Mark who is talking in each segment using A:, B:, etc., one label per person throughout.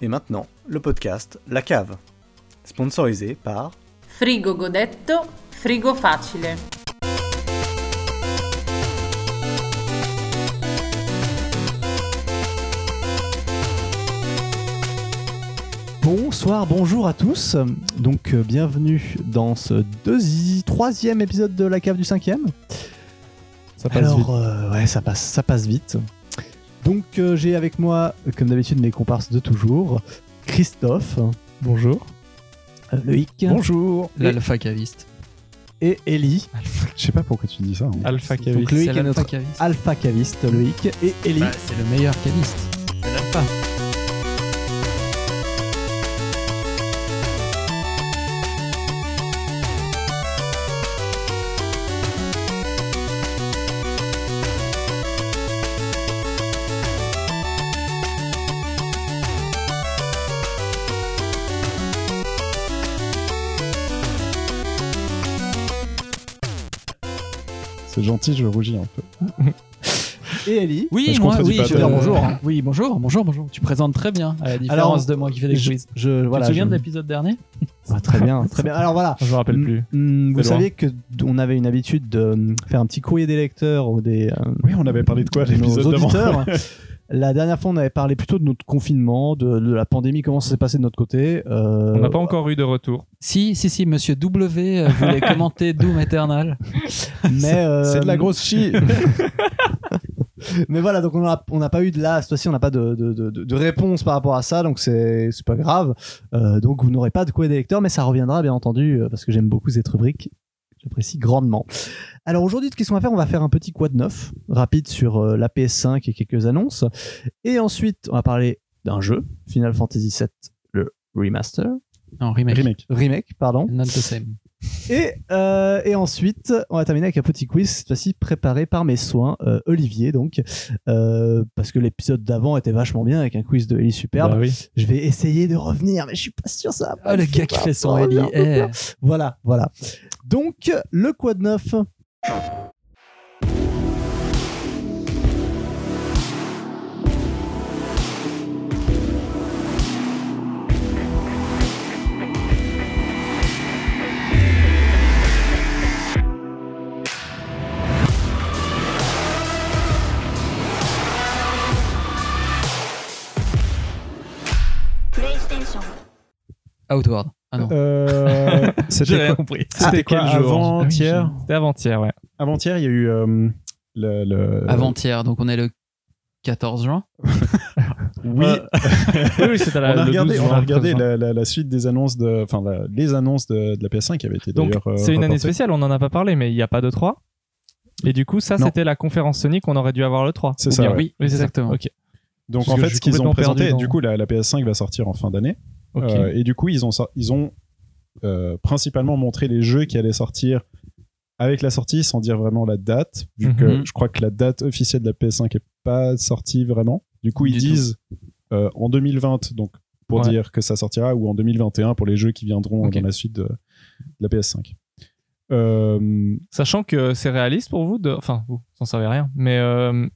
A: Et maintenant, le podcast La Cave, sponsorisé par
B: Frigo godetto, frigo facile.
C: Bonsoir, bonjour à tous. Donc euh, bienvenue dans ce deuxi- troisième épisode de la cave du cinquième.
D: Ça passe
C: Alors
D: vite.
C: euh, ouais, ça passe, ça passe vite. Donc euh, j'ai avec moi, euh, comme d'habitude, mes comparses de toujours, Christophe,
D: Bonjour.
C: euh, Loïc
D: Bonjour.
E: L'alpha caviste.
C: et Ellie.
F: Je sais pas pourquoi tu dis ça. hein.
D: Alpha
C: Donc
D: Caviste.
C: Loïc
E: C'est
C: est
E: l'alpha
C: notre
E: caviste.
C: alpha caviste, Loïc et Ellie.
E: Bah, c'est le meilleur caviste. C'est l'alpha.
F: C'est gentil, je rougis un peu.
C: et Ellie.
F: Mais
D: Bah,
E: Oui,
F: je
E: moi,
F: contredis
E: oui,
F: pas,
E: je
F: toi.
E: veux dire bonjour. hein. Oui, bonjour, bonjour, bonjour. Tu présentes très bien, à la différence de moi qui fais des
C: je,
E: quiz.
C: je- voilà,
E: tu te souviens
C: je-
E: de l'épisode dernier
C: Ah, Très bien, très bien. Alors voilà.
D: Je me rappelle
C: Mm,
D: plus.
C: mm, vous
D: C'est loin.
C: saviez que d- on avait une habitude de mm, faire un petit courrier des lecteurs ou des euh,
F: Oui, on avait parlé de quoi à
C: de nos
F: l'épisode d'avant
C: auditeurs. La dernière fois, on avait parlé plutôt de notre confinement, de, de la pandémie, comment ça s'est passé de notre côté. Euh,
D: On n'a pas encore eu de retour.
E: Si, si, si, monsieur W euh, voulait commenter Doom Eternal.
C: Mais euh,
F: C'est de la grosse chie.
C: Mais voilà, donc on n'a on n'a pas eu de là, cette fois-ci, on n'a pas de, de, de- de réponse par rapport à ça, donc c'est c'est pas grave. Euh, donc vous n'aurez pas de courrier des lecteurs, mais ça reviendra bien entendu, euh, parce que j'aime beaucoup cette rubrique. J'apprécie grandement. Alors aujourd'hui, qu'est-ce qu'on va faire On va faire un petit quad neuf, rapide sur euh, la PS5 et quelques annonces. Et ensuite, on va parler d'un jeu, Final Fantasy VII, le remaster,
E: Non, remake.
F: Remake.
C: remake, pardon.
E: Not the same.
C: Et, euh, et ensuite, on va terminer avec un petit quiz, cette fois-ci préparé par mes soins, euh, Olivier donc, Euh, parce que l'épisode d'avant était vachement bien avec un quiz de Ellie superbe.
D: Bah oui.
C: Je vais essayer de revenir, mais je suis pas sûr ça. va pas
E: Ah, le
C: le
E: gars
C: faire.
E: qui fait son
C: Oh,
E: Ellie.
C: merde.
E: eh.
C: Voilà, voilà. Donc, le quad neuf.
E: Outward. Ah non.
F: Euh,
D: J'ai
F: C'était
D: rien
F: quoi,
D: compris.
F: c'était quoi
D: quel jour
F: avant-hier
E: Ah
D: C'était avant-hier, ouais.
F: Avant-hier, il y a eu euh, le, le-
D: Euh,
E: Avant-hier, donc on est le 14 juin.
F: Oui,
D: Euh, oui, oui, c'était
F: on
D: la-
F: a
D: le
F: regardé,
D: 12
F: on a
D: juin,
F: regardé
D: 13 juin.
F: la, la- la suite des annonces de, enfin la- les annonces de, de la PS5 qui avait été
D: Donc,
F: d'ailleurs. euh,
D: c'est une année
F: reportée.
D: spéciale, on n'en a pas parlé, mais il n'y a pas de 3. Et du coup, ça,
F: Non.
D: c'était la conférence Sony qu'on aurait dû avoir le 3.
F: C'est
D: Ou
F: ça,
D: bien-
F: ouais.
D: Oui, oui, c'est ça.
E: Exactement.
D: Ok.
F: Donc
D: Parce
F: en
D: que
F: fait,
D: je
F: ce
D: suis
F: qu'ils ont
D: complètement perdu
F: présenté,
D: dans-
F: du coup, la, la PS5 va sortir en fin d'année.
D: ok.
F: Euh, et du coup, ils ont, sor- ils ont euh, principalement montré les jeux qui allaient sortir avec la sortie, sans dire vraiment la date, vu
E: Mhm.
F: que je crois que la date officielle de la PS5 est pas sortie vraiment. Du coup, ils
E: Du tout.
F: disent euh, en 2020, donc pour
D: Ouais.
F: dire que ça sortira, ou en 2021 pour les jeux qui viendront
E: Ok.
F: dans la suite de, de la PS5. Euh,
D: Sachant que c'est réaliste pour vous, de... enfin, vous n'en savez rien, mais euh,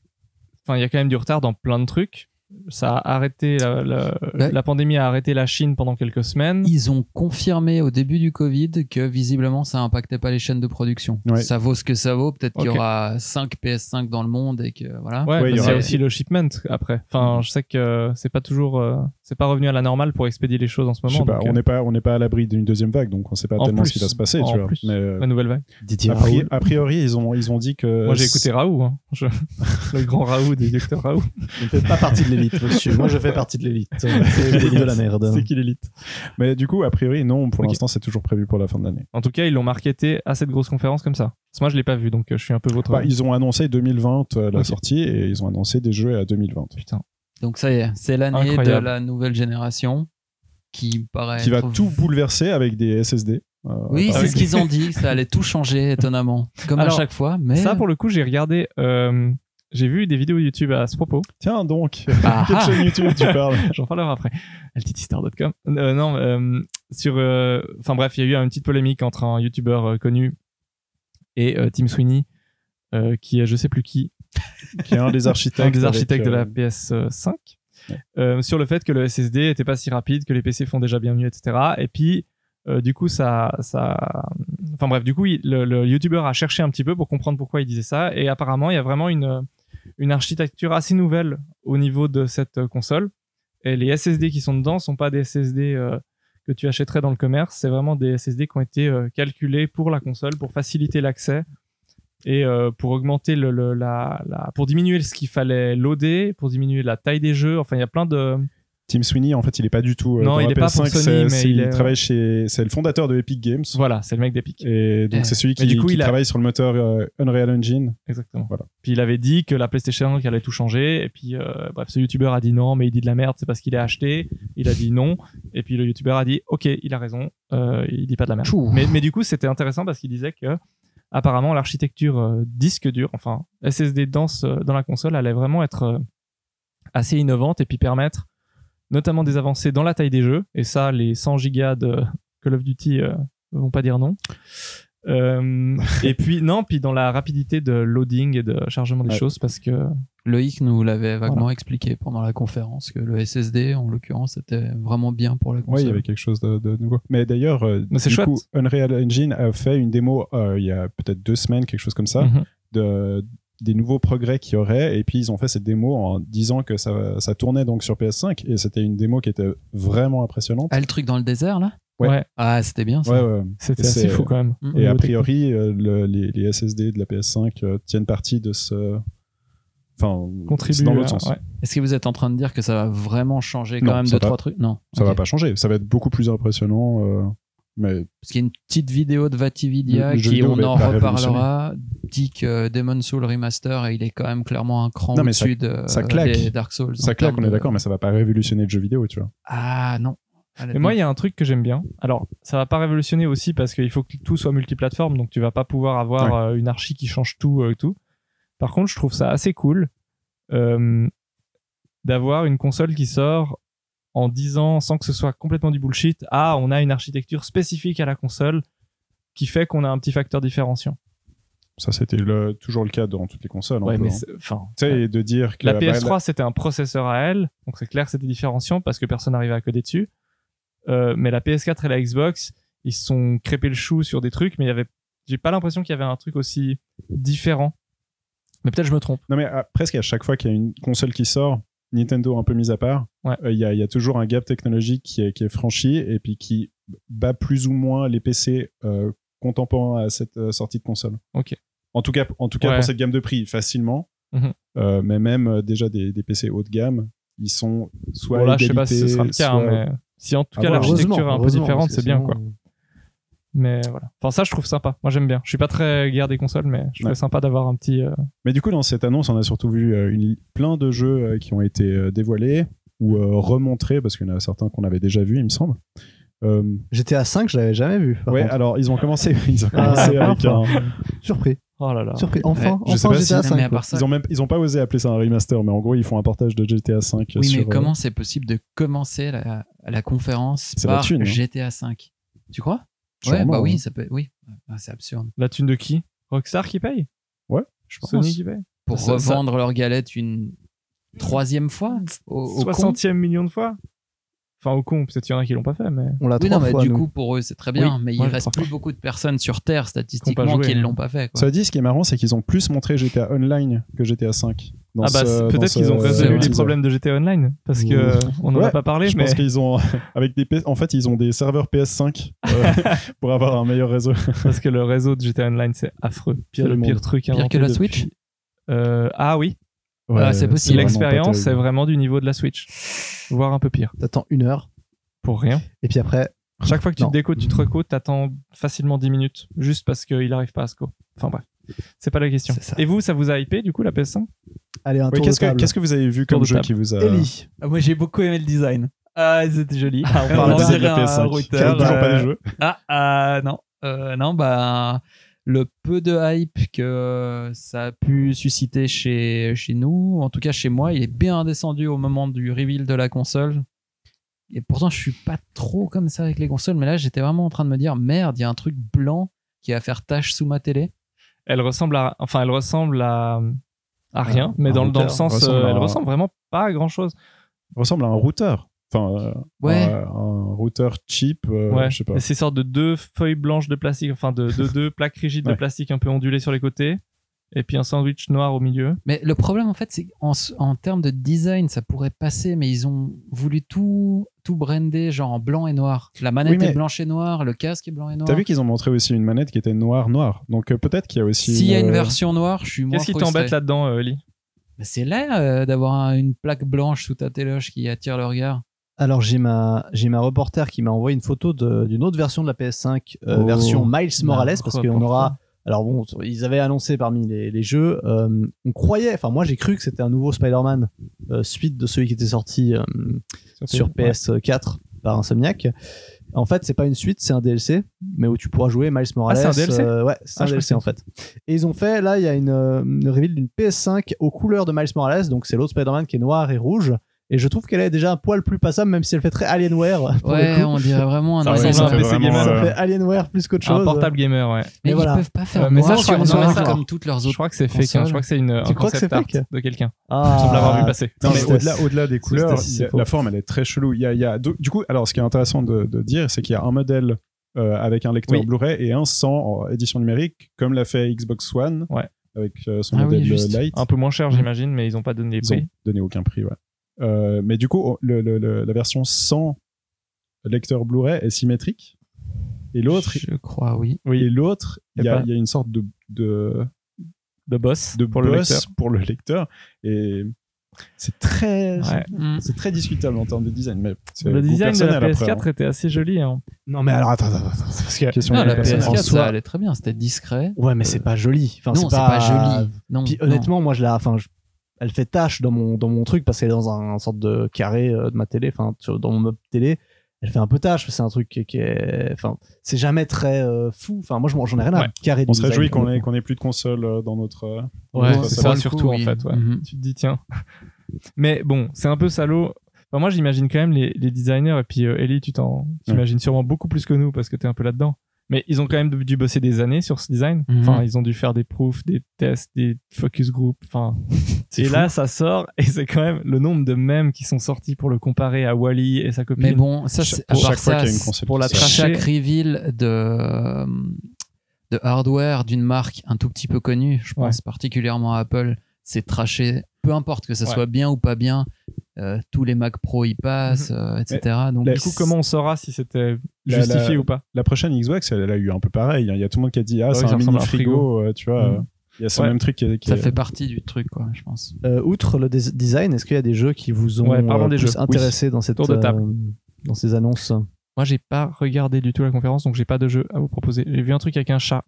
D: enfin, il y a quand même du retard dans plein de trucs. Ça a arrêté, la, la-
E: Ouais.
D: la pandémie a arrêté la Chine pendant quelques
F: Mm.
D: semaines.
E: Ils ont confirmé au début du Covid que visiblement ça impactait pas les chaînes de production.
F: Ouais.
E: Ça vaut ce que ça vaut. Peut-être qu'il
D: Ok.
E: y aura 5 PS5 dans le monde et que voilà.
D: Ouais,
F: Ouais, il y
D: parce qu'il y a
F: aura-
D: aussi le shipment après. Enfin, je sais que c'est pas toujours, euh, c'est pas revenu à la normale pour expédier les choses en ce
F: je
D: moment.
F: sais pas,
D: donc,
F: on
D: euh,
F: n'est pas, on n'est pas à l'abri d'une deuxième vague, donc on sait pas
D: En
F: tellement
D: plus.
F: ce qui va se passer,
D: En
F: tu vois.
D: plus.
F: Mais euh,
D: la nouvelle vague.
C: Didier
F: a, pri-
C: Raoul.
F: a priori, ils ont, ils ont dit que.
D: Moi, j'ai écouté Raoult, hein. Je- le grand Raoult des docteurs Raoult.
C: Vous ne faites pas partie de l'élite, monsieur. Moi, je fais partie de l'élite. C'est l'élite de la merde.
F: C'est qu'il élite. Mais du coup, a priori, non, pour
D: Ok.
F: l'instant, c'est toujours prévu pour la fin de l'année.
D: En tout cas, ils l'ont marketé à cette grosse conférence comme ça. Parce que moi, je l'ai pas vu, donc euh, je suis un peu votre.
F: Bah, ils ont annoncé 2020 euh, la
D: Ok.
F: sortie et ils ont annoncé des jeux à 2020.
D: Putain.
E: Donc ça y est, c'est l'année de
D: Incroyable.
E: la nouvelle génération qui paraît.
F: Qui va
E: être-
F: tout bouleverser avec des SSD. euh,
E: Oui,
F: par
E: c'est ce
F: exemple.
E: qu'ils ont dit. Ça allait tout changer étonnamment, comme
D: Alors,
E: à chaque fois. Mais
D: Ça, pour le coup, j'ai regardé. euh, j'ai vu des vidéos YouTube à ce propos.
F: Tiens donc,
E: Ah,
F: quelle
E: ah.
F: chaîne YouTube tu parles
D: J'en parlerai après. LTTstar.com. Euh, non, euh, sur. euh, Enfin bref, il y a eu une petite polémique entre un YouTuber euh, connu et euh, Tim Sweeney, euh, qui est je sais plus qui,
F: Qui est un des
D: un
F: architectes.
D: des architectes
F: avec, euh,
D: de la PS5, euh, sur le fait que le SSD était pas si rapide, que les PC font déjà bien mieux, etc. Et puis, euh, du coup, ça, ça, enfin bref, du coup, il- le, le YouTuber a cherché un petit peu pour comprendre pourquoi il disait ça. Et apparemment, il y a vraiment une, une architecture assez nouvelle au niveau de cette euh, console. Et les SSD qui sont dedans sont pas des SSD euh, que tu achèterais dans le commerce. C'est vraiment des SSD qui ont été euh, calculés pour la console, pour faciliter l'accès et euh, pour augmenter le, le- la, la- pour diminuer ce qu'il fallait loader, pour diminuer la taille des jeux. Enfin, il y a plein de.
F: Tim Sweeney, en fait, il est pas du tout. euh,
D: Non,
F: dans
D: il
F: la
D: est pas
F: PS5,
D: pour Sony,
F: c'est-
D: mais
F: c'est-
D: il est-
F: travaille chez. C'est le fondateur de Epic Games.
D: Voilà, c'est le mec d'Epic.
F: Et donc,
E: Ouais.
F: c'est celui qui,
D: Mais du coup,
F: qui
D: il a-
F: travaille sur le moteur euh, Unreal Engine.
D: Exactement.
F: Voilà.
D: Puis il avait dit que la PlayStation qui allait tout changer. Et puis, euh, bref, ce youtubeur a dit non, mais il dit de la merde, c'est parce qu'il est acheté. Il a dit non. Et puis le youtubeur a dit ok, il a raison, euh, il dit pas de la merde.
E: Tchou.
D: Mais, mais du coup, c'était intéressant parce qu'il disait que apparemment l'architecture euh, disque dur, enfin SSD dense euh, dans la console, allait vraiment être euh, assez innovante et puis permettre notamment des avancées dans la taille des jeux. Et ça, les 100 gigas de Call of Duty euh, vont pas dire non. Euh, et puis non, puis dans la rapidité de loading et de chargement des
F: Ouais.
D: choses, parce que
E: Loïc nous l'avait vaguement expliqué pendant la conférence que le SSD, en l'occurrence, c'était vraiment bien pour la
F: Oui, il y
E: console.
F: avait quelque chose de, de nouveau. Mais d'ailleurs, euh,
D: Mais c'est
F: du
D: chouette.
F: coup, Unreal Engine a fait une démo euh, il y a peut-être deux semaines, quelque chose comme ça,
D: Mhm.
F: de, des nouveaux progrès qu'il y aurait. Et puis, ils ont fait cette démo en disant que ça, ça tournait donc sur PS5. Et c'était une démo qui était vraiment impressionnante.
E: Ah, le truc dans le désert, là
F: Ouais.
E: Ah, c'était bien ça.
F: Ouais, ouais.
D: c'était
F: C'est-
D: assez fou quand même.
E: Mm.
D: Au
F: Et
D: niveau
F: a
D: technique.
F: priori, euh, le- les, les SSD de la PS5 euh, tiennent partie de ce. Enfin,
D: contribue
F: c'est dans
D: à-
F: l'autre sens.
D: ouais.
E: Est-ce que vous êtes en train de dire que ça va vraiment changer quand
F: Non,
E: même
F: ça
E: deux,
F: va.
E: trois trucs Non.
F: Ça
E: Ok.
F: va pas changer. Ça va être beaucoup plus impressionnant. euh, mais
E: Parce qu'il y a une petite vidéo de Vatividia
F: Le- le jeu
E: qui,
F: vidéo
E: on
F: va
E: en
F: être pas
E: reparlera, dit que Demon Soul Remaster, il est quand même clairement un cran
F: Non, mais ça-
E: au-dessus de
F: ça claque.
E: des Dark Souls. en
F: ça claque, on
E: termes
F: est
E: de-
F: d'accord, mais ça va pas révolutionner le jeu vidéo, tu vois.
E: Ah non.
D: Et moi, il y a un truc que j'aime bien. Alors, ça va pas révolutionner aussi parce qu'il faut que tout soit multiplateforme, donc tu vas pas pouvoir avoir euh, une archi qui change tout euh, et tout. Par contre, je trouve ça assez cool euh, d'avoir une console qui sort en disant, sans que ce soit complètement du bullshit, ah, on a une architecture spécifique à la console qui fait qu'on a un petit facteur différenciant.
F: Ça, c'était le- toujours le cas dans toutes les consoles. un
D: Ouais,
F: peu,
D: mais
F: hein.
D: c'est- enfin,
F: Tu sais, et de dire que
D: La
F: bah,
D: PS3, c'était un processeur à elle, donc c'est clair que c'était différenciant parce que personne n'arrivait à coder dessus. Euh, mais la PS4 et la Xbox, ils se sont crépés le chou sur des trucs, mais il y avait, j'ai pas l'impression qu'il y avait un truc aussi différent. Mais peut-être je me trompe.
F: Non, mais à- presque à chaque fois qu'il y a une console qui sort, Nintendo un peu mise à part, euh,
D: Ouais.
F: il y, a, il y a toujours un gap technologique qui est, qui est franchi et puis qui bat plus ou moins les PC euh, contemporains à cette euh, sortie de console.
D: Ok.
F: En tout cas, en tout cas
D: Ouais.
F: pour cette gamme de prix, facilement.
D: Mhm.
F: Euh, mais même euh, déjà des, des PC haut de gamme, ils sont soit.
D: Bon, Oh là,
F: à
D: je sais pas si
F: égalité,
D: ce sera le cas,
F: soit-
D: hein, mais si en tout
F: Ah
D: cas
F: bon,
D: l'architecture est un peu différente,
C: différente,
D: c'est bien quoi.
F: euh.
C: euh,
D: Mais voilà. Enfin, ça, je trouve sympa. Moi, j'aime bien. Je suis pas très guerre des consoles, mais je trouve
F: Ouais.
D: sympa d'avoir un petit. euh,
F: Mais du coup, dans cette annonce, on a surtout vu euh, une- plein de jeux euh, qui ont été euh, dévoilés ou euh, remontrés, parce qu'il y en a certains qu'on avait déjà vus, il me semble. Euh,
C: GTA 5, je l'avais jamais vu. par
F: ouais,
C: contre.
F: alors ils ont commencé, ils ont
C: Ah,
F: commencé avec
C: enfin,
F: un.
C: surpris,
D: Oh là là.
C: surpris. Enfin,
E: Ouais,
F: je sais
C: enfin
F: pas si-
C: GTA 5.
E: mais à
C: quoi.
E: part ça,
F: Ils ont même, ils ont pas osé appeler ça un remaster, mais en gros, ils font un partage de GTA 5
E: oui, mais
F: sur. euh,
E: comment c'est possible de commencer la, la conférence
F: C'est la
E: par
F: thune, hein.
E: GTA 5 Tu crois Ouais,
F: sûrement,
E: bah
F: hein.
E: oui, ça peut. Oui, Ah, c'est absurde.
D: La thune de qui Rockstar qui paye
F: Je pense.
D: Sony qui paye
E: Pour
D: Ça- ça-
E: revendre leur galette une troisième fois au, au con.
D: 60e million de fois Enfin, au con, peut-être qu'il y en a qui l'ont pas fait, mais.
C: On l'a
E: Oui, non,
C: trois
E: mais
C: fois,
E: du
C: nous.
E: coup, pour eux, c'est très bien,
D: Oui,
E: mais il
D: moi, je
E: reste
D: crois.
E: plus beaucoup de personnes sur Terre
D: Qui
E: statistiquement
D: ont pas
E: qui
D: joué,
E: ne
D: hein.
E: l'ont pas fait. quoi.
F: Cela dit, ce qui est marrant, c'est qu'ils ont plus montré GTA Online que GTA 5. dans
D: ah bah
F: ce-
D: c'est-
F: dans
D: peut-être
F: ce-
D: qu'ils ont résolu les
E: teaser.
D: problèmes de GT Online parce que
F: Mmh.
D: euh, on en a
F: Ouais,
D: pas parlé
F: Je
D: mais
F: pense qu'ils ont avec des P- en fait ils ont des serveurs PS5 euh, pour avoir un meilleur réseau.
D: parce que le réseau de GT Online c'est affreux pire
F: C'est
D: le
F: le
D: pire
F: monde.
D: truc
E: Pire que
D: inventé
E: la
D: depuis-
E: Switch
D: Euh, ah oui
E: Ah, c'est possible.
F: vraiment pas
D: l'expérience c'est
F: terrible.
D: vraiment du niveau de la Switch voire un peu pire
C: T'attends une heure,
D: pour rien
C: et puis après,
D: chaque fois que tu
C: Non.
D: te décodes tu te recodes t'attends facilement 10 minutes juste parce qu'il arrive pas à se co enfin bref c'est pas la question
C: C'est ça.
D: et vous ça vous a hypé du coup la PS5
C: allez, un
F: Oui,
C: tour
F: qu'est-ce
C: de
F: que
C: table.
F: qu'est-ce que vous avez vu
D: Tour
F: comme
D: de
F: jeu
D: table.
F: qui vous a
C: Ellie,
E: Ah,
G: Moi, j'ai beaucoup aimé le design. Ah, c'était joli.
F: on parle
G: On
F: de
G: dirait
F: la PS5.
G: un
F: qui a
G: routeur.
F: toujours pas
G: euh,
F: les jeux
G: Ah, ah, non.
E: Euh, non, bah, le peu de hype que ça a pu susciter chez, chez nous, en tout cas chez moi, il est bien descendu au moment du reveal de la console. Et pourtant, je suis pas trop comme ça avec les consoles, mais là, j'étais vraiment en train de me dire merde, il y a un truc blanc qui va faire tache sous ma télé.
D: elle ressemble à enfin elle ressemble à à rien mais
F: un
D: dans, le- dans le
F: routeur.
D: sens
F: Ressemble
D: euh, elle
F: à-
D: ressemble vraiment pas à grand chose
F: ressemble à un routeur. Enfin, euh,
E: Ouais.
F: un, un routeur cheap, euh,
D: ouais.
F: je sais pas.
D: Et Ces sortes de deux feuilles blanches de plastique, enfin de de- deux plaques rigides
F: Ouais.
D: de plastique un peu ondulées sur les côtés, et puis un sandwich noir au milieu.
E: Mais le problème, en fait, c'est qu'en s- en termes de design, ça pourrait passer, mais ils ont voulu tout, tout brander, genre en blanc et noir. La manette
F: Oui, mais-
E: est blanche et noire, le casque est blanc et noir.
F: T'as vu qu'ils ont montré aussi une manette qui était noire noire. Donc euh, peut-être qu'il y a aussi.
E: S'il y a une
F: euh,
E: version noire, je suis moins
D: Qu'est-ce qui
E: frustré.
D: t'embête là-dedans, euh, Oli
E: Mais C'est là d'avoir un- une plaque blanche sous ta téloche qui attire le regard.
C: Alors j'ai ma j'ai ma reporter qui m'a envoyé une photo de- d'une autre version de la PS5 euh,
E: Oh,
C: version Miles Morales parce qu'on
E: reporter.
C: aura alors bon ils avaient annoncé parmi les, les jeux euh, on croyait enfin moi j'ai cru que c'était un nouveau Spider-Man euh, suite de celui qui était sorti euh, sur PS4 par Insomniac en fait c'est pas une suite c'est un DLC mais où tu pourras jouer Miles Morales
D: c'est un DLC?
C: euh, ouais c'est
D: Ah,
C: un
D: je crois que
C: DLC en fait et ils ont fait là il y a une, euh, une reveal d'une PS5 aux couleurs de Miles Morales donc c'est l'autre Spider-Man qui est noir et rouge et je trouve qu'elle est déjà un poil plus passable, même si elle fait très Alienware. pour le
E: Ouais,
C: coup.
E: on dirait vraiment un
D: Ça
F: Ah ouais,
E: design.
D: ressemble à un
F: fait
D: PC
F: vraiment,
D: gamer.
C: Ça
F: euh,
C: fait Alienware plus qu'autre chose.
D: Un portable gamer, ouais.
E: Mais
C: Mais
E: ils
C: voilà.
E: peuvent pas faire
D: Euh, mais ça,
E: noir
D: je crois-
E: sur
D: non,
E: noir
D: mais ça-
E: comme toutes leurs
D: Je
E: autres.
D: crois que c'est fake. hein.
E: console.
D: Je crois que c'est une, un
C: crois que c'est
D: concept art
C: fake
D: de quelqu'un.
C: Ah,
D: Semble avoir vu passer.
F: Non, mais
C: Tristesse.
F: au-delà, au-delà des couleurs,
C: Tristesse,
F: il y
C: c'est
F: a-
C: faux.
F: la forme, elle est très chelou. Il y a, il y a deux- du coup, alors, ce qui est intéressant de, de dire, c'est qu'il y a un modèle euh, avec un lecteur
D: Oui.
F: Blu-ray et un sans en édition numérique, comme l'a fait Xbox One,
D: Ouais.
F: avec euh, son
E: Ah oui,
F: modèle euh,
E: juste.
F: Lite.
D: Un peu moins cher, j'imagine, mais ils n'ont pas donné les
F: Ils
D: prix.
F: ont donné aucun prix, ouais. Euh, mais du coup, le- le- le- la version sans lecteur Blu-ray est symétrique. Et l'autre,
E: Je crois, oui.
F: et l'autre,
D: Y a
F: il y, a-
D: pas-
F: il y a une sorte de, de,
D: De boss.
F: de
D: pour le
F: boss
D: lecteur.
F: pour le lecteur. Et c'est très,
D: Ouais.
E: Mm.
F: c'est très discutable en termes de design. Mais c'est
D: Le
F: goût
D: design de la
F: personnel après,
D: PS4 était assez joli. hein.
C: Non, mais alors attends, attends, attends. c'est Parce que...
F: hein. Question
E: Non,
F: de
E: la
F: personnel.
E: PS4,
C: en soi-
E: ça allait très bien, c'était discret.
C: Ouais, mais c'est pas joli. Enfin,
E: non, c'est pas... joli. Non,
D: Mm,
C: Puis
E: non.
C: honnêtement, moi, je la. Enfin, je- elle fait tache dans mon, dans mon truc parce qu'elle est dans un, un sorte de carré euh, de ma télé, enfin, sur- dans mon meuble télé. Elle fait un peu tache. C'est un truc qui, qui est. Enfin, c'est jamais très euh, fou. Enfin, moi, je m'en- j'en ai rien à
D: Ouais.
C: carré
F: On
C: du
F: se
C: design,
F: réjouit qu'on
C: honnêtement.
F: ait, qu'on ait plus de console euh, dans notre. euh,
D: Ouais,
F: dans notre
D: c'est
F: salon.
D: ça, surtout, en fait, ouais.
E: Mhm.
D: Tu te dis, tiens. Mais bon, c'est un peu salaud. Enfin, moi, j'imagine quand même les, les designers, et puis euh, Ellie, tu t'en t'imagines sûrement beaucoup plus que nous parce que t'es un peu là-dedans. Mais ils ont quand même dû bosser des années sur ce design.
E: Mhm.
D: Enfin, ils ont dû faire des proofs, des tests, des focus group. Enfin,
C: C'est
D: et
C: fou.
D: là, ça sort, et c'est quand même le nombre de mèmes qui sont sortis pour le comparer à Wally et sa copine.
E: Mais bon, ça, c'est- à
F: Pour
E: part
F: chaque fois
E: ça,
F: qu'il y a une
E: c'est-
F: concept.
D: pour la
F: design.
D: trash-
E: chaque reveal de, de hardware d'une marque un tout petit peu connue, je pense particulièrement à Apple, c'est traché. Peu importe que ça
D: Ouais.
E: soit bien ou pas bien, euh, tous les Mac Pro y passent,
F: Mhm.
E: euh, etc. Donc,
D: du coup, comment on saura si c'était
F: La-
D: justifié
F: la-
D: ou pas
F: La prochaine Xbox, elle, elle a eu un peu pareil. hein. Il y a tout le monde qui a dit Ah,
D: Ah oui,
F: c'est
D: ça
F: un
D: ressemble
F: mini
D: à un
F: frigo, euh, tu vois.
D: Mhm.
F: euh, Il y a ce
D: Ouais.
F: même truc qui est. qui
E: ça
F: est-
E: fait partie du truc, quoi, je pense.
C: Euh, outre le dés- design, est-ce qu'il y a des jeux qui vous ont
D: Ouais, parlons
C: euh,
D: des
C: plus
D: jeux.
C: intéressé dans cette
D: Tour de table.
C: euh, dans ces annonces
D: Moi, j'ai pas regardé du tout la conférence, donc j'ai pas de jeu à vous proposer. J'ai vu un truc avec un chat.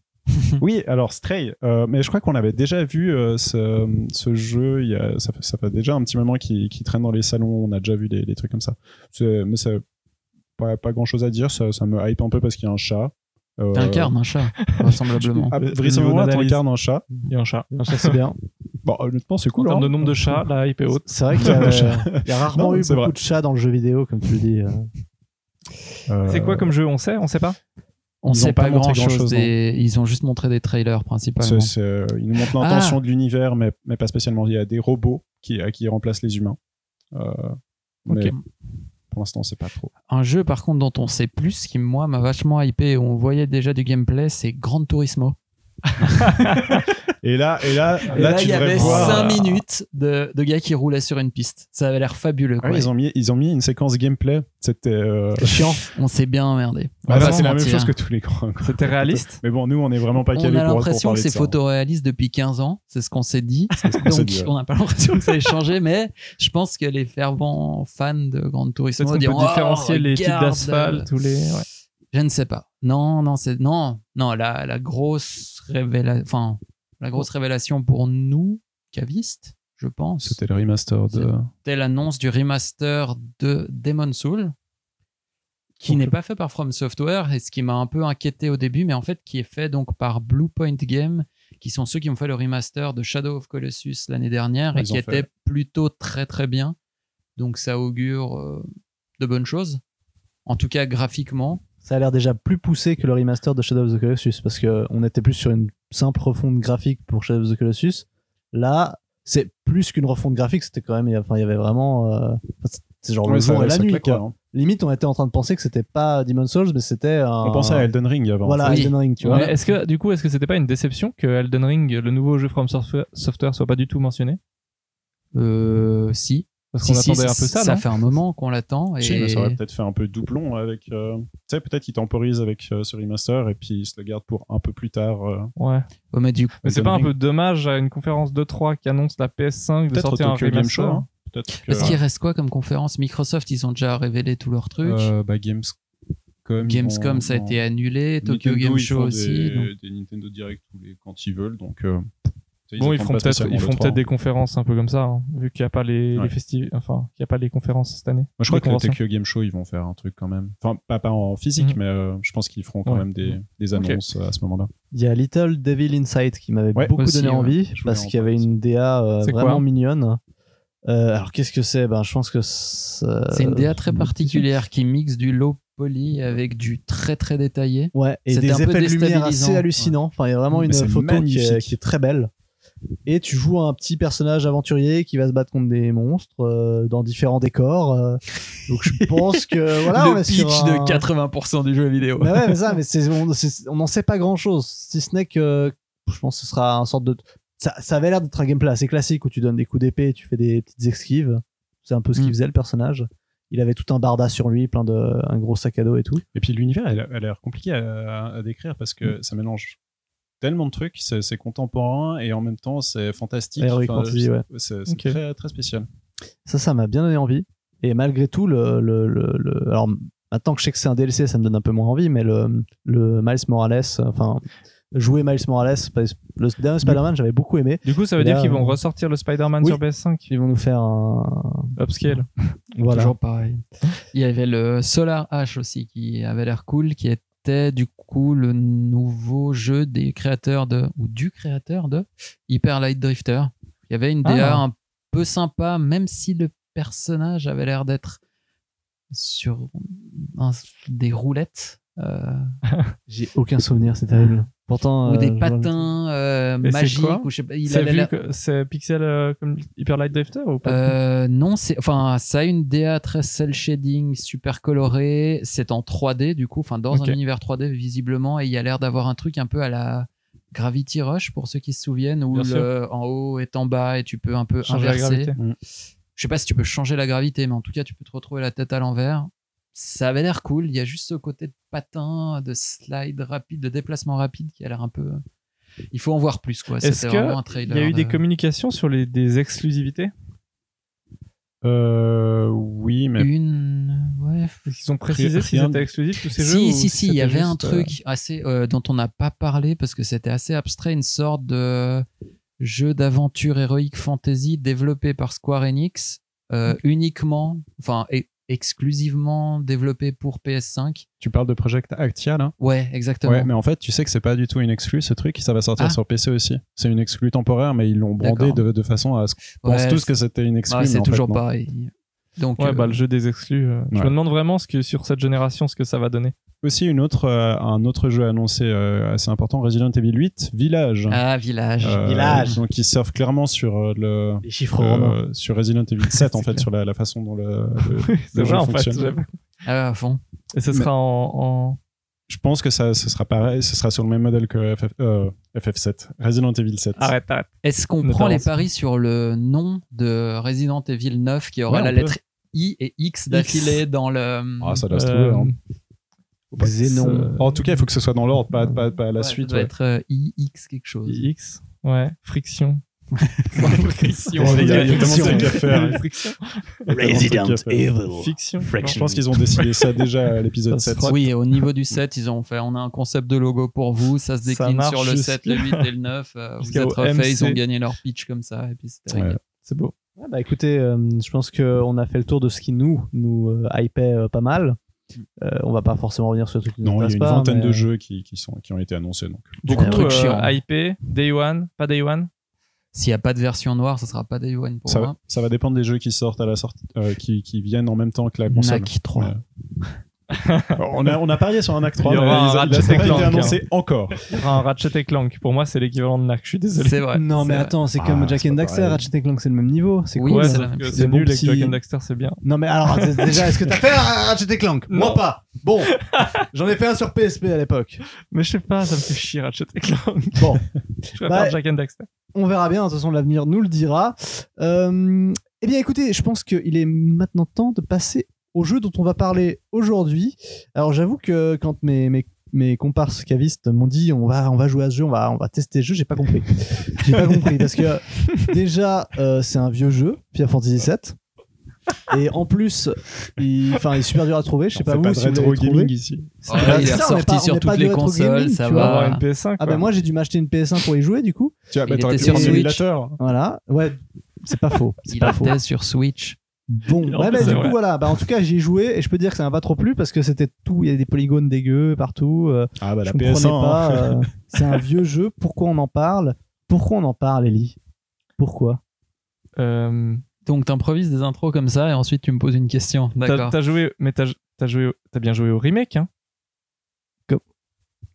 F: Oui, alors Stray, euh, mais je crois qu'on avait déjà vu euh, ce, ce jeu, il y a- ça, fait, ça fait déjà un petit moment qu'il qu'il traîne dans les salons, on a déjà vu des, des trucs comme ça. C'est- Mais ça, pas, pas grand chose à dire, ça, ça me hype un peu parce qu'il y a un chat. Euh,
E: T'incarnes un chat, vraisemblablement.
F: Ah,
D: Le-
F: Vraisemblablement,
D: niveau d'analyse.
F: t'incarnes un chat.
D: Il y a un chat.
C: Non, ça, c'est bien.
F: Bon, honnêtement, c'est
D: En
F: cool.
D: termes
F: hein.
D: de nombre de chats, la hype est haute.
C: C'est vrai qu'il y, a,
F: Le chat.
C: euh, il y a rarement
F: Non,
C: eu
F: c'est
C: beaucoup
F: vrai.
C: de chats dans le jeu vidéo, comme tu le dis. euh.
F: Euh,
D: C'est quoi comme jeu On sait On sait pas
E: On
F: Ils ont
E: sait
F: pas
E: pas
F: montré
E: grand chose.
F: grand-chose,
E: Ils ont juste montré des trailers
F: c'est-
E: principalement.
F: c'est, euh, Il nous montre l'intention de l'univers, mais, mais pas spécialement. Il y a des robots qui, qui remplacent les humains. Euh, mais
E: Ok.
F: pour l'instant, c'est pas trop.
E: Un jeu, par contre, dont on sait plus, qui, moi, m'a vachement hypé, on voyait déjà du gameplay, c'est Gran Turismo.
F: Et là, et là,
E: Et
F: là,
E: là,
F: tu
E: il y
F: devrais
E: avait 5
F: voir-
E: minutes de, de gars qui roulaient sur une piste. Ça avait l'air fabuleux.
F: Ah
E: Quoi.
F: oui, ils, ont mis, ils ont mis une séquence gameplay. C'était. euh,
E: Chiant. On s'est bien emmerdé. On
F: bah
E: va
F: là,
E: pas
F: c'est
E: se
F: la même
E: mentir. hein.
F: chose que tous les grands. quoi.
D: C'était réaliste
F: Mais bon, nous, on est vraiment pas
E: On
F: calés
E: a
F: pour, pour
E: l'impression que
F: parler de
E: c'est
F: hein. ça.
E: photoréaliste depuis 15 ans, c'est ce qu'on s'est dit.
F: qu'on s'est
E: Donc,
F: dit, ouais.
E: on n'a pas l'impression que ça ait changé, mais je pense que les fervents fans de Gran
D: Peut-être
E: Turismo
D: qu'on
E: diront
D: peut différencier
E: Oh,
D: les types
E: regarde,
D: d'asphalte, tous les. ouais.
E: Je ne sais pas. Non, non, c'est non, non. La, la grosse révélation, enfin, la grosse révélation pour nous cavistes, je pense,
F: C'était le remaster de.
E: c'était l'annonce du remaster de Demon Soul, qui
D: euh,
E: n'est pas fait par From Software et ce qui m'a un peu inquiété au début, mais en fait qui est fait donc par Bluepoint Game, qui sont ceux qui ont fait le remaster de Shadow of Colossus l'année dernière et
F: Ils
E: qui
F: ont fait,
E: était plutôt très très bien. Donc ça augure euh, de bonnes choses. En tout cas graphiquement.
C: Ça a l'air déjà plus poussé que le remaster de Shadow of the Colossus, parce que on était plus sur une simple refonte graphique pour Shadow of the Colossus. Là, c'est plus qu'une refonte graphique, c'était quand même. Enfin, il y avait vraiment. euh, c'est- c'était genre
F: Ouais,
C: le
F: ça-
C: jour et la
F: ça
C: nuit.
F: claque,
C: quoi.
F: ouais, hein.
C: Limite, on était en train de penser que c'était pas Demon's Souls, mais c'était un.
F: On pensait à Elden Ring avant.
C: Voilà,
E: Oui.
C: Elden Ring, tu vois.
D: Mais Est-ce que, du coup, est-ce que c'était pas une déception que Elden Ring, le nouveau jeu From Software, Software, soit pas du tout mentionné
E: Euh, si.
D: Parce
E: Si,
D: qu'on
E: si,
D: attendait un
E: ça-
D: peu ça,
E: Ça
D: non
E: fait un moment qu'on l'attend.
F: Je sais, mais
E: Et...
F: ça aurait peut-être fait un peu doublon avec. euh, Tu sais, peut-être qu'ils temporisent avec euh, ce remaster et puis ils se le gardent pour un peu plus tard. euh.
D: Ouais.
E: Oh, mais du coup,
D: Mais c'est
F: Elden
D: pas un
F: Ring.
D: peu dommage à une conférence de 3 qui annonce la PS5 de
F: Peut-être au
D: sortir un
F: Tokyo Game Show.
D: remaster
F: hein. Peut-être que.
E: Parce qu'il reste quoi comme conférence Microsoft, ils ont déjà révélé tout leur truc.
F: Euh, bah, Gamescom.
E: Gamescom, ça a été annulé. Tokyo Game Show aussi.
F: Des,
E: donc-
F: des Nintendo Direct tous les- quand ils veulent. Donc, euh, tu sais,
D: Bon, ils
F: attendent
D: feront
F: pas
D: peut-être,
F: spécialement
D: ils
F: le
D: feront
F: 3,
D: peut-être des
F: hein.
D: conférences un peu comme ça, hein, vu qu'il n'y a pas les,
F: Ouais.
D: les festivals, enfin, qu'il n'y a pas les conférences cette année.
F: Moi, je crois
D: des
F: que le
D: conventions.
F: Tokyo Game Show, ils vont faire un truc quand même. Enfin, pas, pas en physique,
D: Mhm.
F: mais euh, je pense qu'ils feront quand
D: Ouais.
F: même des, des
D: Ok.
F: annonces euh, à ce moment-là.
C: Il y a Little Devil Inside qui m'avait
F: Ouais,
C: beaucoup
E: aussi,
C: donné
E: ouais.
C: envie
F: Je
C: parce
F: voulais en
C: qu'il y avait
F: parler.
C: une DA euh,
D: C'est quoi
F: hein
C: vraiment mignonne. Euh, alors qu'est-ce que c'est Ben je pense que ça-
E: C'est une DA très particulière qui mixe du low poly avec du très très détaillé.
C: Ouais, et
E: C'était un
C: des
E: peu
C: effets de lumière assez
E: déstabilisant.
C: hallucinants. Enfin, il y a vraiment
F: Mais
C: une
F: c'est
C: photo qui est,
F: magnifique.
C: qui est très belle. Et tu joues un petit personnage aventurier qui va se battre contre des monstres euh, dans différents décors. euh. donc je pense que voilà, on
E: le
C: est
E: pitch
C: sur un-
E: de 80% du jeu vidéo.
C: Mais ouais, mais ça, mais c'est- on c'est- on n'en sait pas grand chose. Si ce n'est que je pense que ce sera un sorte de. Ça, ça avait l'air d'être un gameplay assez classique où tu donnes des coups d'épée et tu fais des petites esquives. C'est un peu ce qu'il
E: Mm.
C: faisait le personnage. Il avait tout un barda sur lui, plein de. un gros sac à dos et tout.
F: Et puis l'univers elle a- elle a l'air compliqué à, à- à décrire parce que ça mélange tellement de trucs, c'est c'est contemporain et en même temps c'est fantastique.
C: Heroic
F: Enfin,
C: fantasy,
F: c'est-
C: ouais.
F: C'est c'est
D: Ok.
F: très, très spécial.
C: Ça, ça m'a bien donné envie. Et malgré tout, le, le, le, le- alors maintenant que je sais que c'est un DLC, ça me donne un peu moins envie, mais le, le Miles Morales, enfin, jouer Miles Morales, le dernier Spider-Man, j'avais beaucoup aimé.
D: Du coup, ça veut
C: Là,
D: dire qu'ils vont
C: euh,
D: ressortir le Spider-Man
C: oui.
D: sur PS5
C: Ils vont nous faire un.
D: upscale.
C: Voilà.
E: Toujours pareil. Il y avait le Solar H aussi qui avait l'air cool, qui était du coup le nouveau jeu des créateurs de, ou du créateur de Hyper Light Drifter. Il y avait une DA
D: Ah.
E: un peu sympa, même si le personnage avait l'air d'être sur un- des roulettes euh,
C: J'ai aucun souvenir, c'est terrible. Pourtant.
E: ou
C: euh,
E: des
C: je-
E: patins euh,
D: c'est
E: magiques.
D: quoi
E: Ou je sais pas, il
D: C'est
E: avait
D: vu
E: l'air-
D: que c'est pixel euh, comme Hyper Light Drifter ou pas
E: Euh, non, c'est enfin ça a une DA très cel shading, super colorée. C'est en 3D du coup, enfin dans
D: Ok.
E: un univers 3D visiblement, et il y a l'air d'avoir un truc un peu à la Gravity Rush pour ceux qui se souviennent, où
D: Bien sûr.
E: le, en haut est en bas et tu peux un peu
D: Changer la
E: inverser.
D: gravité.
E: Je sais pas si tu peux changer la gravité, mais en tout cas tu peux te retrouver la tête à l'envers. Ça avait l'air cool. Il y a juste ce côté de patin, de slide rapide, de déplacement rapide qui a l'air un peu. Il faut en voir plus quoi.
D: Est-ce
E: C'était
D: que
E: vraiment un
D: Il
E: trailer.
D: y a eu des
E: de-
D: communications sur les des exclusivités
F: Euh, oui,
E: Mm.
F: mais
E: une ouais
D: Ils ont précisé
F: Rien-
D: s'ils étaient exclusifs tous ces jeux
E: Si,
D: ou
E: si, si, il y
D: c'était
E: avait un
D: juste, euh,
E: truc assez, euh, dont on n'a pas parlé parce que c'était assez abstrait, une sorte de jeu d'aventure héroïque fantasy développé par Square Enix, euh,
F: Mm.
E: uniquement, enfin, et- exclusivement développé pour PS5.
F: tu parles de Project Actia là
E: Ouais, exactement.
F: Ouais, mais en fait, tu sais que c'est pas du tout une exclue ce truc, ça va sortir
E: Ah.
F: sur PC aussi. C'est une exclue temporaire, mais ils l'ont brandé
E: D'accord.
F: de, de façon à ce qu'on pense
E: Ouais,
F: tous que c'était une exclue.
E: ouais,
F: mais
E: c'est
F: en fait,
E: toujours
F: non.
E: pareil. Donc,
D: Ouais,
E: euh,
D: bah le jeu des exclus. euh, Je
F: Ouais.
D: me demande vraiment ce que sur cette génération ce que ça va donner.
F: Aussi, une autre, euh, un autre jeu annoncé euh, assez important Resident Evil 8, Village.
E: ah, village.
F: Euh,
C: Village.
F: Donc, ils surfent clairement sur euh, le.
C: Les chiffres
F: Euh,
C: romains.
F: sur Resident Evil 7 en
D: C'est
F: fait
D: clair.
F: sur la, la façon dont le, le- jeu
D: C'est vrai en fait.
F: fonctionne.
D: j'avais-
E: Ah, à fond.
D: Et ce
F: Mais-
D: sera en, en-
F: je pense que ça, ce sera pareil ce sera sur le même modèle que FF, euh, FF7 Resident Evil 7
D: Arrête, arrête.
E: Est-ce qu'on
D: Ne
E: prend les
D: t'avance.
E: paris sur le nom de Resident Evil 9 qui aura
F: Ouais,
E: la
F: on
E: lettre I et X d'affilée dans le.
F: ah ça doit se trouver hein.
D: Euh,
C: Xénon.
F: en tout cas il faut que ce soit dans l'ordre pas, pas, pas à la
E: Ouais,
F: suite
E: Ça doit
F: ouais.
E: être euh, IX quelque chose.
D: X. Ouais, friction.
E: Friction.
F: Les gars, il y a tellement de
D: Friction.
F: trucs à faire.
D: Friction.
F: Resident
A: Evil.
D: Fiction.
F: je pense qu'ils ont décidé ça déjà à l'épisode
D: Ça se
F: 7
D: frotte.
E: Oui, et au niveau du 7, ils ont fait on a un concept de logo pour vous, ça se
D: Ça
E: décline
D: marche
E: sur le 7, le 8
D: jusqu'à-
E: et le 9. euh, vous
D: jusqu'à
E: êtes
D: au
E: refaits, ils
D: MC.
E: ont gagné leur pitch comme ça. Et puis c'était
F: Ouais.
E: réglé.
D: C'est beau.
C: Ouais, bah écoutez, euh, je pense qu'on a fait le tour de ce qui nous, nous euh, hypait euh, pas mal. Euh, on va pas forcément revenir sur tout ce qui nous
F: non il y a
C: intéresse
F: une
C: pas,
F: vingtaine
C: mais,
F: de jeux qui, qui, sont, qui ont été annoncés donc
D: Beaucoup de
E: trucs
D: trucs
E: chiants.
D: IP, euh, Day One, pas Day One.
E: S'il n'y a pas de version noire, ça sera pas Day One pour
F: ça, va-
E: moi.
F: ça va dépendre des jeux qui sortent à la sortie euh, qui, qui viennent en même temps que la console
E: Knack 3.
F: Ouais. on, a, on a parié sur un acte 3,
D: Il y
F: mais
D: aura
F: il a-
D: un
F: il a
D: Ratchet
F: pas été
D: Clank, hein.
F: annoncé encore.
D: un Ratchet et Clank. Pour moi, c'est l'équivalent de NAC. Je suis désolé.
E: C'est vrai.
C: non,
E: c'est
C: mais
E: vrai.
C: attends, c'est
F: Ah,
C: comme Jack
F: c'est
C: and
F: pas
C: Daxter,
F: pareil.
C: Ratchet et Clank, c'est le même niveau. C'est
E: Oui,
C: cool.
E: c'est
D: sauf
E: la même
D: que
E: chose.
D: c'est
C: Bon
D: nul et
C: petit-
D: que Jack and Daxter, c'est bien.
C: Non, mais alors, d- déjà, est-ce que t'as fait un Ratchet et Clank Moi pas. Bon, j'en ai fait un sur PSP à l'époque.
D: Mais je sais pas, ça me fait chier Ratchet et Clank.
C: Bon.
D: Je préfère
C: Bah,
D: Jack and Daxter.
C: On verra bien, de toute façon l'avenir nous le dira. Euh, eh bien écoutez, je pense qu'il est maintenant temps de passer au jeu dont on va parler aujourd'hui. Alors j'avoue que quand mes, mes, mes comparses cavistes m'ont dit on va, on va jouer à ce jeu, on va, on va tester ce jeu, j'ai pas compris. j'ai pas compris parce que déjà euh, c'est un vieux jeu, Final Fantasy VII. Et en plus, il, enfin, il est super dur à trouver. Je sais
F: C'est
C: pas vous
F: pas
C: si
F: de
C: vous l'avez
F: rétro
C: trouvé.
F: gaming ici.
E: Ouais,
C: Bah,
E: il
C: c'est
E: est
C: ça, on est
E: ressorti
C: pas- on est
E: sur
C: pas
E: toutes
C: de
E: les
C: rétro
E: consoles,
C: gaming,
E: ça
C: tu
D: Pour
C: vois.
E: va.
D: avoir une PS5.
C: Ah
D: quoi.
C: bah moi j'ai dû m'acheter une PS1 pour y jouer du coup.
F: Tu vois,
E: Il
F: bah, t'aurais
E: était
F: pu
E: sur
F: prendre
E: Switch.
F: l'émulateur.
C: Voilà. Ouais, c'est pas faux. C'est
E: Il
C: pas faux.
E: était sur Switch.
C: Bon,
D: Il en
C: ouais,
D: fait,
C: bah,
D: c'est
C: du
D: vrai.
C: coup voilà, bah, en tout cas j'y ai joué et je peux dire que ça m'a pas trop plu parce que c'était tout, il y a des polygones dégueux partout, euh,
F: Ah bah
C: je
F: la
C: comprenais
F: PS1. hein.
C: pas, euh, c'est un vieux jeu, pourquoi on en parle Pourquoi on en parle Ellie Pourquoi
D: Euh,
E: Donc t'improvises des intros comme ça et ensuite tu me poses une question.
D: T'as
E: D'accord.
D: t'as joué, mais t'as t'as joué, au- t'as bien joué au remake, hein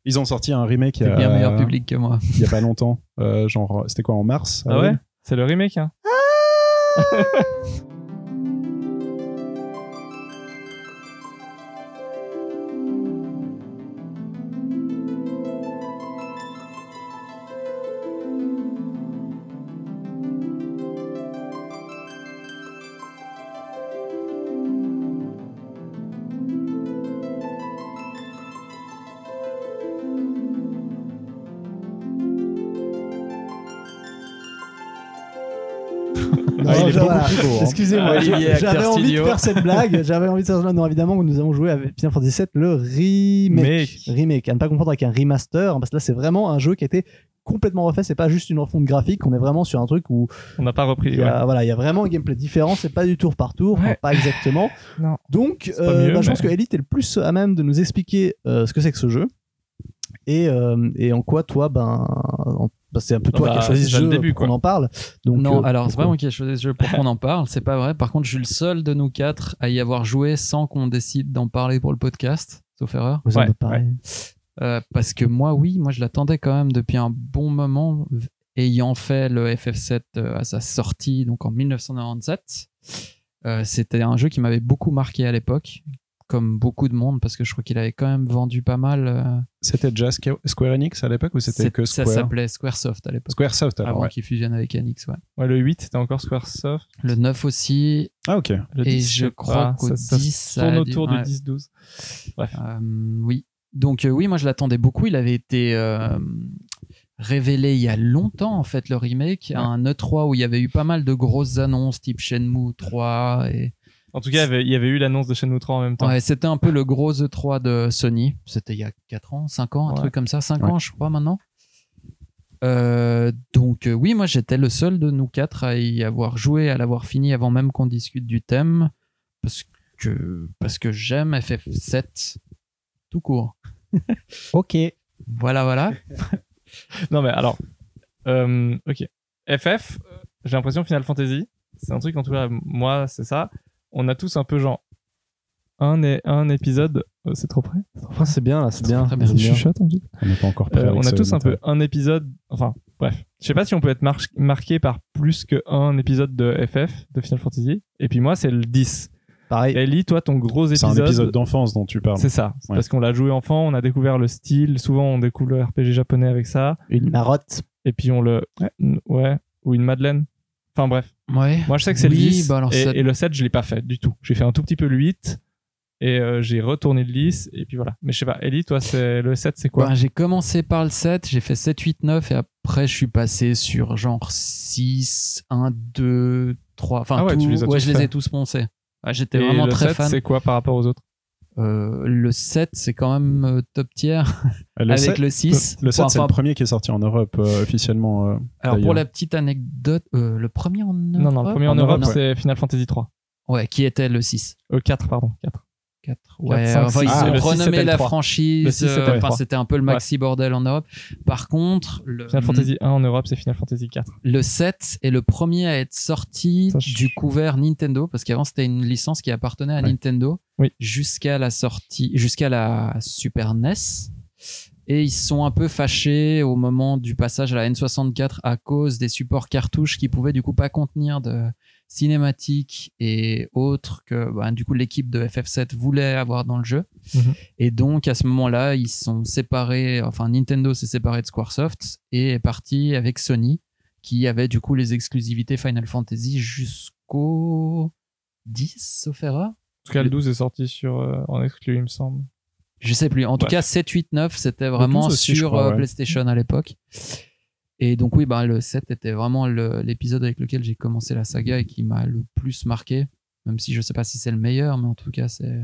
F: Ils ont sorti un remake il y
E: T'es
F: a,
E: bien meilleur public que moi.
F: il y a pas longtemps. Euh, genre, c'était quoi en mars euh,
D: Ah ouais C'est le remake, hein
C: Non,
F: il est
C: je-
F: beaucoup
C: voilà.
F: plus beau, hein.
C: Excusez-moi,
E: Olivier,
C: je-
E: acteur
C: j'avais envie
E: studio.
C: de faire cette blague, j'avais envie de faire non évidemment nous avons joué avec Final Fantasy VII le remake, remake, à ne pas confondre avec un remaster hein, parce que là c'est vraiment un jeu qui a été complètement refait, c'est pas juste une refonte graphique, on est vraiment sur un truc où
D: On n'a pas repris.
C: Il y
D: ouais.
C: a, euh, Voilà, il y a vraiment un gameplay différent, c'est pas du tour par tour, enfin,
D: Ouais.
C: pas exactement.
D: Non.
C: Donc,
D: C'est pas
C: euh,
D: mieux,
C: bah, je
D: mais-
C: pense que Elite est le plus à même de nous expliquer euh, ce que c'est que ce jeu et, euh, et en quoi toi, ben, en- bah, c'est un peu
D: Ah
C: toi
D: bah,
C: qui as choisi ce
D: déjà
C: jeu
D: le début,
C: pour qu'on
D: quoi.
C: en parle. Donc,
E: non,
C: euh,
E: alors c'est
C: pourquoi
E: pas moi qui ai choisi ce jeu pour qu'on en parle, c'est pas vrai. Par contre, je suis le seul de nous quatre à y avoir joué sans qu'on décide d'en parler pour le podcast, sauf erreur.
C: Vous en
D: Ouais,
C: avez parlé.
E: Euh, parce que moi, oui, moi je l'attendais quand même depuis un bon moment, v- ayant fait le FF7 euh, à sa sortie, donc en 1997. Euh, C'était un jeu qui m'avait beaucoup marqué à l'époque, comme beaucoup de monde, parce que je crois qu'il avait quand même vendu pas mal. euh,
F: C'était déjà Squ- Square Enix à l'époque ou c'était
E: c'est-
F: que
E: ça Ah
F: Square
E: s'appelait Squaresoft à l'époque,
F: Squaresoft alors,
E: avant
F: ouais.
E: qu'il fusionne avec Enix. Ouais.
D: Ouais, le 8, c'était encore Squaresoft.
E: Le 9 aussi,
F: Ah ok.
D: Le
E: et
D: 10,
E: je
D: sais
E: crois
D: pas,
E: qu'au
D: ça-
E: 10, ça
D: ça se tourne
E: a dû-
D: autour
E: ouais.
D: du 10-12. Bref.
E: Euh, oui. Donc euh, oui, moi je l'attendais beaucoup. Il avait été euh, révélé il y a longtemps en fait le remake à un E3 où il y avait eu pas mal de grosses annonces type Shenmue 3 et
D: En tout cas, il y avait- il y avait eu l'annonce de Shenmue 3 en même temps.
E: Ouais, c'était un peu le gros E3 de Sony. C'était il y a 4 ans, 5 ans, un
D: Ouais.
E: truc comme ça, 5
F: Ouais.
E: ans je crois maintenant. Euh, donc euh, oui, moi j'étais le seul de nous quatre à y avoir joué, à l'avoir fini avant même qu'on discute du thème parce que parce que j'aime FF7 tout court.
C: Ok.
E: Voilà, voilà.
D: Non, mais alors. euh, ok. FF, euh, j'ai l'impression Final Fantasy, c'est un truc, en tout cas, moi, c'est ça. On a tous un peu genre. Un, et, un épisode. euh, c'est trop près
C: Enfin, c'est bien là, c'est bien.
E: très bien.
C: c'est
D: Je
C: bien.
D: chuchote un petit peu.
F: On n'est pas encore prêt
D: Euh,
F: avec
D: on a
F: ce
D: tous un peu
F: matériel.
D: un épisode. Enfin, bref. Je sais pas si on peut être mar- marqué par plus qu'un épisode de FF, de Final Fantasy. Et puis moi, c'est le 10.
C: Pareil.
D: Ellie, toi, ton gros
F: C'est un
D: épisode.
F: épisode d'enfance dont tu parles.
D: C'est ça. C'est
F: Ouais.
D: Parce qu'on l'a joué enfant, on a découvert le style. Souvent, on découvre le RPG japonais avec ça.
C: Une marotte.
D: Et puis, on le. Ouais. n- ouais. Ou une Madeleine. Enfin, bref.
E: Ouais.
D: Moi, je sais que c'est
E: Oui,
D: le 10.
E: bah alors
D: et,
E: ça-
D: et le 7, je l'ai pas fait du tout. J'ai fait un tout petit peu le 8. Et euh, j'ai retourné le 10. Et puis voilà. Mais je sais pas. Ellie, toi, c'est le 7, c'est quoi
E: Ben, j'ai commencé par le 7, j'ai fait 7, 8, 9 et après je suis passé sur genre 6, 1, 2, 3. Enfin,
D: Ah ouais,
E: tout-
D: tu les as tous
E: je les
D: fait.
E: ai tous poncés. Ouais, J'étais
D: Et
E: vraiment
D: le
E: très
D: 7,
E: fan.
D: c'est quoi par rapport aux autres
E: Euh, le 7, c'est quand même euh, top tier
F: Le
E: avec
F: sept-
E: le 6.
F: le sept, c'est
E: Enfin,
F: le premier qui est sorti en Europe euh, officiellement. euh,
E: alors pour
F: d'ailleurs.
E: la petite anecdote, euh, le premier en Europe
D: Non, non, le premier en
F: En
D: Europe,
F: Europe,
D: c'est Final Fantasy 3.
E: Ouais, qui était le 6.
D: Euh, 4, pardon, 4.
E: 4, ouais,
D: cinq,
E: enfin,
D: six,
E: ils
F: ah,
E: ont
F: le six,
E: renommé
D: c'était
E: la
D: le trois.
E: franchise.
D: Le six, c'était
E: euh,
D: le
E: Enfin,
D: trois.
E: c'était un peu le maxi bordel en Europe. Par contre, le,
D: Final Fantasy 1 en Europe, c'est Final Fantasy 4.
E: le 7 est le premier à être sorti
D: Ça, je-
E: du couvert Nintendo, parce qu'avant, c'était une licence qui appartenait à
D: Ouais.
E: Nintendo
D: Oui.
E: jusqu'à la sortie, jusqu'à la Super NES. Et ils se sont un peu fâchés au moment du passage à la N64 à cause des supports cartouches qui pouvaient du coup pas contenir de cinématiques et autres que bah, du coup l'équipe de FF7 voulait avoir dans le jeu.
D: Mhm.
E: Et donc à ce moment-là, ils se sont séparés, enfin Nintendo s'est séparé de Squaresoft et est parti avec Sony qui avait du coup les exclusivités Final Fantasy jusqu'au 10, sauf erreur.
D: En tout cas, le 12 est sorti sur, euh, en exclu, il me semble.
E: Je sais plus. En tout
D: Ouais.
E: cas, 7, 8, 9, c'était vraiment
F: 12 aussi, je
E: sur
F: crois,
E: euh,
F: ouais.
E: PlayStation à l'époque. Et donc, oui, bah, le 7 était vraiment le- l'épisode avec lequel j'ai commencé la saga et qui m'a le plus marqué. Même si je sais pas si c'est le meilleur, mais en tout cas, c'est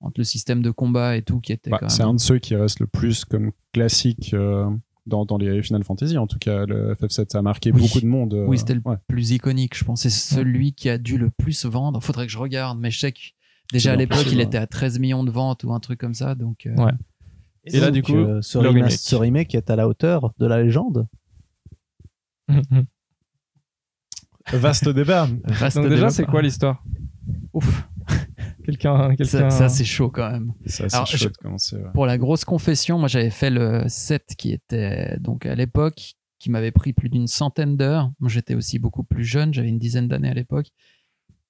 E: entre le système de combat et tout qui était
F: Bah,
E: quand
F: c'est
E: même.
F: un de ceux qui reste le plus comme classique euh, dans, dans les Final Fantasy. En tout cas, le FF7 ça a marqué
E: Oui.
F: beaucoup de monde. euh,
E: Oui, c'était le
F: ouais.
E: plus iconique, je pense. C'est celui qui a dû le plus vendre. Faudrait que je regarde, mais je sais que déjà à
F: C'est
E: l'époque, il
F: impossible,
E: était à 13 millions de ventes ou un truc comme ça. Donc, euh,
D: Ouais. Et là,
C: donc,
D: du coup,
C: euh, ce,
D: le
C: remake.
D: remake.
C: ce remake est à la hauteur de la légende.
D: Mm-hmm.
E: Ah,
F: Vaste débat.
E: reste hein.
D: Donc déjà,
E: développeur.
D: c'est quoi l'histoire
E: Ouf,
D: Quelqu'un,
E: ça,
D: quelqu'un.
E: ça c'est chaud quand même.
F: C'est assez
E: Alors,
F: chaud
E: je-
F: de commencer. ouais.
E: pour la grosse confession, moi j'avais fait le 7 qui était donc à l'époque, qui m'avait pris plus d'une centaine d'heures. Moi j'étais aussi beaucoup plus jeune, j'avais une dizaine d'années à l'époque.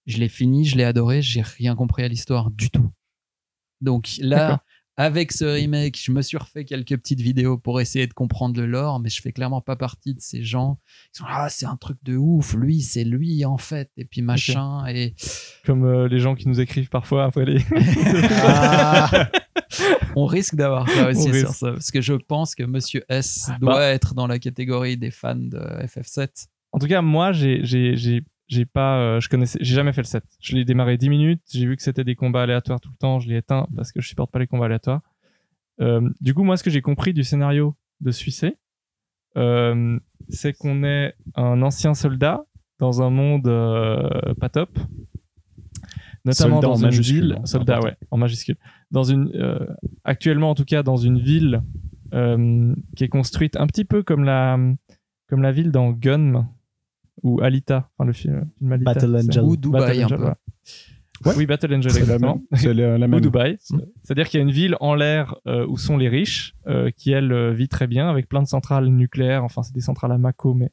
E: Je l'ai fini, je l'ai adoré, j'ai rien compris à l'histoire du tout. Donc là,
D: D'accord.
E: avec ce remake, je me suis refait quelques petites vidéos pour essayer de comprendre le lore, mais je fais clairement pas partie de ces gens qui sont ah c'est un truc de ouf, lui c'est lui en fait, et puis machin et
D: Comme euh, les gens qui nous écrivent parfois après les. Ah,
E: On risque d'avoir ça aussi
D: risque.
E: sur ça, parce que je pense que Monsieur S
F: Bah.
E: doit être dans la catégorie des fans de FF7.
D: En tout cas, moi, j'ai, j'ai, j'ai, j'ai pas, euh, je connaissais, j'ai jamais fait le set. Je l'ai démarré 10 minutes. J'ai vu que c'était des combats aléatoires tout le temps. Je l'ai éteint parce que je supporte pas les combats aléatoires. Euh, du coup, moi, ce que j'ai compris du scénario de Suissé, euh, c'est qu'on est un ancien soldat dans un monde euh, pas top. Notamment
F: Soldat en
D: dans une
F: majuscule,
D: ville,
F: hein, c'est
D: soldat,
F: important.
D: ouais, en majuscule. Dans une, euh, actuellement, en tout cas, dans une ville euh, qui est construite un petit peu comme la, comme la ville dans Gunm ou Alita, enfin le film, film Alita.
C: Battle
D: C'est-
F: Bah,
C: Angel.
E: Ou Dubaï un
D: Angel,
E: peu.
D: voilà.
F: Ouais.
D: Oui, Battle Angel,
F: C'est la
D: exactement.
F: même. C'est la, la
D: Ou
F: même.
D: Dubaï.
E: Hmm.
D: C'est-à-dire qu'il y a une ville en l'air euh, où sont les riches, euh, qui elle euh, vit très bien avec plein de centrales nucléaires. Enfin, c'est des centrales à Mako, mais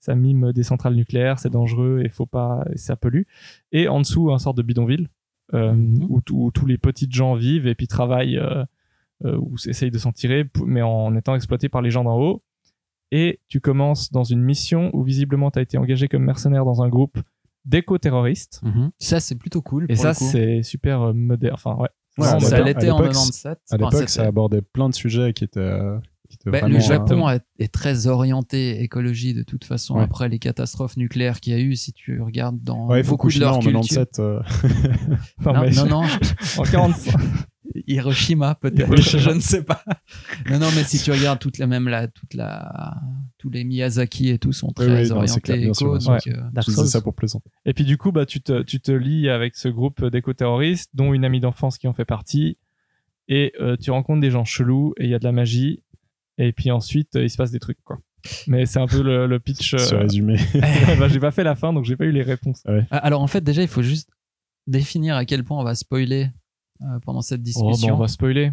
D: ça mime des centrales nucléaires, c'est dangereux et faut pas, et ça pollue. Et en dessous, un sort de bidonville euh,
E: Mhm.
D: où, tout- où tous les petits gens vivent et puis travaillent euh, euh, ou essayent de s'en tirer, p- mais en étant exploités par les gens d'en haut. Et tu commences dans une mission où visiblement tu as été engagé comme mercenaire dans un groupe d'éco-terroristes.
E: Mhm. Ça, c'est plutôt cool.
D: Et
E: pour
D: ça,
E: le coup.
D: c'est super euh, moderne. Enfin, ouais.
F: Ouais,
E: ça,
F: à
E: ça
F: l'époque-
E: l'était
F: à
E: en
F: l'époque,
E: 97.
F: À
E: Enfin,
F: l'époque,
E: c'était-
F: ça abordait plein de sujets qui étaient. euh, qui étaient
E: Bah,
F: vraiment,
E: le
F: euh,
E: Japon est- est très orienté écologie de toute façon
F: Ouais.
E: après les catastrophes nucléaires qu'il y a eu si tu regardes dans
F: euh, Ouais,
E: beaucoup de
F: Fukushima
E: leur
F: en
E: culture.
F: 97. euh,
D: Non,
E: Non,
D: mais-
E: non, non,
D: en 45.
E: Hiroshima peut-être,
D: Hiroshima.
E: je ne sais pas. Non, non, mais si tu regardes toute la même la, toute la, tous les Miyazaki et tout sont très
F: oui, non, c'est
E: orientés
F: clair, bien
E: éco,
F: sûr, bien
E: donc, euh,
C: Dark
F: je disais
C: Souls.
F: ça pour plaisanter.
D: Et puis du coup, bah, tu, te, tu te lis avec ce groupe d'éco-terroristes, dont une amie d'enfance qui en fait partie. Et euh, tu rencontres des gens chelous et il y a de la magie. Et puis ensuite, euh, il se passe des trucs, quoi. Mais c'est un peu le, le pitch. euh,
F: Ce résumé.
D: bah, j'ai pas fait la fin, donc j'ai pas eu les réponses.
E: Ah, Alors en fait, déjà, il faut juste définir à quel point on va spoiler euh, pendant cette discussion.
D: Oh, bah, on va spoiler.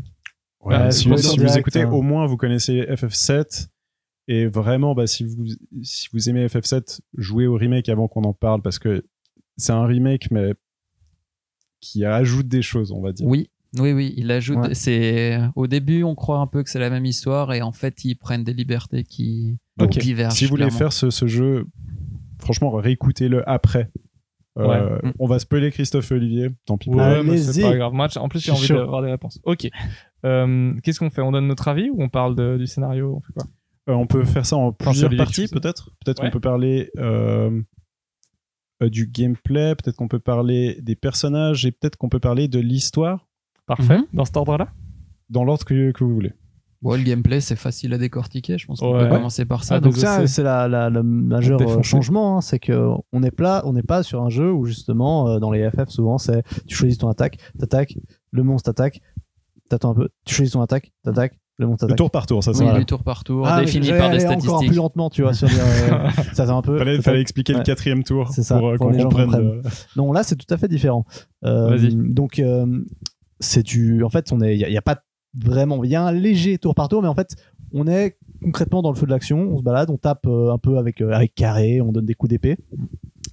F: Ouais,
D: Euh,
F: si,
D: Spoiler
F: si vous
C: direct,
F: écoutez,
C: hein.
F: au moins vous connaissez FF7. Et vraiment, bah, si, vous, si vous aimez FF7, jouez au remake avant qu'on en parle parce que c'est un remake, mais qui ajoute des choses, on va dire.
E: Oui, oui, oui. Il ajoute.
C: Ouais.
E: C'est au début, on croit un peu que c'est la même histoire, et en fait, ils prennent des libertés qui
D: Ok.
E: divergent.
F: si vous voulez
E: clairement.
F: faire ce, ce jeu, franchement, réécoutez-le après. Euh,
E: Ouais.
F: On va spoiler Christophe et Olivier, tant pis pour eux.
D: Ouais, mais c'est
C: Allez-y.
D: pas grave. Match. En plus, j'ai
C: Ah, Je
D: envie
C: suis chaud.
D: d'avoir des réponses. Ok. Euh, Qu'est-ce qu'on fait On donne notre avis ou on parle de- du scénario On fait quoi
F: Euh, on peut faire ça en plusieurs
D: Olivier,
F: parties,
D: tu sais.
F: peut-être. Peut-être
D: Ouais.
F: qu'on peut parler euh, euh, du gameplay, peut-être qu'on peut parler des personnages et peut-être qu'on peut parler de l'histoire
D: Mhm. Parfait. Dans cet ordre-là
F: dans l'ordre que, que vous voulez.
E: Bon, le gameplay, c'est facile à décortiquer. Je pense qu'on
D: Ouais.
E: peut commencer par ça.
D: Ah,
E: donc,
C: Donc ça,
D: c'est-
C: c'est la, la- le majeur
D: Défoncé.
C: euh, changement, hein, c'est que on n'est pas, on n'est pas sur un jeu où justement euh, dans les FF souvent c'est tu choisis ton attaque, t'attaques, le monstre t'attaque, t'attends un peu, tu choisis ton attaque, t'attaques, le monstre
F: Le
C: t'attaque.
F: tour par tour, ça
E: oui,
F: c'est vrai.
E: du tour par tour,
C: Ah, mais
E: défini
C: j'allais
E: par des
C: aller Encore plus
E: statistiques.
C: lentement, tu vois, sur dire, euh, ça fait un peu.
F: Fallait, fallait expliquer le
C: Ouais.
F: quatrième tour
C: C'est ça,
F: pour, euh,
C: pour
F: qu'on
C: les gens
F: comprenne.
C: comprennent.
F: euh,
C: Non, là, c'est tout à fait différent. Euh,
D: Vas-y.
C: Donc, euh, c'est du. En fait, on est. Il n'y a, pas vraiment. Il y a un léger tour par tour, mais en fait, on est concrètement dans le feu de l'action. On se balade, on tape euh, un peu avec, euh, avec carré, on donne des coups d'épée.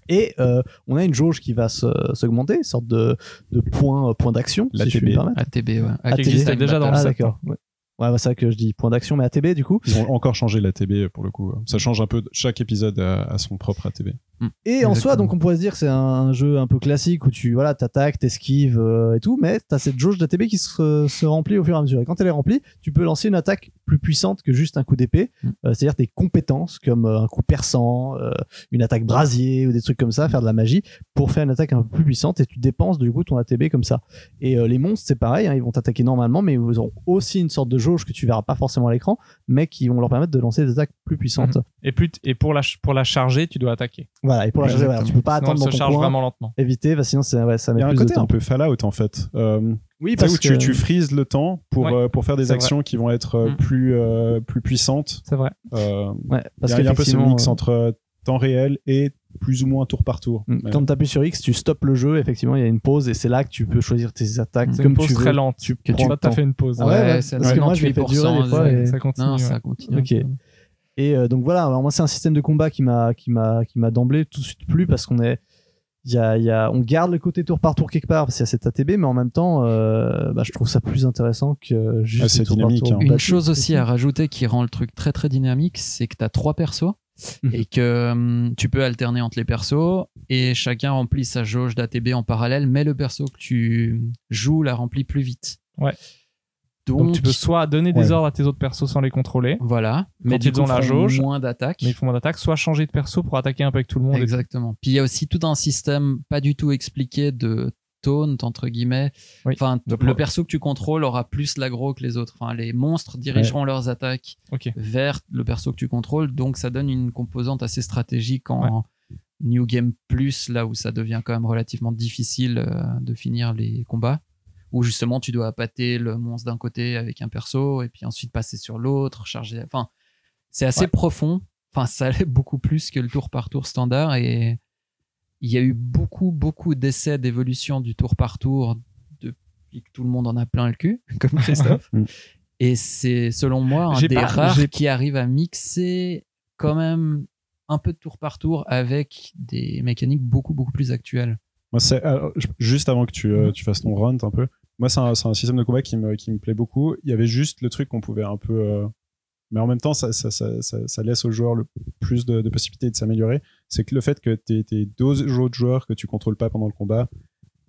C: Et euh, on a une jauge qui va se- s'augmenter, une sorte de, de point, euh, point d'action, si
F: L'ATB.
C: je puis me permettre.
E: ATB, ouais.
C: ATB.
D: existait déjà
E: Battle.
D: dans le
C: Ah,
D: set.
C: d'accord. Ouais, Ouais, bah, c'est vrai que je dis point d'action, mais ATB, du coup.
F: Ils ont encore changé l'ATB pour le coup. Ça change un peu. Chaque épisode a, a son propre ATB.
C: Et en soi,
E: Exactement.
C: donc on pourrait se dire que c'est un jeu un peu classique où tu voilà, t'attaques, t'esquives euh, et tout, mais t'as cette jauge d'ATB qui se, se remplit au fur et à mesure. Et quand elle est remplie, tu peux lancer une attaque plus puissante que juste un coup d'épée,
E: Mm.
C: euh, c'est-à-dire des compétences comme euh, un coup perçant, euh, une attaque brasier ou des trucs comme ça, faire de la magie pour faire une attaque un peu plus puissante et tu dépenses du coup ton ATB comme ça. Et euh, les monstres, c'est pareil, hein, ils vont t'attaquer normalement, mais ils auront aussi une sorte de jauge que tu verras pas forcément à l'écran, mais qui vont leur permettre de lancer des attaques plus puissantes.
D: Et, plus t- et pour, la ch- pour la charger, tu dois attaquer.
C: Voilà, et pour la charger, voilà, tu peux pas
D: Sinon,
C: attendre
D: elle
C: dans
D: se
C: ton
D: charge
C: coin
D: vraiment lentement.
C: éviter parce que sinon c'est- ouais, ça
F: Il
C: met
F: y a un
C: plus de
F: côté un
C: temps.
F: peu Fallout en fait. Euh,
C: Oui,
F: tu sais, où tu, tu frises le temps pour,
D: Ouais,
F: euh, pour faire des
D: c'est
F: actions qui vont être euh,
D: Mm.
F: plus, euh, plus puissantes.
D: C'est vrai.
F: Euh,
C: ouais, parce
F: il y a- il y a un peu ce
C: qu'effectivement,
F: mix
C: euh,
F: entre euh, temps réel et plus ou moins tour par tour.
C: mm,
F: Mais-
C: Quand tu appuies sur X, tu stoppes le jeu, effectivement, il y a une pause et c'est là que tu peux choisir tes attaques
D: C'est
C: comme
D: une pause
C: tu veux.
D: très lente.
C: Tu
D: Que
C: prends
D: tu
C: le
D: as
C: temps.
D: fait une pause.
C: Ah ouais, ouais,
E: c'est
C: parce que moi, je l'ai fait
E: 98%,
C: durer des fois,
E: c'est-
C: et-
D: Ça continue.
E: Non,
D: ouais.
E: ça continue.
C: Ok. Et euh, donc voilà, alors moi c'est un système de combat qui m'a qui m'a qui m'a d'emblée tout de suite plu parce qu'on est il y a, il y a, on garde le côté tour par tour quelque part parce qu'il y a cet ATB, mais en même temps, euh, bah, je trouve ça plus intéressant que juste
F: Ah, c'est
C: le tour
F: dynamique,
C: par tour.
F: hein.
E: Une
C: Bah,
E: chose
C: c'est-
E: aussi à rajouter qui rend le truc très très dynamique, c'est que tu as trois persos
C: Mhm.
E: et que hum, tu peux alterner entre les persos et chacun remplit sa jauge d'ATB en parallèle, mais le perso que tu joues la remplit plus vite.
D: Ouais.
E: Donc,
D: Donc tu peux soit donner des
F: Ouais.
D: ordres à tes autres persos sans les contrôler,
E: voilà, mais du
D: ils
E: coup,
D: ont la
E: font
D: jauge,
E: moins d'attaque.
D: mais ils font moins d'attaque, soit changer de perso pour attaquer un peu avec tout le monde. et tout.
E: Exactement. Puis il y a aussi tout un système pas du tout expliqué de taunt entre guillemets.
D: Oui.
E: Enfin,
D: De pro-
E: le perso que tu contrôles aura plus l'aggro que les autres. Enfin, les monstres dirigeront leurs attaques
D: Ok.
E: vers le perso que tu contrôles, donc ça donne une composante assez stratégique en New Game Plus, là où ça devient quand même relativement difficile euh, de finir les combats. Où justement tu dois appâter le monstre d'un côté avec un perso et puis ensuite passer sur l'autre, charger. Enfin, c'est assez profond. Enfin, ça allait beaucoup plus que le tour par tour standard et il y a eu beaucoup, beaucoup d'essais d'évolution du tour par tour depuis que tout le monde en a plein le cul, comme Christophe.
F: Mm.
E: et c'est, selon moi, un
D: J'ai
E: des
D: pas- j'ai-
E: rares qui arrive à mixer quand même un peu de tour par tour avec des mécaniques beaucoup, beaucoup plus actuelles.
F: Moi, c'est, alors, je- juste avant que tu, euh, tu fasses ton run un peu, moi, c'est un, c'est un système de combat qui me, qui me plaît beaucoup. Il y avait juste le truc qu'on pouvait un peu. euh, mais en même temps, ça, ça, ça, ça, ça laisse au joueur le plus de, de possibilités de s'améliorer. C'est que le fait que tes, tes deux autres joueurs que tu contrôles pas pendant le combat,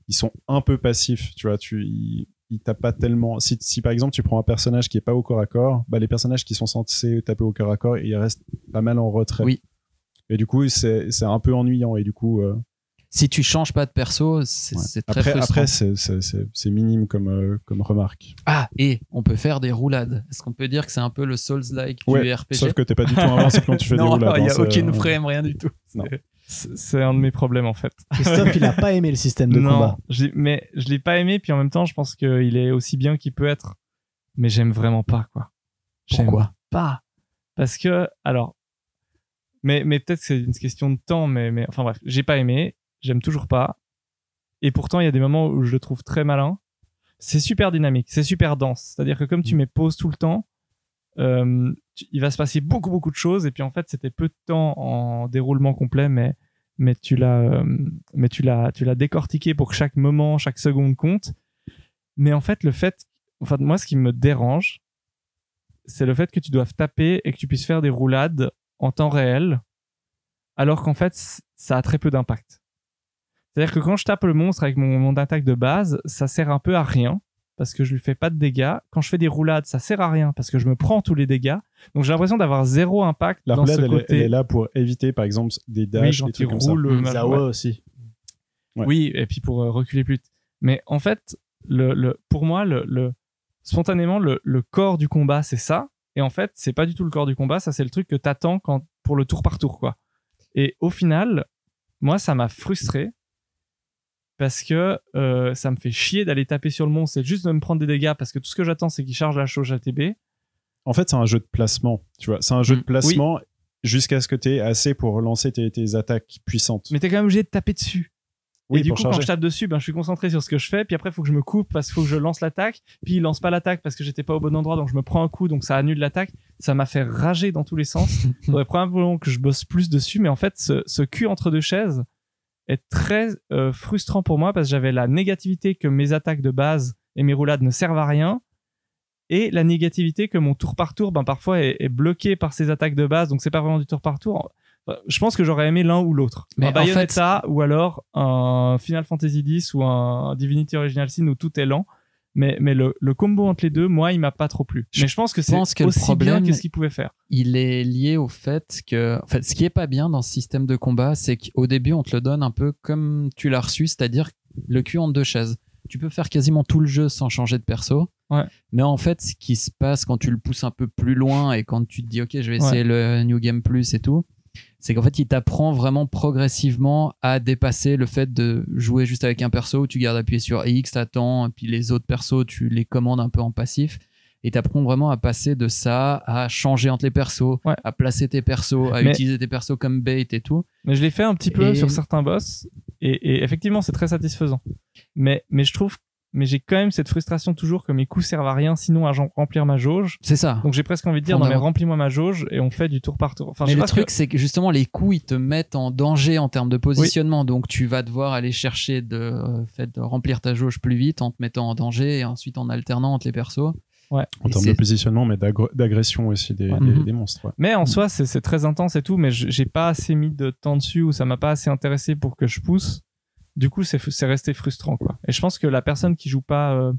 F: ils sont un peu passifs. Tu vois, tu, ils, ils tapent pas tellement. Si, si par exemple tu prends un personnage qui est pas au corps à corps, bah, les personnages qui sont censés taper au corps à corps, ils restent pas mal en retrait.
E: Oui.
F: Et du coup, c'est c'est un peu ennuyant. Et du coup. euh,
E: Si tu changes pas de perso, c'est,
F: Ouais.
E: c'est très
F: après,
E: frustrant.
F: après c'est- c'est c'est- c'est minime comme, euh, comme remarque.
E: Ah, et on peut faire des roulades. Est-ce qu'on peut dire que c'est un peu le Souls-like
F: Ouais,
E: du RPG
F: Sauf que t'es pas du tout invincible quand tu fais des
E: Non,
F: roulades.
E: il n'y
F: hein,
E: a
F: c'est-
E: aucune
F: euh,
E: frame, rien du tout.
F: Non.
E: C'est-
D: C'est c'est un de mes problèmes en fait.
C: Christophe, il a pas aimé le système de
D: non,
C: combat.
D: j'ai- mais je l'ai pas aimé, puis en même temps, je pense qu'il est aussi bien qu'il peut être. Mais j'aime vraiment pas, quoi. J'aime
E: Pourquoi
D: pas Parce que, alors, mais, mais peut-être que c'est une question de temps, mais, mais enfin bref, j'ai pas aimé, j'aime toujours pas. Et pourtant, il y a des moments où je le trouve très malin. C'est super dynamique, c'est super dense. C'est-à-dire que comme tu mets pause tout le temps, euh, tu- il va se passer beaucoup, beaucoup de choses. Et puis en fait, c'était peu de temps en déroulement complet, mais mais tu l'as euh, mais tu l'as tu l'as décortiqué pour que chaque moment chaque seconde compte mais en fait le fait enfin moi ce qui me dérange c'est le fait que tu doives taper et que tu puisses faire des roulades en temps réel alors qu'en fait c- ça a très peu d'impact c'est à dire que quand je tape le monstre avec mon, mon attaque de base ça sert un peu à rien parce que je lui fais pas de dégâts quand je fais des roulades ça sert à rien parce que je me prends tous les dégâts donc j'ai l'impression d'avoir zéro impact
F: La
D: dans
F: roulade,
D: ce
F: elle, est-
D: côté
F: elle est là pour éviter, par exemple, des
D: oui,
F: dashs,
D: quand
F: des
D: tu
F: trucs comme ça.
D: roules, euh,
C: Zawa
D: ouais.
C: aussi.
F: Ah Ouais.
D: Oui, et puis pour euh, reculer plus. vite. Mais en fait, le, le- pour moi, le, le- spontanément, le, le corps du combat, c'est ça. Et en fait, c'est pas du tout le corps du combat. Ça, c'est le truc que t'attends quand, pour le tour par tour, quoi. Et au final, moi, ça m'a frustré parce que euh, ça me fait chier d'aller taper sur le monstre. C'est juste de me prendre des dégâts parce que tout ce que j'attends, c'est qu'il charge la chose ATB.
F: En fait, c'est un jeu de placement, tu vois. C'est un jeu
D: Mm,
F: de placement jusqu'à ce que tu aies assez pour lancer tes, tes attaques puissantes.
D: Mais t'es quand même obligé de taper dessus.
F: oui,
D: et du
F: pour
D: coup, quand
F: charger.
D: je tape dessus, ben, je suis concentré sur ce que je fais. Puis après, il faut que je me coupe parce qu'il faut que je lance l'attaque. Puis il lance pas l'attaque parce que j'étais pas au bon endroit. Donc je me prends un coup. Donc ça annule l'attaque. Ça m'a fait rager dans tous les sens. Il faudrait probablement que je bosse plus dessus. Mais en fait, ce, ce cul entre deux chaises est très euh, frustrant pour moi parce que j'avais la négativité que mes attaques de base et mes roulades ne servent à rien. Et la négativité que mon tour par tour, ben, parfois, est, est bloqué par ces attaques de base. Donc c'est pas vraiment du tour par tour. Enfin, Je pense que j'aurais aimé l'un ou l'autre.
E: Mais
D: un
E: en
D: Bayonetta ou alors un Final Fantasy X ou un Divinity Original Sin où tout est lent. Mais, mais le, le combo entre les deux, moi, il m'a pas trop plu.
E: Je
D: mais je pense que c'est
E: pense que le
D: aussi
E: problème-
D: bien que ce qu'il pouvait faire.
E: il est lié au fait que, en fait, ce qui est pas bien dans ce système de combat, c'est qu'au début, on te le donne un peu comme tu l'as reçu, c'est-à-dire le cul entre deux chaises. Tu peux faire quasiment tout le jeu sans changer de perso.
D: Ouais.
E: Mais en fait, ce qui se passe quand tu le pousses un peu plus loin et quand tu te dis, OK, je vais essayer le New Game Plus et tout, c'est qu'en fait, il t'apprend vraiment progressivement à dépasser le fait de jouer juste avec un perso où tu gardes appuyé sur X, t'attends, et puis les autres persos, tu les commandes un peu en passif. Et t'apprends vraiment à passer de ça à changer entre les persos,
D: Ouais.
E: à placer tes persos, à
D: Mais-
E: utiliser tes persos comme bait et tout.
D: Mais je l'ai fait un petit peu
E: Et-
D: sur certains boss. Et, et effectivement, c'est très satisfaisant. Mais, mais je trouve, mais j'ai quand même cette frustration toujours que mes coups servent à rien sinon à gen- remplir ma jauge.
E: C'est ça.
D: Donc j'ai presque envie de dire, non mais
E: Fondamental.
D: remplis-moi ma jauge et on fait du tour par tour. Enfin, je
E: mais
D: sais
E: le
D: pas ce que-
E: truc, c'est que justement, les coups, ils te mettent en danger en termes de positionnement. Donc, tu vas devoir aller chercher de, euh, fait, de remplir ta jauge plus vite en te mettant en danger et ensuite en alternant entre les persos.
F: En
E: Et
F: termes
E: c'est-
F: de positionnement, mais d'aggr- d'agression aussi des,
D: Ouais.
F: des-
E: Mhm.
F: des monstres. ouais.
D: Mais en soi, c'est c'est très intense et tout, mais je- j'ai pas assez mis de temps dessus ou ça m'a pas assez intéressé pour que je pousse. Du coup, c'est fu- c'est resté frustrant, quoi. Et je pense que la personne qui joue pas, euh,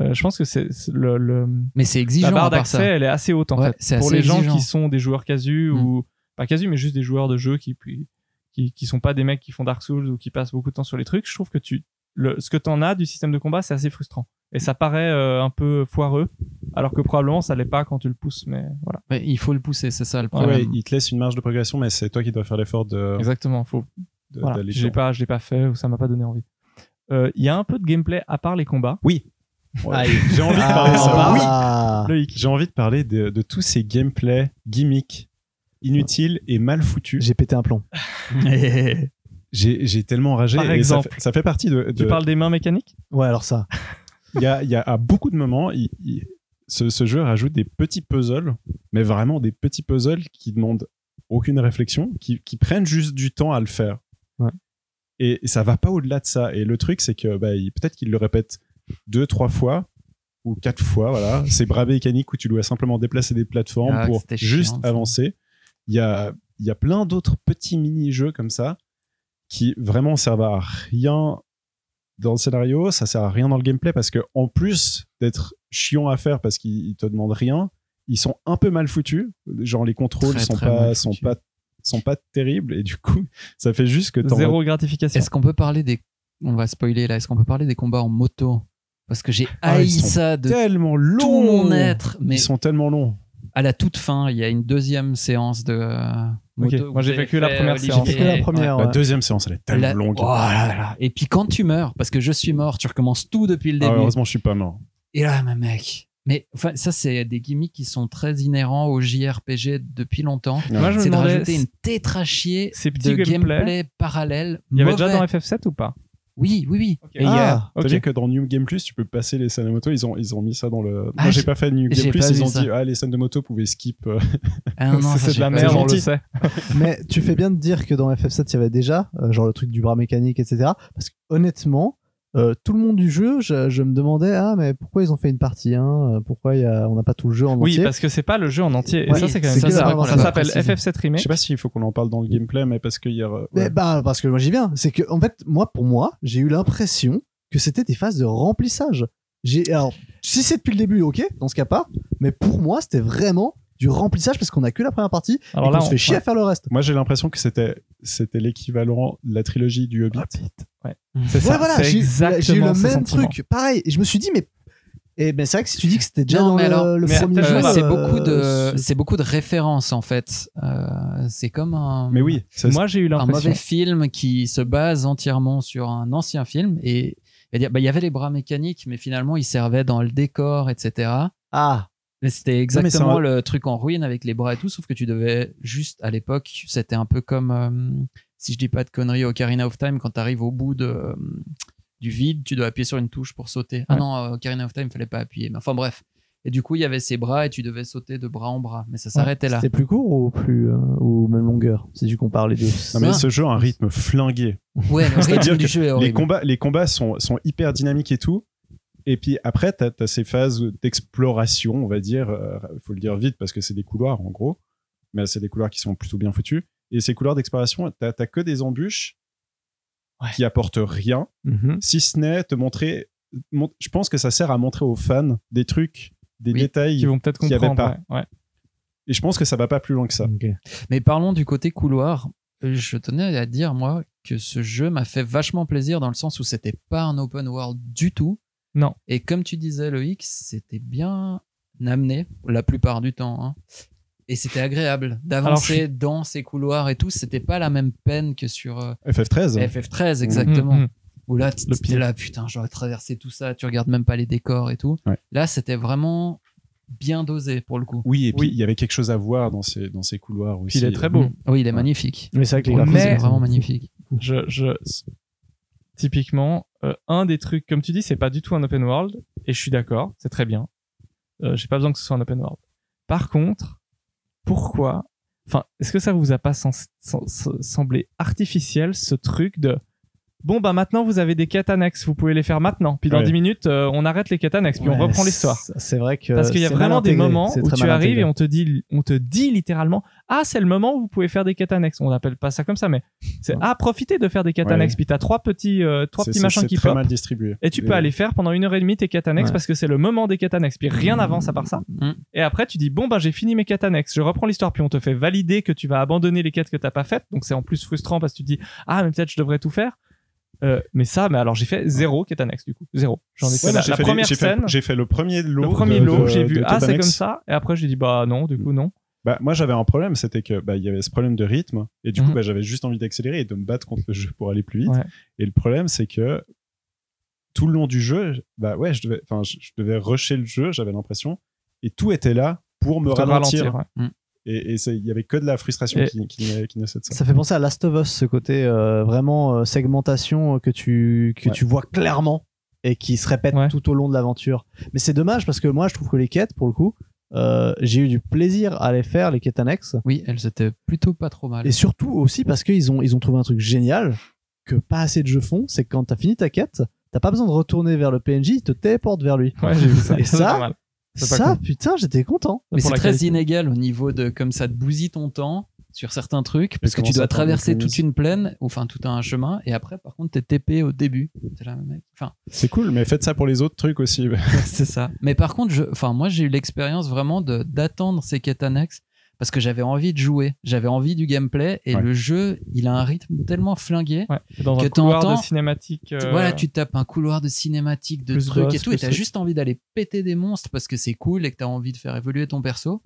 D: euh, je pense que c'est c'est le, le-
E: Mais c'est exigeant
D: la barre
E: à part
D: d'accès,
E: ça.
D: elle est assez haute en
E: Ouais,
D: fait.
E: c'est
D: Pour
E: assez
D: les gens
E: exigeant.
D: qui sont des joueurs casu
E: Mm.
D: ou pas casu, mais juste des joueurs de jeu qui puis- qui qui sont pas des mecs qui font Dark Souls ou qui passent beaucoup de temps sur les trucs, je trouve que tu le, ce que t'en as du système de combat, c'est assez frustrant. Et ça paraît euh, un peu foireux, alors que probablement ça l'est pas quand tu le pousses, mais voilà.
E: Mais il faut le pousser, c'est ça le
D: Ah
F: Ouais,
E: problème.
F: il te laisse une marge de progression, mais c'est toi qui dois faire l'effort de,
D: Exactement, faut
F: de-
D: Voilà,
F: d'aller
D: je l'ai
F: dedans.
D: pas, je l'ai pas fait ou ça m'a pas donné envie. Euh, Il y a un peu de gameplay à part les combats.
F: Ouais. J'ai envie de parler de ça.
C: Ah,
F: J'ai envie de parler de, de tous ces gameplays gimmicks inutiles et mal foutus.
C: J'ai pété un plomb.
F: J'ai j'ai tellement ragé.
D: Par
F: et ça
D: exemple.
F: fait- ça, fait, partie de.
D: Tu
F: de-
D: parles des mains mécaniques
C: Ouais, alors ça.
F: Il y a, il y a à beaucoup de moments, il- il- ce, ce jeu rajoute des petits puzzles, mais vraiment des petits puzzles qui demandent aucune réflexion, qui, qui prennent juste du temps à le faire.
C: Ouais.
F: Et ça va pas au-delà de ça. Et le truc, c'est que bah, il- peut-être qu'il le répète deux, trois fois ou quatre fois. Voilà, c'est bras mécanique où tu dois simplement déplacer des plateformes
E: Ah,
F: pour
E: c'était chiant,
F: juste
E: ça.
F: avancer. Il y a, il y a plein d'autres petits mini-jeux comme ça qui vraiment servent à rien dans le scénario, ça sert à rien dans le gameplay parce que en plus d'être chiant à faire parce qu'ils ils te demandent rien, ils sont un peu mal foutus. Genre les contrôles
E: Très,
F: sont
E: très
F: pas
E: mal
F: sont
E: foutus.
F: pas sont pas terribles et du coup ça fait juste que t'en-
D: Zéro gratification.
E: Est-ce qu'on peut parler des. On va spoiler là. Est-ce qu'on peut parler des combats en moto Parce que j'ai
F: Ah,
E: haï
F: ils sont
E: ça de
F: tellement long.
E: tout mon être. Mais
F: Ils sont tellement longs.
E: à la toute fin, il y a une deuxième séance de. euh, moto
D: Ok, moi, j'ai
E: que
D: fait que la première
E: Olivier.
D: séance.
C: J'ai fait que la première.
F: La
C: ouais.
F: deuxième séance elle est tellement
E: La-
F: longue.
E: Oh là là. Et puis quand tu meurs, parce que je suis mort, tu recommences tout depuis le
F: Ah,
E: début.
F: heureusement je suis pas mort.
E: Et là, ma mec. Mais enfin, ça, c'est des gimmicks qui sont très inhérents au JRPG depuis longtemps.
D: Moi, je me
E: C'est de
D: demandais
E: rajouter une tétrachier
D: ces petits
E: de gameplay,
D: gameplay.
E: parallèle.
D: Il y avait
E: mauvais.
D: déjà dans FF7 ou pas
E: Oui, oui, oui.
D: Et il y a-
C: Ah,
F: T'as
D: ok.
F: vu que dans New Game Plus, tu peux passer les scènes de moto. Ils ont, ils ont mis ça dans le.
E: Ah,
F: Moi, j'ai
E: j'ai-
F: pas fait New
E: j'ai
F: Game Plus.
E: pas
F: Ils
E: vu
F: ont
E: ça.
F: dit, ah, les scènes de moto pouvaient skip. euh.
E: Ah non, ça,
D: C'est de
E: j'ai
D: la
E: pas
D: merde,
E: vu.
D: on le
F: gentil.
D: sait.
C: Mais tu fais bien de dire que dans FF7, il y avait déjà, euh, genre le truc du bras mécanique, etc. Parce que honnêtement, euh, tout le monde du jeu, je, je me demandais, ah, mais pourquoi ils ont fait une partie 1 euh, Pourquoi il y a- on n'a pas tout le jeu en
D: Oui,
C: entier
D: parce que c'est pas le jeu en entier. Et
C: Ouais,
D: ça, c'est quand même
C: c'est que la
D: bizarre.
C: première
D: Ça
C: fois.
D: s'appelle
E: Préciser.
D: FF7
F: Je
D: Remake.
F: sais pas s'il faut qu'on en parle dans le gameplay, mais parce que hier. euh,
C: Mais
F: ouais.
C: bah, parce que moi j'y viens. C'est que, en fait, moi, pour moi, j'ai eu l'impression que c'était des phases de remplissage. J'ai, alors, si c'est depuis le début, ok, dans ce cas pas. Mais pour moi, c'était vraiment du remplissage parce qu'on a que la première partie
D: Alors
C: et
D: là,
C: qu'on se
D: on-
C: fait chier à faire le reste.
F: Moi, j'ai l'impression que c'était c'était l'équivalent de la trilogie du Hobbit.
D: Ouais. C'est ça,
C: ouais, voilà,
D: c'est
C: j'ai, j'ai eu
D: exactement
C: le
D: ce
C: même
D: sentiment.
C: truc. Pareil, et je me suis dit, mais Et ben, c'est vrai que si tu dis que c'était déjà
E: Non,
C: dans
E: mais
C: le,
E: alors-
C: le
D: Mais
C: premier
D: attends,
C: jeu,
E: Euh, c'est
C: euh,
E: beaucoup de
C: ce-
E: c'est beaucoup de références en fait. Euh, c'est comme un
F: Mais oui, ça-
D: Moi, j'ai eu
E: un
D: l'impression.
E: mauvais film qui se base entièrement sur un ancien film et il bah, il y avait les bras mécaniques mais finalement ils servaient dans le décor etc.
C: Ah,
E: Mais c'était
F: c'est
E: exactement
F: un-
E: le truc en ruine avec les bras et tout sauf que tu devais juste à l'époque c'était un peu comme euh, si je dis pas de conneries Ocarina of Time quand tu arrives au bout de euh, du vide, tu dois appuyer sur une touche pour sauter. Ah
D: Ouais.
E: non, euh, Ocarina of Time, fallait pas appuyer. Mais enfin bref. Et du coup, il y avait ces bras et tu devais sauter de bras en bras. Mais ça s'arrêtait là.
C: C'était plus court ou plus euh, ou même longueur si tu compares les deux.
F: Non, mais
E: Ah.
F: ce jeu a un rythme flingué.
E: Ouais, le rythme
F: C'est-à-dire
E: du
F: que
E: jeu est
F: les
E: horrible.
F: combats, les combats sont, sont hyper dynamiques et tout. Et puis après, tu as, ces phases d'exploration, on va dire. Il faut le dire vite parce que c'est des couloirs, en gros. Mais c'est des couloirs qui sont plutôt bien foutus. Et ces couloirs d'exploration, tu n'as que des embûches qui apportent rien,
D: Mhm.
F: si ce n'est te montrer. mon- je pense que ça sert à montrer aux fans des trucs, des
E: Oui,
F: détails.
D: Qui vont peut-être
F: qu'il y avait
D: comprendre.
F: pas.
D: ouais, ouais.
F: Et je pense que ça va pas plus loin que ça.
C: Ok.
E: Mais parlons du côté couloir. Euh, Je tenais à dire, moi, que ce jeu m'a fait vachement plaisir dans le sens où c'était pas un open world du tout.
D: Non.
E: Et comme tu disais, Loïc, c'était bien amené la plupart du temps. hein. Et c'était agréable d'avancer
D: Alors,
E: dans ces couloirs et tout. C'était pas la même peine que sur euh,
F: FF13.
E: FF13, exactement.
D: Mhm.
E: Où là, tu
D: Le
E: t'es
D: pire.
E: là, putain, j'aurais traversé tout ça, tu regardes même pas les décors et tout.
F: Ouais.
E: Là, c'était vraiment bien dosé pour le coup.
F: Oui, et puis
D: Oui.
F: il y avait quelque chose à voir dans ces, dans ces couloirs aussi. Mhm. euh,
D: Puis il est très beau.
E: Oui, il est magnifique.
C: Mais c'est vrai que les
E: Pour le coup,
C: graphismes
E: c'est
D: Mais-
E: vraiment magnifique.
D: je, je- typiquement, euh, un des trucs, comme tu dis, c'est pas du tout un open world, et je suis d'accord, c'est très bien. Euh, J'ai pas besoin que ce soit un open world. Par contre, pourquoi Enfin, est-ce que ça vous a pas sens- sens- semblé artificiel ce truc de bon bah maintenant vous avez des quêtes annexes, vous pouvez les faire maintenant. Puis dans
F: Ouais.
D: 10 minutes, euh, on arrête les quêtes annexes, puis on
C: Ouais,
D: reprend l'histoire.
C: c'est- C'est vrai que
D: Parce qu'il y a
C: c'est mal
D: vraiment des
C: intégré,
D: moments
C: c'est
D: où
C: très
D: tu
C: mal
D: arrives et
C: intégré.
D: on te dit, on te dit littéralement, ah c'est le moment où vous pouvez faire des quêtes annexes. On n'appelle pas ça comme ça, mais c'est ah profitez de faire des quêtes
F: Ouais.
D: annexes. Puis t'as trois petits, euh, trois
F: C'est-
D: petits
F: c'est-
D: machins
F: c'est
D: qui
F: très
D: pop.
F: mal distribué.
D: Et tu
F: Et-
D: peux aller faire pendant une heure et demie tes quêtes annexes
C: Ouais.
D: parce que c'est le moment des quêtes annexes. Puis rien n'avance à part ça.
E: Mm.
D: Et après tu dis bon bah j'ai fini mes quêtes annexes, je reprends l'histoire. Puis on te fait valider que tu vas abandonner les quêtes que t'as pas faites. Donc c'est en plus frustrant parce que tu te dis ah mais peut-être je devrais tout faire. Euh, mais ça, mais alors j'ai fait zéro quête annexe du coup, zéro. J'en ai fait
F: Ouais,
D: la,
F: non, j'ai
D: la
F: fait les-
D: première
F: j'ai fait-
D: scène.
F: J'ai fait le premier lot.
D: Le premier
F: de-
D: lot,
F: de-
D: j'ai
F: de
D: vu, ah c'est
F: Totalex.
D: comme ça. Et après j'ai dit bah non, du coup non.
F: Bah, moi, j'avais un problème, c'était que bah, il y avait ce problème de rythme, et du
D: Mhm.
F: coup, bah, j'avais juste envie d'accélérer et de me battre contre le jeu pour aller plus vite.
D: Ouais.
F: Et le problème, c'est que tout le long du jeu, bah ouais, je devais, enfin, je, je devais rusher le jeu, j'avais l'impression, et tout était là pour me
D: Pour te
F: ralentir.
D: ouais.
F: Et, et c'est- il y avait que de la frustration
D: Et-
F: qui, qui, na- qui naissait de ça.
C: Ça fait penser à Last of Us, ce côté euh, vraiment euh, segmentation euh, que tu que
F: Ouais.
C: tu vois clairement et qui se répète
D: Ouais.
C: tout au long de l'aventure. Mais c'est dommage parce que moi, je trouve que les quêtes, pour le coup, euh, j'ai eu du plaisir à les faire, les quêtes annexes.
E: Oui, elles étaient plutôt pas trop mal.
C: Et surtout aussi parce qu'ils ont, ils ont trouvé un truc génial que pas assez de jeux font, c'est que quand t'as fini ta quête, t'as pas besoin de retourner vers le PNJ, il te téléporte vers lui.
D: Ouais, j'ai vu ça.
C: Et
D: c'est
C: ça,
D: pas mal. C'est pas
C: Ça,
D: con.
C: putain, j'étais content.
E: Mais
D: Pour
E: c'est
D: la
E: très
D: qualité.
E: inégal au niveau de comme ça te bousille ton temps sur certains trucs parce que
F: comment
E: tu dois
F: ça, t'en
E: traverser
F: maîtrises
E: toute une plaine ou enfin tout un chemin et après par contre t'es TP au début. T'es là, mec, Enfin
F: C'est cool, mais faites ça pour les autres trucs aussi.
E: c'est ça. Mais par contre je, enfin moi j'ai eu l'expérience vraiment de d'attendre ces quêtes annexes parce que j'avais envie de jouer, j'avais envie du gameplay et
F: Ouais.
E: le jeu il a un rythme tellement flingué.
D: Ouais, dans
E: que
D: un couloir
E: t'entends-
D: de cinématique. euh,
E: Voilà, tu tapes un couloir de cinématique, de
D: Plus
E: trucs
D: boss,
E: et tout,
D: plus
E: et t'as
D: truc.
E: juste envie d'aller péter des monstres parce que c'est cool et que t'as envie de faire évoluer ton perso.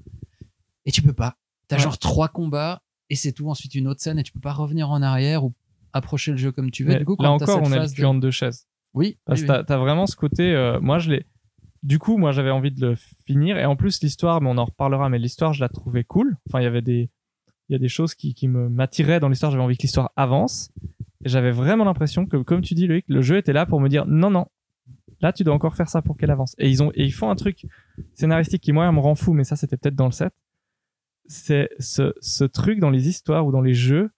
E: Et tu peux pas. T'as
D: Ouais.
E: genre trois combats et c'est tout. Ensuite, une autre scène et tu peux pas revenir en arrière ou approcher le jeu comme tu veux.
D: mais
E: du coup,
D: là
E: quand t'as
D: encore,
E: cette
D: on est le Ah,
E: phase
D: cul
E: de...
D: entre deux chaises.
E: Oui,
D: Parce
E: oui,
D: que
E: oui.
D: t'as- t'as vraiment ce côté. euh, moi, je l'ai. Du coup, moi, j'avais envie de le finir. Et en plus, l'histoire, mais on en reparlera, mais l'histoire, je la trouvais cool. Enfin, il y avait des, il y a des choses qui, qui me m'attiraient dans l'histoire. J'avais envie que l'histoire avance. Et j'avais vraiment l'impression que, comme tu dis, Loïc, le jeu était là pour me dire non, non. Là, tu dois encore faire ça pour qu'elle avance. Et ils ont, et ils font un truc scénaristique qui, moi, me rend fou, mais ça, c'était peut-être dans le set. C'est ce, ce truc dans les histoires ou dans les jeux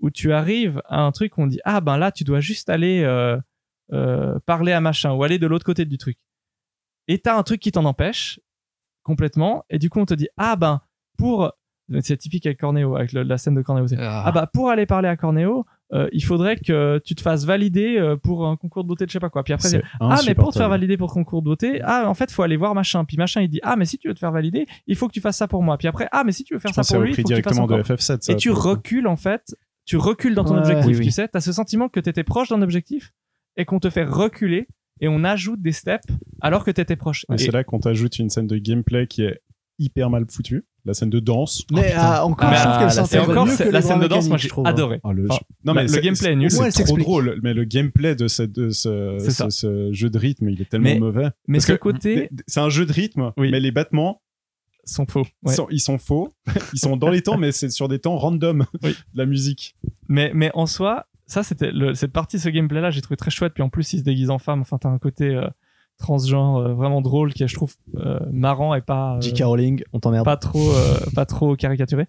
D: où tu arrives à un truc où on dit ah ben là, tu dois juste aller, euh, euh, parler à machin ou aller de l'autre côté du truc. Et t'as un truc qui t'en empêche complètement. Et du coup, on te dit ah ben pour c'est typique avec Corneo, avec le- la scène de Corneo. c'est,
E: Ah.
D: Ah bah pour aller parler à Corneo, euh, il faudrait que tu te fasses valider euh, pour un concours de beauté de je sais pas quoi. Puis après c'est,
F: C'est
D: ah mais pour te faire
F: insupportable.
D: valider pour concours de beauté, ah en fait faut aller voir machin. Puis machin il dit ah mais si tu veux te faire valider, il faut que tu fasses ça pour moi. Puis après ah mais si tu veux faire
F: Je
D: ça
F: pense que
D: pour lui, il
F: repris
D: faut que tu fasses
F: directement
D: encore
F: de FF7. ça,
D: et tu
F: pour le coup.
D: recules en fait tu recules dans ton
C: Ouais,
D: objectif
C: oui,
D: tu
C: oui.
D: sais t'as ce sentiment que t'étais proche d'un objectif et qu'on te fait reculer et on ajoute des steps alors que t'étais proche.
F: Et
D: Et-
F: c'est là qu'on t'ajoute une scène de gameplay qui est hyper mal foutue. La scène de danse.
C: Mais ah, encore,
D: Ah,
C: je trouve qu'elle
D: la-
C: s'intègre
D: et encore,
C: mieux que
D: c'est-
C: les
D: la
C: bras
D: scène de danse,
C: mécaniques,
D: moi
C: je
D: j'ai
C: trouve. hein.
D: adoré.
F: Ah, le,
D: Enfin,
F: non,
D: la-
F: mais
D: le
F: c'est-
D: gameplay est
F: c'est-
D: nul.
F: C'est
C: Ouais, elle
F: trop
C: s'explique.
F: drôle, mais le gameplay de, cette, de ce,
D: C'est ça.
F: ce- ce jeu de rythme, il est tellement
D: Mais-
F: mauvais.
D: Mais
F: Parce
D: ce
F: que-
D: côté
F: C'est un jeu de rythme,
D: Oui.
F: mais les battements,
D: sont faux. Ouais.
F: sont- ils sont faux. ils sont dans les temps, mais c'est sur des temps random
D: Oui.
F: de la musique.
D: Mais, mais en soi, ça, c'était le- cette partie, ce gameplay-là, j'ai trouvé très chouette. Puis en plus, il se déguise en femme. Enfin, t'as un côté euh, transgenre euh, vraiment drôle qui est, je trouve, euh, marrant et pas, euh,
C: J.K. Rowling, on t'emmerde.
D: pas, trop, euh, pas trop caricaturé.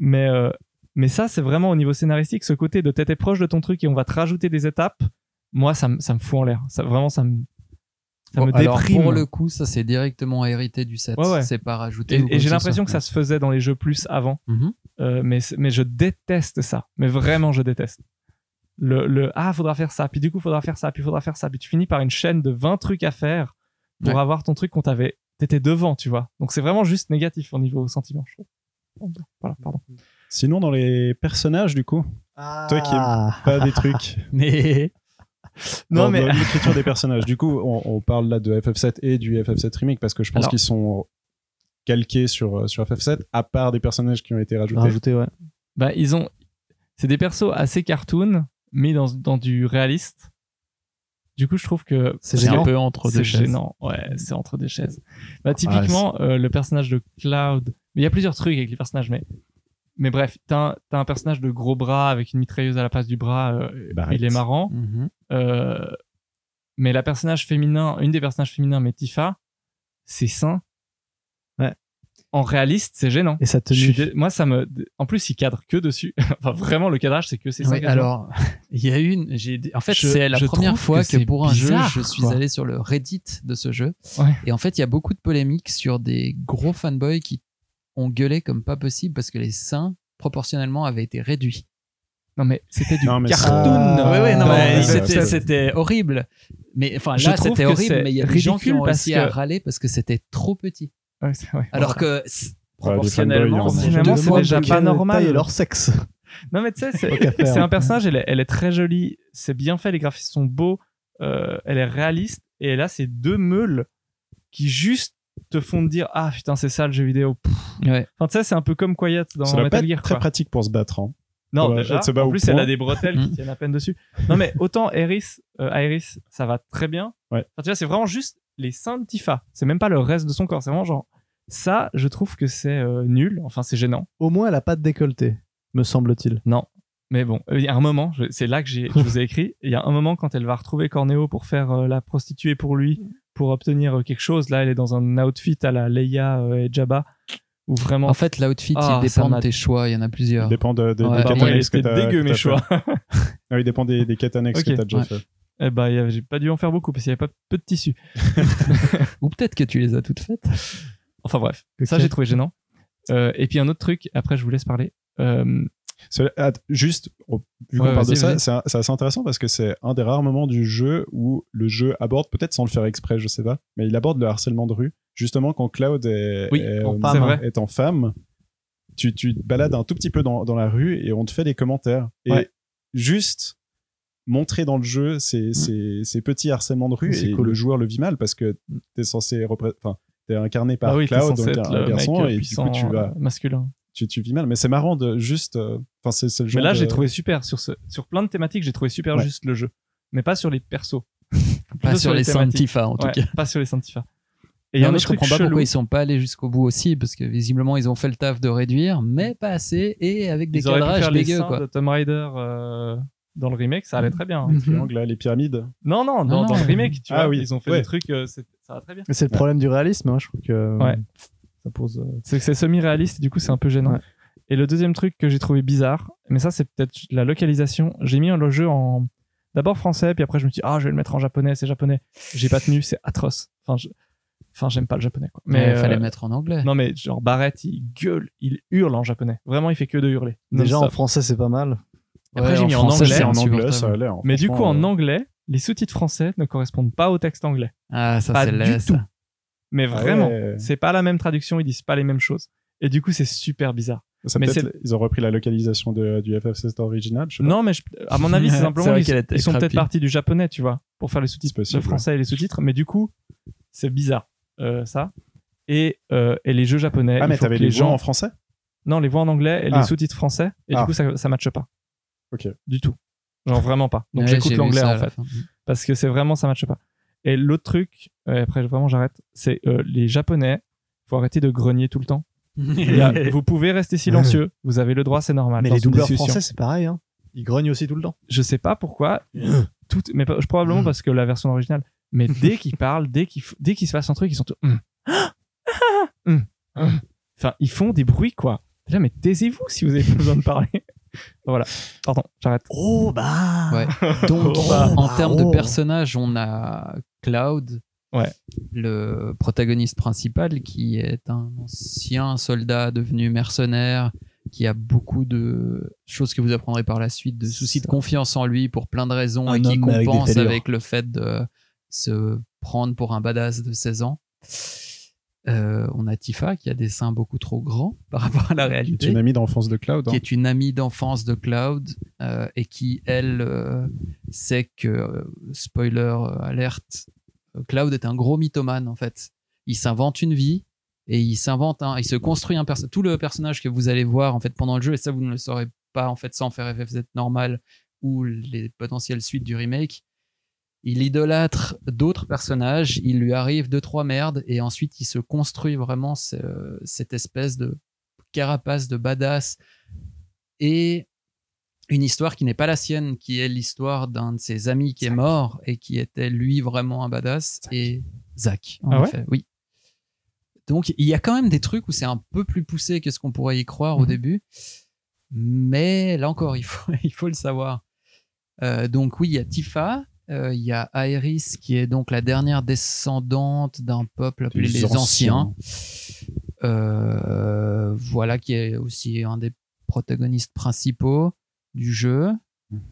D: Mais, euh, mais ça, c'est vraiment au niveau scénaristique, ce côté de t'étais proche de ton truc et on va te rajouter des étapes. Moi, ça, me- ça me fout en l'air. Ça, vraiment, ça me, ça me
E: Bon, alors,
D: déprime.
E: pour le coup, ça c'est directement hérité du 7.
D: Ouais, ouais.
E: C'est pas rajouté.
D: Et,
E: ou quoi
D: et j'ai
E: ce
D: l'impression
E: soit.
D: que ça se faisait dans les jeux plus avant.
E: Mhm.
D: Euh, mais, c'est- mais je déteste ça. Mais vraiment, je déteste. Le, le ah, faudra faire ça, puis du coup, faudra faire ça, puis faudra faire ça. Puis tu finis par une chaîne de 20 trucs à faire pour
E: Ouais.
D: avoir ton truc qu'on t'avait. T'étais devant, tu vois. Donc c'est vraiment juste négatif au niveau sentiment, je trouve. Voilà, pardon.
F: Sinon, dans les personnages, du coup, Toi qui aimes.
C: Ah.
F: pas des trucs.
E: Mais bah
D: Non,
F: Non,
D: mais-
F: mais l'écriture des personnages. Du coup, on, on parle là de FF7 et du FF7 remake parce que je pense
D: Alors-
F: qu'ils sont calqués sur, sur FF7, à part des personnages qui ont été rajoutés.
C: Rajouté, ouais.
D: Bah, ils ont. C'est des persos assez cartoon, mais dans, dans du réaliste. Du coup, je trouve que
E: c'est
D: un
E: un
D: peu
E: peu entre deux
D: C'est
E: chaises.
D: gênant, ouais, c'est entre des chaises. Bah, typiquement, euh, le personnage de Cloud, mais il y a plusieurs trucs avec les personnages, mais, mais bref, t'as un, t'as un personnage de gros bras avec une mitrailleuse à la place du bras, euh,
F: Barrett.
D: il est marrant.
E: Mhm.
D: Euh, mais la personnage féminin, une des personnages féminins, mais Tifa, c'est sain.
C: Ouais.
D: En réaliste, c'est gênant.
C: Et ça te
D: Je suis dé- Moi, ça me. En plus, il cadre que dessus. enfin, vraiment, le cadrage, c'est que c'est
E: Oui,
D: ça.
E: alors, il y a une. j'ai En fait,
D: Je-
E: c'est la
D: je
E: première
D: trouve
E: fois
D: que
E: que,
D: c'est
E: pour un
D: bizarre,
E: jeu, je suis
D: quoi.
E: allé sur le Reddit de ce jeu.
D: Ouais.
E: Et en fait, il y a beaucoup de polémiques sur des gros fanboys qui ont gueulé comme pas possible parce que les seins proportionnellement avaient été réduits.
D: Non, mais c'était du
F: Non, mais
D: cartoon.
C: Ah,
E: ouais, ouais, non,
C: ouais,
E: mais
F: ouais,
E: c'était-
F: ouais.
E: c'était horrible. Mais enfin,
D: Je
E: là,
D: trouve
E: c'était
D: que
E: horrible,
D: c'est
E: mais il y a des gens qui
D: ridicule
E: ont
D: parce
E: réussi
D: que-
E: à râler parce que c'était trop petit.
D: Ouais, c'est- ouais.
E: Alors que c-
F: Ouais, les
E: proportionnellement,
F: fanboys,
E: c'est-
F: hein.
D: Finalement,
C: Je
D: c'est
C: demande
D: déjà
C: de
D: pas
C: quelle
D: normal.
C: taille est leur sexe.
D: Non, mais tu sais, c'est-
C: Tant qu'à faire.
D: c'est un personnage, elle est, elle est très jolie, c'est bien fait, les graphismes sont beaux, euh, elle est réaliste, et là, c'est deux meules qui juste te font te dire Ah putain, c'est ça le jeu vidéo. Pff.
E: Ouais.
D: Enfin, tu sais, c'est un peu comme Quiet dans
F: Ça doit pas
D: Metal
F: être
D: Gear.
F: très
D: Quoi.
F: pratique pour se battre. hein.
D: Non,
F: Ouais,
D: déjà,
F: elle se bat
D: en
F: au
D: plus,
F: point.
D: elle a des bretelles qui
E: Mm.
D: tiennent à peine dessus. Non, mais autant Iris, euh, Iris ça va très bien.
F: Ouais.
D: Enfin, tu vois, c'est vraiment juste les seins de Tifa. C'est même pas le reste de son corps, c'est vraiment genre. Ça, je trouve que c'est euh, nul, enfin, c'est gênant.
C: Au moins, elle a pas de décolleté, me semble-t-il.
D: Mais bon, euh, il y a un moment, je- c'est là que j'ai- je vous ai écrit, il y a un moment quand elle va retrouver Corneo pour faire euh, la prostituée pour lui, pour obtenir euh, quelque chose, là elle est dans un outfit à la Leia euh, et Jabba, où vraiment...
E: en fait, l'outfit,
D: Ah,
E: il dépend
D: ça m'a-
E: de tes choix. Il y en a plusieurs.
F: Dépend de, de-
E: Ouais,
F: des
E: bah,
F: quêtes
E: moi, il
F: annexes que
D: était
F: t'as- que
D: dégueu
F: t'as
D: mes
F: fait.
D: choix.
F: Ah oui, dépend des, des quêtes annexes
D: Ok,
F: que t'as déjà
E: ouais.
F: fait.
D: Eh bah il y avait- j'ai pas dû en faire beaucoup parce qu'il y avait pas peu de tissu.
E: Ou peut-être que tu les as toutes faites.
D: Enfin bref, ça j'ai trouvé gênant. Euh, et puis un autre truc, après je vous laisse parler. Euh,
F: Cela- ah, juste, on- vu qu'on
D: Ouais,
F: parle de
D: vas-y,
F: ça,
D: vas-y.
F: c'est un- c'est assez intéressant parce que c'est un des rares moments du jeu où le jeu aborde, peut-être sans le faire exprès, je sais pas, mais il aborde le harcèlement de rue. Justement, quand Cloud est,
D: Oui,
F: est,
D: en
F: euh,
D: femme, hein.
F: est en femme, tu, tu te balades un tout petit peu dans, dans la rue et on te fait des commentaires. Et
D: Ouais.
F: juste montrer dans le jeu
D: Mm.
F: ces, ces- ces petits harcèlements de rue
C: C'est
F: et
C: cool.
F: le joueur le vit mal parce que t'es censé repré- enfin t'es incarné par
D: ah oui, t'es
F: Cloud
D: censé
F: donc un-
D: être
F: un
D: le mec
F: garçon
D: euh,
F: et
D: puissant
F: du coup tu vas
D: euh, masculin.
F: tu, tu vis mal. Mais c'est marrant de juste. euh, Enfin, c'est c'est le genre.
D: Mais là
F: de-
D: j'ai trouvé super, sur, ce, sur plein de thématiques j'ai trouvé super
F: Ouais.
D: juste le jeu. Mais pas sur les persos.
E: Pas sur les
D: thématiques.
E: Santifa, en tout
D: Ouais,
E: cas.
D: Pas sur les scientifiques. Et
E: Et
D: il y a un
E: mais
D: autre
E: je comprends
D: truc
E: pas
D: chelou.
E: pourquoi ils sont pas allés jusqu'au bout aussi, parce que visiblement ils ont fait le taf de réduire, mais pas assez, et avec des
D: Ils auraient pu
E: cadrages
D: faire les
E: dégueux
D: seins
E: quoi.
D: de Tomb Raider euh, dans le remake, ça allait très bien. hein.
F: le triangle, là, les pyramides.
D: Non, non, dans,
E: Ah.
D: dans le remake, tu
F: Ah
D: vois,
F: oui,
D: ils ont fait
F: ouais.
D: des trucs, euh, c'est- ça va très bien.
C: Mais C'est le problème du réalisme, hein, je trouve que
D: Ouais.
C: ça pose. euh,
D: C'est que c'est semi-réaliste, du coup, c'est un peu gênant.
C: Ouais.
D: Et le deuxième truc que j'ai trouvé bizarre, mais ça, c'est peut-être la localisation. J'ai mis le jeu en. D'abord français, puis après, je me suis dit, ah, je vais le mettre en japonais, c'est japonais. J'ai pas tenu, c'est atroce. Enfin, je- enfin, j'aime pas le japonais, quoi.
E: Mais il fallait
D: euh,
E: mettre en anglais.
D: Non, mais genre, Barrett, il gueule, il hurle en japonais. Vraiment, il fait que de hurler.
C: Déjà en
D: Non-stop.
C: français, c'est pas mal.
D: après,
E: Ouais,
D: j'ai mis en
E: français,
D: anglais.
E: c'est
F: en anglais,
E: insupportable.
F: ça allait. hein.
D: Mais du coup,
F: Franchement,
D: en
F: euh,
D: anglais, les sous-titres français ne correspondent pas au texte anglais.
E: Ah, ça
D: Pas
E: c'est
D: du
E: laid,
D: tout.
E: ça.
D: Mais vraiment,
F: Ah ouais.
D: c'est pas la même traduction, ils disent pas les mêmes choses. Et du coup, c'est super bizarre.
F: ça
D: mais
F: peut-être-
D: c'est-
F: Ils ont repris la localisation de, du FF16 original. Je sais pas.
D: Non, mais je- à mon avis, c'est
E: C'est
D: simplement
E: vrai
D: ils,
E: qu'elle était
D: ils sont
E: crappie.
D: peut-être partis du japonais, tu vois, pour faire les
F: C'est
D: sous-titres
F: possible,
D: le français et les sous-titres. Mais du coup, C'est bizarre, euh, ça. Et, euh, et les jeux japonais.
F: Ah,
D: il
F: mais
D: faut
F: t'avais
D: que
F: les voix
D: gens
F: en français
D: Non, les voix en anglais et
F: Ah.
D: les sous-titres français. Et
F: Ah.
D: du coup, ça, ça matche pas.
F: Ok.
D: Du tout. Genre vraiment pas. Donc
E: Ouais,
D: j'écoute
E: j'ai vu
D: l'anglais
E: ça à
D: en
E: la
D: fait.
E: fin.
D: Parce que c'est vraiment, ça matche pas. Et l'autre truc, et après vraiment j'arrête, c'est euh, les japonais, faut arrêter de grogner tout le temps. Il y a- vous pouvez rester silencieux, vous avez le droit, c'est normal.
C: Mais
D: dans
C: les
D: une
C: doubleurs
D: discussion.
C: français, c'est pareil. Hein. Ils grognent aussi tout le temps.
D: je sais pas pourquoi, tout, mais pas- probablement parce que la version originale. Mais dès qu'ils parlent, dès qu'ils f- dès qu'ils se fassent un truc, ils sont tous. hum, ah, ah, hum, hum. Enfin, ils font des bruits quoi. Là, mais taisez-vous si vous avez pas besoin de parler. voilà. Pardon, j'arrête.
C: Oh bah
E: Ouais. Donc,
D: Oh, bah,
E: en termes
C: oh.
E: de personnages, on a Cloud,
D: Ouais.
E: le protagoniste principal, qui est un ancien soldat devenu mercenaire, qui a beaucoup de choses que vous apprendrez par la suite, de soucis de confiance en lui pour plein de raisons,
C: Un
E: et qui
C: homme avec des
E: compense avec,
C: fêlures.
E: le fait de se prendre pour un badass de 16 ans. Euh, on a Tifa qui a des seins beaucoup trop grands par rapport à la
F: Tu
E: réalité
F: une amie d'enfance de Cloud. hein.
E: qui est une amie d'enfance de Cloud euh, et qui, elle, euh, sait que, euh, spoiler euh, alerte, euh, Cloud est un gros mythomane en fait. Il s'invente une vie et il s'invente, un- il se construit un personnage. Tout le personnage que vous allez voir en fait pendant le jeu, et ça vous ne le saurez pas en fait sans faire FFZ normal ou les potentielles suites du remake. Il idolâtre d'autres personnages, il lui arrive deux trois merdes et ensuite il se construit vraiment ce- cette espèce de carapace de badass et une histoire qui n'est pas la sienne, qui est l'histoire d'un de ses amis qui est mort et qui était lui vraiment un badass, et Zach, en
D: Ah ouais
E: effet, oui. Donc il y a quand même des trucs où c'est un peu plus poussé que ce qu'on pourrait y croire au
D: Mhm.
E: début, mais là encore, il faut, il faut le savoir. Euh, donc oui, il y a Tifa, euh, il y a Aeris, qui est donc la dernière descendante d'un peuple appelé
F: Des
E: les
F: anciens.
E: Anciens. Euh, voilà, qui est aussi un des protagonistes principaux du jeu.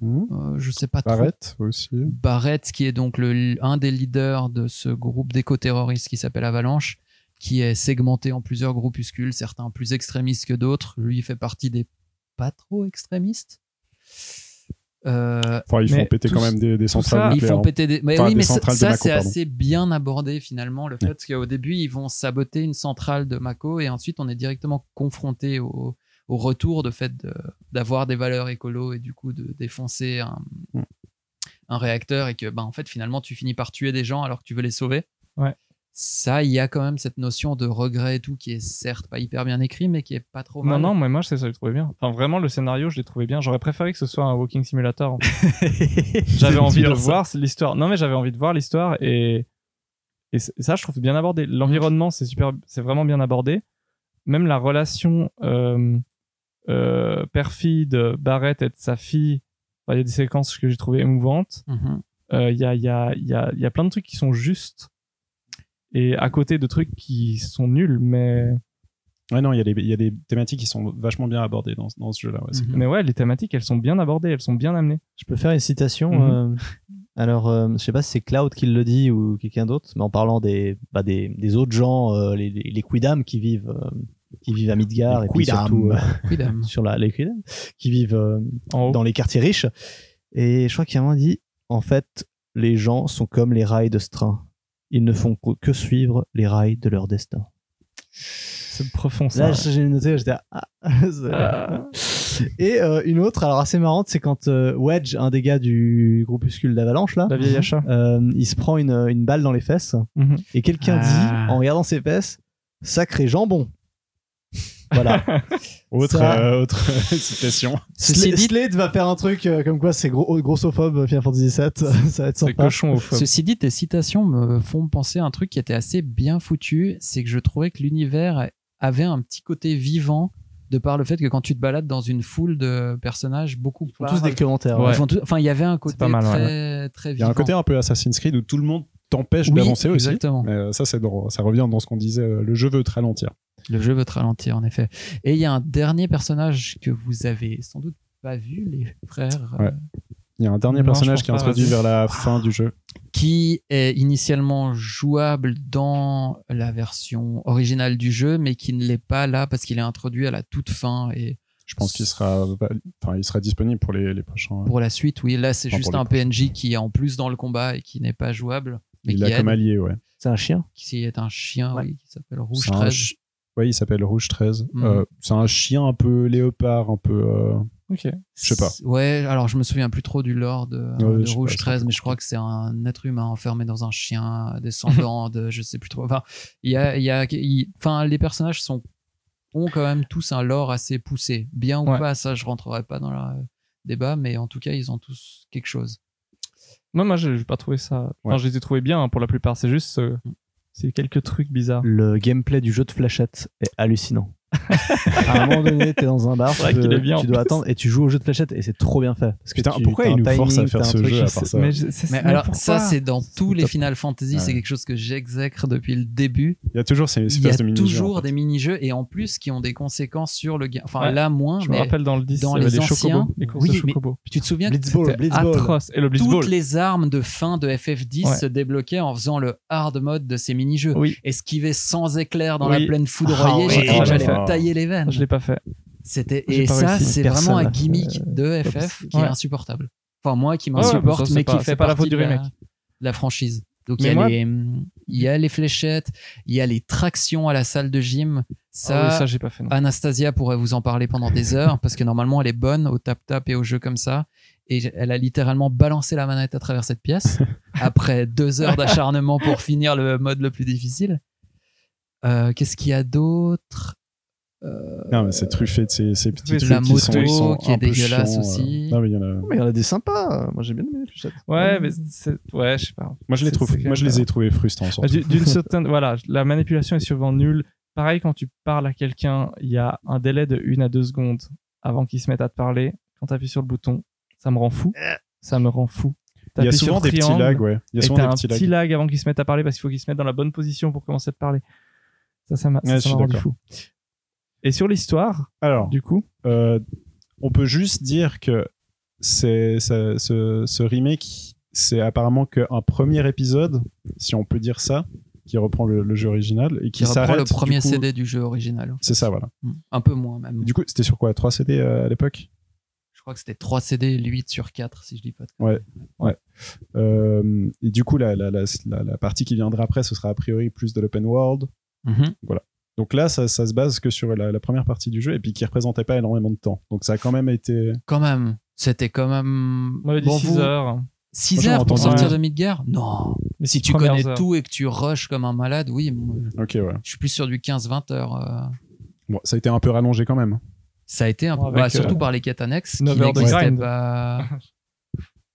F: Mhm.
E: Euh, je sais pas trop.
F: Barrett aussi.
E: Barrett, qui est donc le, un des leaders de ce groupe d'éco-terroristes qui s'appelle Avalanche, qui est segmenté en plusieurs groupuscules, certains plus extrémistes que d'autres. Lui, il fait partie des pas trop extrémistes. Euh,
F: Enfin, ils
D: Mais
F: font péter
D: tout
F: quand
D: ça-
F: même des, des
D: ça,
F: centrales
E: ils
F: nucléaires. hein.
E: font péter des. Mais
F: Ah, Enfin,
E: oui,
F: des
E: mais ça,
F: centrales de
E: ça,
F: Mako,
E: c'est
F: pardon.
E: assez bien abordé finalement. Le fait qu'au début, ils vont saboter une centrale de Mako et ensuite, on est directement confronté au, au retour de fait de- d'avoir des valeurs écolo et du coup de défoncer un,
F: Mm.
E: un réacteur et que, ben, en fait, finalement, tu finis par tuer des gens alors que tu veux les sauver.
D: Ouais.
E: Ça, il y a quand même cette notion de regret et tout qui est certes pas hyper bien écrit, mais qui est pas trop
D: Non,
E: mal.
D: non, mais moi je sais, ça, je l'ai trouvé bien. Enfin, vraiment, le scénario, je l'ai trouvé bien. J'aurais préféré que ce soit un Walking Simulator. en fait. j'avais envie de
F: dur, ça.
D: voir l'histoire. Non, mais j'avais envie de voir l'histoire et... et c- ça, je trouve bien abordé. L'environnement, c'est super, c'est vraiment bien abordé. Même la relation euh, euh, père-fille de Barrett et de sa fille. Enfin, Il y a des séquences que j'ai trouvées émouvantes.
E: Mhm.
D: Euh, Il y, a, il y, a, il y, a, il y a plein de trucs qui sont justes et à côté de trucs qui sont nuls, mais.
F: Ouais, non, il y, a des- il y a des thématiques qui sont vachement bien abordées dans, dans ce jeu-là. ouais, c'est
E: Mhm.
F: clair.
D: Mais ouais, les thématiques, elles sont bien abordées, elles sont bien amenées.
C: Je peux faire une citation.
D: Mhm.
C: euh, alors, euh, je sais pas si c'est Cloud qui le dit ou quelqu'un d'autre, mais en parlant des, bah, des, des autres gens, euh, les, les, les Quidam qui vivent, euh, qui vivent à Midgard
F: Les
C: et puis
F: Quidam.
C: surtout euh,
E: Oui, dame.
C: sur la, les Quidam, qui vivent euh,
D: En haut.
C: dans les quartiers riches. Et je crois qu'il y a un moment, il dit en fait, les gens sont comme les rails de ce train. Ils ne font que- que suivre les rails de leur destin.
D: C'est profond ça.
C: Là, j'ai noté, j'étais à- ah, c'est- Et euh, une autre, alors assez marrante, c'est quand euh, Wedge, un des gars du groupuscule d'Avalanche,
E: Ah.
C: là,
D: La vieille achat.
C: euh, il se prend une, une balle dans les fesses
D: Mhm.
C: et quelqu'un
E: Ah.
C: dit, en regardant ses fesses, sacré jambon. Voilà.
F: Autre,
C: Ça-
F: euh, autre citation.
E: Ceci
C: Sl-
E: dit,
C: Slade va faire un truc euh, comme quoi c'est gros, grossophobe euh, Final Fantasy VII. ça va être
D: C'est
C: sympa.
D: cochon au feu.
E: Ceci dit, tes citations me font penser à un truc qui était assez bien foutu, c'est que je trouvais que l'univers avait un petit côté vivant de par le fait que quand tu te balades dans une foule de personnages, beaucoup
C: Ils font tous des commentaires. hein.
E: Ils
D: Ouais.
E: font tous- Enfin, il y avait un côté
D: pas mal, ouais,
E: très, très
F: Il y a
E: vivant.
F: un côté un peu Assassin's Creed où tout le monde t'empêche
E: Oui,
F: d'avancer aussi.
E: exactement.
F: Mais euh, ça, c'est dans- ça revient dans ce qu'on disait, euh, le jeu veut te ralentir.
E: Le jeu veut te ralentir, en effet. Et il y a un dernier personnage que vous avez sans doute pas vu, les frères, euh,
F: Ouais. Il y a un dernier
D: Non,
F: personnage
D: je pense
F: qui est
D: pas,
F: introduit
D: vas-y.
F: vers la fin du jeu.
E: qui est initialement jouable dans la version originale du jeu, mais qui ne l'est pas là parce qu'il est introduit à la toute fin et
F: Je pense qu'il sera, val- enfin, il sera disponible pour les, les prochains. euh,
E: pour la suite, oui. Là, c'est
F: Enfin,
E: juste
F: pour
E: un
F: les
E: PNJ qui est en plus dans le combat et qui n'est pas jouable. Mais
F: il
E: qui
F: l'a
E: aide.
F: comme allié, ouais.
C: C'est un chien.
E: qui est un chien oui, qui s'appelle Rouge
F: C'est un
E: 13.
F: chi- Ouais, il s'appelle Rouge 13.
D: Hmm.
E: Mhm.
F: Euh, c'est un chien un peu léopard, un peu. euh,
D: Ok.
F: je sais pas.
E: C'est- Ouais, alors je me souviens plus trop du lore de,
F: Ouais,
E: de
F: je sais
E: Rouge
F: pas, c'est
E: 13, mais je crois que c'est un être humain enfermé dans un chien descendant de je sais plus trop. Enfin, il y a, il y a, il- enfin les personnages sont, ont quand même tous un lore assez poussé. Bien ou
D: Ouais.
E: pas, ça je rentrerai pas dans le débat, mais en tout cas, ils ont tous quelque chose.
D: Non, moi, j'ai j'ai pas trouvé ça. Enfin,
F: Ouais.
D: je les ai trouvés bien hein, pour la plupart. C'est juste. euh,
E: Mm.
D: c'est quelques trucs bizarres.
C: Le gameplay du jeu de flashette est hallucinant. à un moment donné, t'es dans un bar,
D: C'est vrai
C: tu,
D: qu'il
C: peux-
D: est bien, en
C: tu dois
D: plus.
C: attendre et tu joues au jeu de flashette et c'est trop bien fait. Parce que
F: Putain,
C: tu-
F: pourquoi
C: t'as
F: ils
C: un
F: nous forcent à
C: timing,
F: faire
C: t'as un
F: ce
C: truc,
F: jeu, à
C: c'est-
F: part ça
D: Mais, je- c'est-
E: Mais alors, ça,
D: pourquoi
E: c'est dans tous les
F: top.
E: Final Fantasy, c'est
F: Ouais.
E: quelque chose que j'exècre depuis le début.
F: Il y a toujours ces, ces
E: Il y a
F: phases de mini-jeux, hein. en
E: toujours
F: fait.
E: des mini-jeux et en plus qui ont des conséquences sur le game. Enfin,
D: Ouais.
E: là, moins,
D: Je me
E: mais
D: rappelle dans le 10,
E: dans
D: il y avait
E: les
D: les
E: anciens-
D: chocobos. Les courses
E: Oui,
D: de
E: mais-
D: chocobos.
E: tu te souviens que
C: Blitzball,
E: c'était
C: Blitzball.
D: Atroce. Et le blitzball.
E: toutes les armes de fin de FF10
D: Ouais.
E: se débloquaient en faisant le hard mode de ces mini-jeux.
D: Oui.
E: Esquiver sans éclair dans
D: Oui.
E: la plaine foudroyée,
D: Ah
E: j'ai
D: oui,
E: cru que
D: j'avais
E: j'allais
F: fait.
E: me tailler les veines.
D: Je l'ai pas fait.
E: C'était
D: j'ai
E: et
D: pas
E: ça,
D: réussi. Euh,
E: c'est
C: Personne
E: vraiment un
C: n'a-
E: gimmick de FF qui est
D: Ouais.
E: insupportable. Enfin moi qui
D: Ouais, ouais,
E: m'insupporte,
D: mais ça, c'est
E: mais
D: pas-
E: qui
D: c'est
E: fait
D: pas la
E: partie
D: faute du
E: de la,
D: remake.
E: de la franchise. Donc il
D: Mais
E: y, a
D: moi-
E: les, il y a les fléchettes, il y a les tractions à la salle de gym.
D: Ah
E: Ça, ah,
D: oui, ça, j'ai pas fait. non.
E: Anastasia pourrait vous en parler pendant des heures parce que normalement elle est bonne au tap tap et au jeu comme ça et elle a littéralement balancé la manette à travers cette pièce après deux heures d'acharnement pour finir le mode le plus difficile. Euh, Qu'est-ce qu'il y a d'autre
F: Non, mais c'est truffé de ces, ces petits
D: La
F: trucs qui
E: moto
F: sont, sont
E: qui est
F: un peu
E: dégueulasse
F: chiants, euh.
E: aussi.
F: Non, mais il y en a-
C: Mais il y en a des sympas. Moi, j'ai bien aimé les fléchettes.
D: Ouais, mais c'est. Ouais, je sais pas.
F: Moi, je les
D: C'est-
F: trouve.
D: c'est quand
F: Moi, je
D: même-
F: les ai trouvés frustrants. surtout.
D: Ah, du- D'une certaine, voilà, la manipulation est souvent nulle. Pareil, quand tu parles à quelqu'un, il y a un délai de 1 à 2 secondes avant qu'il se mette à te parler. Quand tu appuies sur le bouton, ça me rend fou.
E: Eh.
D: Ça me rend fou.
F: Il y a
D: T'appuies sur
F: souvent des petits
D: triangle,
F: lags, ouais. Il y a
D: et
F: souvent
D: t'as
F: des
D: un
F: petits
D: petit
F: lags.
D: lag avant qu'il se mette à parler parce qu'il faut qu'il se mette dans la bonne position pour commencer à te parler. Ça, ça m'a ça,
F: Ouais, je
D: ça
F: suis
D: m'a rendu
F: d'accord.
D: fou. Et sur l'histoire,
F: Alors,
D: du coup,
F: euh, on peut juste dire que c'est ça- ce, ce remake, c'est apparemment qu'un premier épisode, si on peut dire ça, qui reprend le, le jeu original et qui,
E: qui reprend
F: s'arrête,
E: le
F: du
E: premier
F: coup-
E: CD du jeu original
F: C'est ça, voilà.
E: Hmm. Un peu moins même.
F: Du coup, c'était sur quoi 3 CD euh, à l'époque
E: Je crois que c'était 3 CD, 8 sur 4 si je dis pas de
F: Euh, Et du coup, la, la, la, la- la partie qui viendra après, ce sera a priori plus de l'open world. Mhm. Donc là, ça, ça se base que sur la, la première partie du jeu et puis qui représentait pas énormément de temps. Donc ça a quand même été.
E: Quand même, c'était quand même
D: on avait dit
E: Bon,
D: 6
E: vous-
D: heures.
E: six
F: Moi, j'en
E: heures pour
F: entends
E: sortir
D: rien.
E: de Midgar Non.
D: Les
E: Si
D: six
E: tu
D: premières
E: connais
D: heures.
E: tout et que tu rushes comme un malade, oui, moi,
F: Ok, ouais.
E: je suis plus sur du 15-20 heures. euh.
F: Bon, ça a été un peu rallongé quand même. hein.
E: Ça a été un peu,
D: Bon, avec,
E: bah, surtout
D: euh,
E: par les quêtes annexes qui
D: neuf heures de
E: n'existaient
D: grind.
E: pas.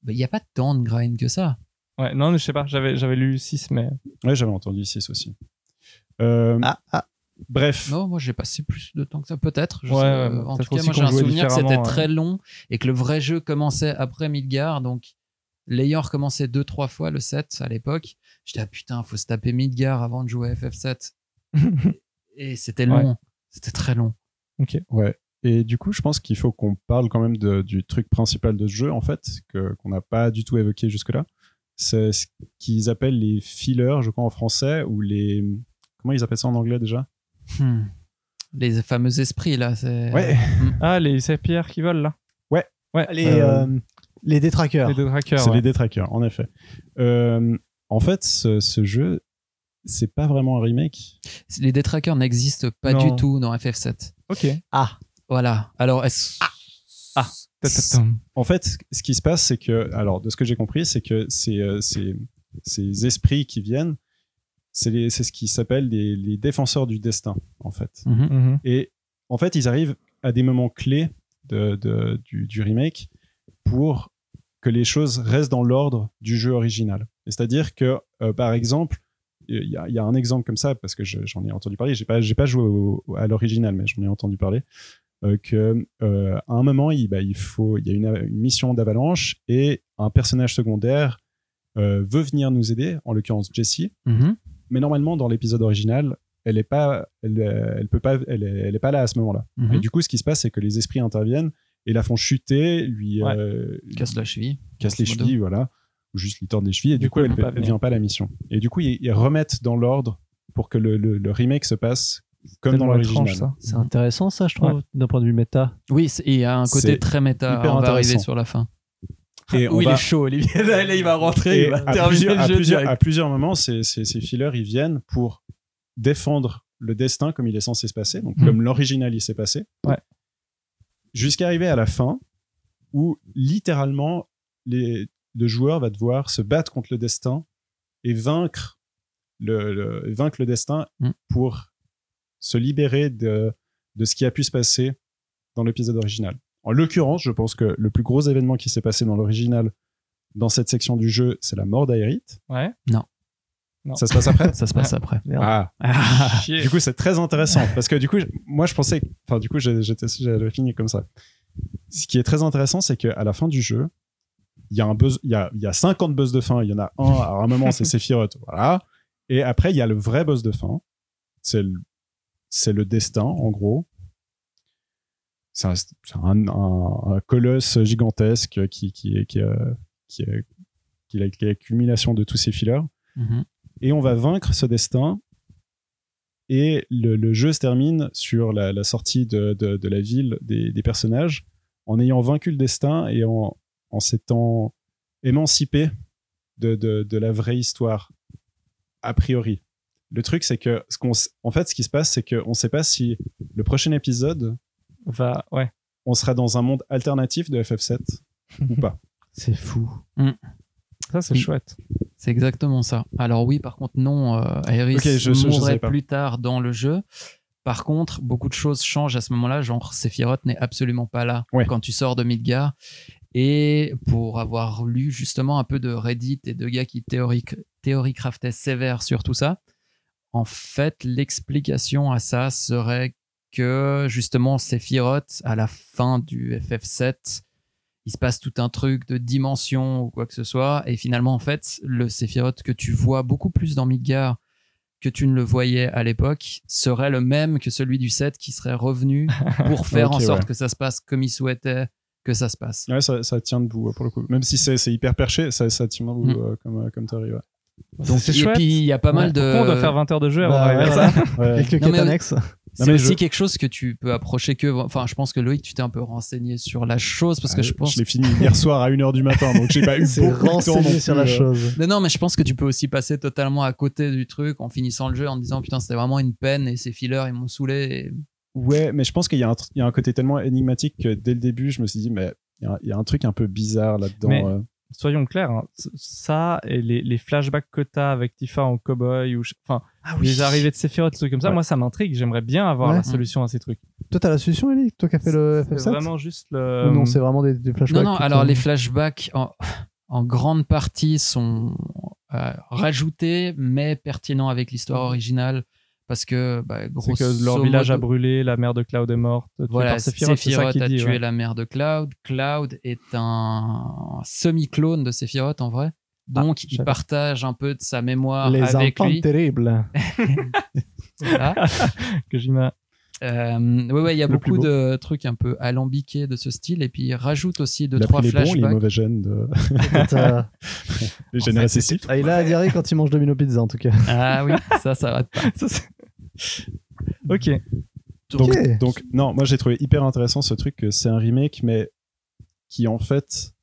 E: Bah, Il n'y a pas tant de grind que ça.
D: Ouais, non, mais je sais pas, j'avais j'avais lu 6, mais
F: Ouais, j'avais entendu 6 aussi. Euh,
C: Ah, ah.
F: Bref,
E: Non, moi j'ai passé plus de temps que ça, peut-être. je
D: Ouais,
E: sais,
D: ouais,
E: euh,
D: bon,
E: en
D: peut-être
E: tout cas,
D: aussi
E: moi j'ai
D: qu'on
E: un
D: jouait
E: souvenir que c'était
D: différemment, ouais.
E: très long et que le vrai jeu commençait après Midgar. Donc, l'ayant recommencé deux, trois fois le 7 à l'époque, j'étais ah putain, faut se taper Midgar avant de jouer à FF7. et c'était long. C'était très long.
F: ouais. Et du coup, je pense qu'il faut qu'on parle quand même de- du truc principal de ce jeu, en fait, que- qu'on n'a pas du tout évoqué jusque-là. C'est ce qu'ils appellent les fillers, je crois, en français, ou les. Comment ils appellent ça en anglais déjà
E: Hmm. Les fameux esprits là, c'est.
F: Ouais,
D: ah, les c'est pierres qui volent là.
F: Ouais.
D: Ouais.
C: Les,
F: Euh,
C: euh, les détraqueurs.
D: Les deux trackers.
F: c'est
D: ouais.
F: les détraqueurs, en effet. Euh, en fait, ce, ce jeu, c'est pas vraiment un remake.
E: Les détraqueurs n'existent pas
D: Non.
E: du tout dans FF7.
D: Ok.
C: Ah,
E: Voilà. Alors, est-ce.
D: Ah.
E: Mhm.
D: Ta-ta-tam.
F: En fait, ce qui se passe, c'est que, alors, de ce que j'ai compris, c'est que ces, euh, ces, ces esprits qui viennent, c'est les- c'est ce qui s'appelle les, les défenseurs du destin, en fait.
E: Mhm.
D: Mhm.
F: Et en fait, ils arrivent à des moments clés de, de- du, du remake pour que les choses restent dans l'ordre du jeu original. Et C'est-à-dire que, euh, par exemple, il y, a- il y a un exemple comme ça, parce que je- j'en ai entendu parler, j'ai pas, j'ai pas joué au- à l'original, mais j'en ai entendu parler, euh, que euh, à un moment, il, bah, il, faut, il y a une, une mission d'avalanche et un personnage secondaire euh, veut venir nous aider, en l'occurrence Jessie,
E: Mhm.
F: mais normalement dans l'épisode original elle est pas elle, euh, elle peut pas elle est, elle est pas là à ce moment-là
E: Mhm.
F: et du coup ce qui se passe c'est que les esprits interviennent et la font chuter lui
D: Ouais.
F: euh, lui
E: Casse la cheville.
F: casse les
E: grosso modo.
F: chevilles voilà ou juste lui tordent les chevilles et du,
D: Du
F: coup,
D: coup,
F: elle
D: elle peut pas
F: ne vient pas à la mission et du coup ils, ils remettent dans l'ordre pour que le, le- le remake se passe comme dans
D: Tellement étrange
F: l'original
D: ça.
C: c'est intéressant ça, je trouve, d'un point de vue méta.
E: Oui, c'est- il y a un
F: C'est
E: côté très méta.
F: hyper
E: on va arriver
F: intéressant.
E: sur la fin.
F: Et on
E: Oui, il
F: va-
E: est chaud, Olivier. Là, là, il va rentrer,
F: et
E: il va
F: à,
E: terminer
F: plusieurs,
E: le
F: à
E: jeu
F: plusieurs-
E: direct.
F: à plusieurs moments, ces, ces, ces fillers, ils viennent pour défendre le destin comme il est censé se passer, donc
E: Hmm.
D: Mhm.
F: comme l'original il s'est passé.
D: Ouais.
F: Jusqu'à arriver à la fin où littéralement les, le joueur va devoir se battre contre le destin et vaincre le, le- vaincre le destin
E: Mhm.
F: pour se libérer de, de ce qui a pu se passer dans l'épisode original. En l'occurrence, je pense que le plus gros événement qui s'est passé dans l'original, dans cette section du jeu, c'est la mort d'Aerith.
D: Ouais.
E: Non.
D: Non.
F: Ça se passe après
E: Ça se passe après.
F: Ah.
E: Ah.
D: Chier.
F: Du coup, c'est très intéressant parce que du coup, je- moi, je pensais, enfin, du coup, j'ai- j'étais- j'avais fini comme ça. Ce qui est très intéressant, c'est qu'à la fin du jeu, il y a un buzz, il y a, il y a 50 buzz de fin. Il y en a un, à un moment, c'est Sephiroth, voilà. Et après, il y a le vrai buzz de fin. C'est le, c'est le destin, en gros. C'est un, c'est un- un- un colosse gigantesque qui, qui, qui, euh, qui, euh, qui est- qui est l'accumulation de tous ces fillers
E: Mhm.
F: et on va vaincre ce destin. Et le, le jeu se termine sur la, la sortie de, de- de la ville des, des personnages en ayant vaincu le destin et en, en s'étant émancipé de, de- de la vraie histoire, a priori. Le truc, c'est que, ce qu'on s- en fait, ce qui se passe, c'est qu'on ne sait pas si le prochain épisode,
D: Va, Bah, ouais.
F: on sera dans un monde alternatif de FF7 ou pas.
C: C'est fou.
D: Ça, c'est
E: Mm.
D: chouette.
E: C'est exactement ça. Alors oui, par contre, non, euh, Aerys
F: Ok, je- je- je
E: mourrait
F: sais pas.
E: plus tard dans le jeu. Par contre, beaucoup de choses changent à ce moment-là. Genre, Sephiroth n'est absolument pas là
F: Ouais.
E: quand tu sors de Midgar. Et pour avoir lu justement un peu de Reddit et de gars qui théorique- théorie-craftaient sévère sur tout ça, en fait, l'explication à ça serait que justement, Sephiroth, à la fin du FF7, il se passe tout un truc de dimension ou quoi que ce soit. Et finalement, en fait, le Sephiroth que tu vois beaucoup plus dans Midgar que tu ne le voyais à l'époque serait le même que celui du 7 qui serait revenu pour faire en
F: Ok,
E: sorte
F: ouais.
E: que ça se passe comme il souhaitait que ça se passe.
F: Ouais, ça, ça tient debout euh, pour le coup. Même si c'est c'est hyper perché, ça, ça tient debout
E: Mm.
F: euh, comme, euh, comme théorie. ouais.
E: Donc,
D: c'est
E: et
D: chouette. Bah,
E: puis, il y a pas mal de.
D: Pourquoi on doit faire 20 heures de jeu avant
C: Bah,
D: d'arriver à
C: ouais,
D: ça
C: voilà.
F: Ouais.
C: Quelques
E: Non,
C: quêtes
E: mais-
C: annexes.
E: C'est
F: mais
E: aussi
F: je-
E: quelque chose que tu peux approcher que. Enfin, je pense que Loïc, tu t'es un peu renseigné sur la chose parce que
F: Euh,
E: je pense.
F: l'ai fini hier soir à 1h du matin, donc j'ai pas eu
C: C'est
F: beaucoup de temps. non
C: renseigné
F: plus,
C: sur la
F: euh.
C: chose.
E: Non, non, mais je pense que tu peux aussi passer totalement à côté du truc en finissant le jeu en te disant putain, c'était vraiment une peine et ces fillers ils m'ont saoulé.
F: Ouais, mais je pense qu'il y, a un tr- il y a un côté tellement énigmatique que dès le début, je me suis dit, mais il y a un- il y, a un truc un peu bizarre là-dedans.
D: Mais-
F: euh.
D: Soyons clairs, hein, c- ça et les, les flashbacks que t'as avec Tifa en cowboy ou je- enfin
E: Ah
D: les arrivées de Sephiroth, des trucs comme ça,
F: Ouais.
D: moi ça m'intrigue. J'aimerais bien avoir
C: Ouais.
D: la solution à ces trucs.
C: Toi, t'as la solution, Ellie Toi qui as fait le
D: C'est
C: FF7
D: vraiment juste le.
C: Ou Non, c'est vraiment des, des flashbacks.
E: Non, non,
C: qui
E: alors
C: te-
E: les flashbacks en, en grande partie sont euh, rajoutés mais pertinents avec l'histoire originale parce que, bah,
D: euh, C'est
E: grosso
D: que leur village a
E: modo-
D: brûlé, la mère de Cloud est morte. tuée
E: Voilà,
D: par Sephiroth, c'est ça
E: Sephiroth
D: qu'il
E: a
D: dit.
E: tué
D: ouais.
E: la mère de Cloud. Cloud est un semi-clone de Sephiroth en vrai. Donc,
D: je
E: il
D: savais.
E: partage un peu de sa mémoire
C: Les
E: avec
C: enfants
E: lui. Ah,
C: terribles.
E: Voilà.
D: Kojima.
E: Euh, ouais, ouais, il y a
F: Le plus
E: beaucoup
F: beau.
E: de trucs un peu alambiqués de ce style, et puis il rajoute aussi deux,
F: Il a
E: trois
F: pris les bons, les
E: flashbacks.
F: mauvais gènes, de...
C: Peut-être, euh,
F: les
E: En
F: gènes
E: fait,
F: récessifs.
C: ah, il a à dire quand il mange Domino Pizza, en tout cas.
E: ah oui, ça, ça va.
D: Ça, c'est-
E: Mm.
D: ok.
F: Donc,
C: Ok.
F: donc, non, moi j'ai trouvé hyper intéressant ce truc que c'est un remake, mais qui en fait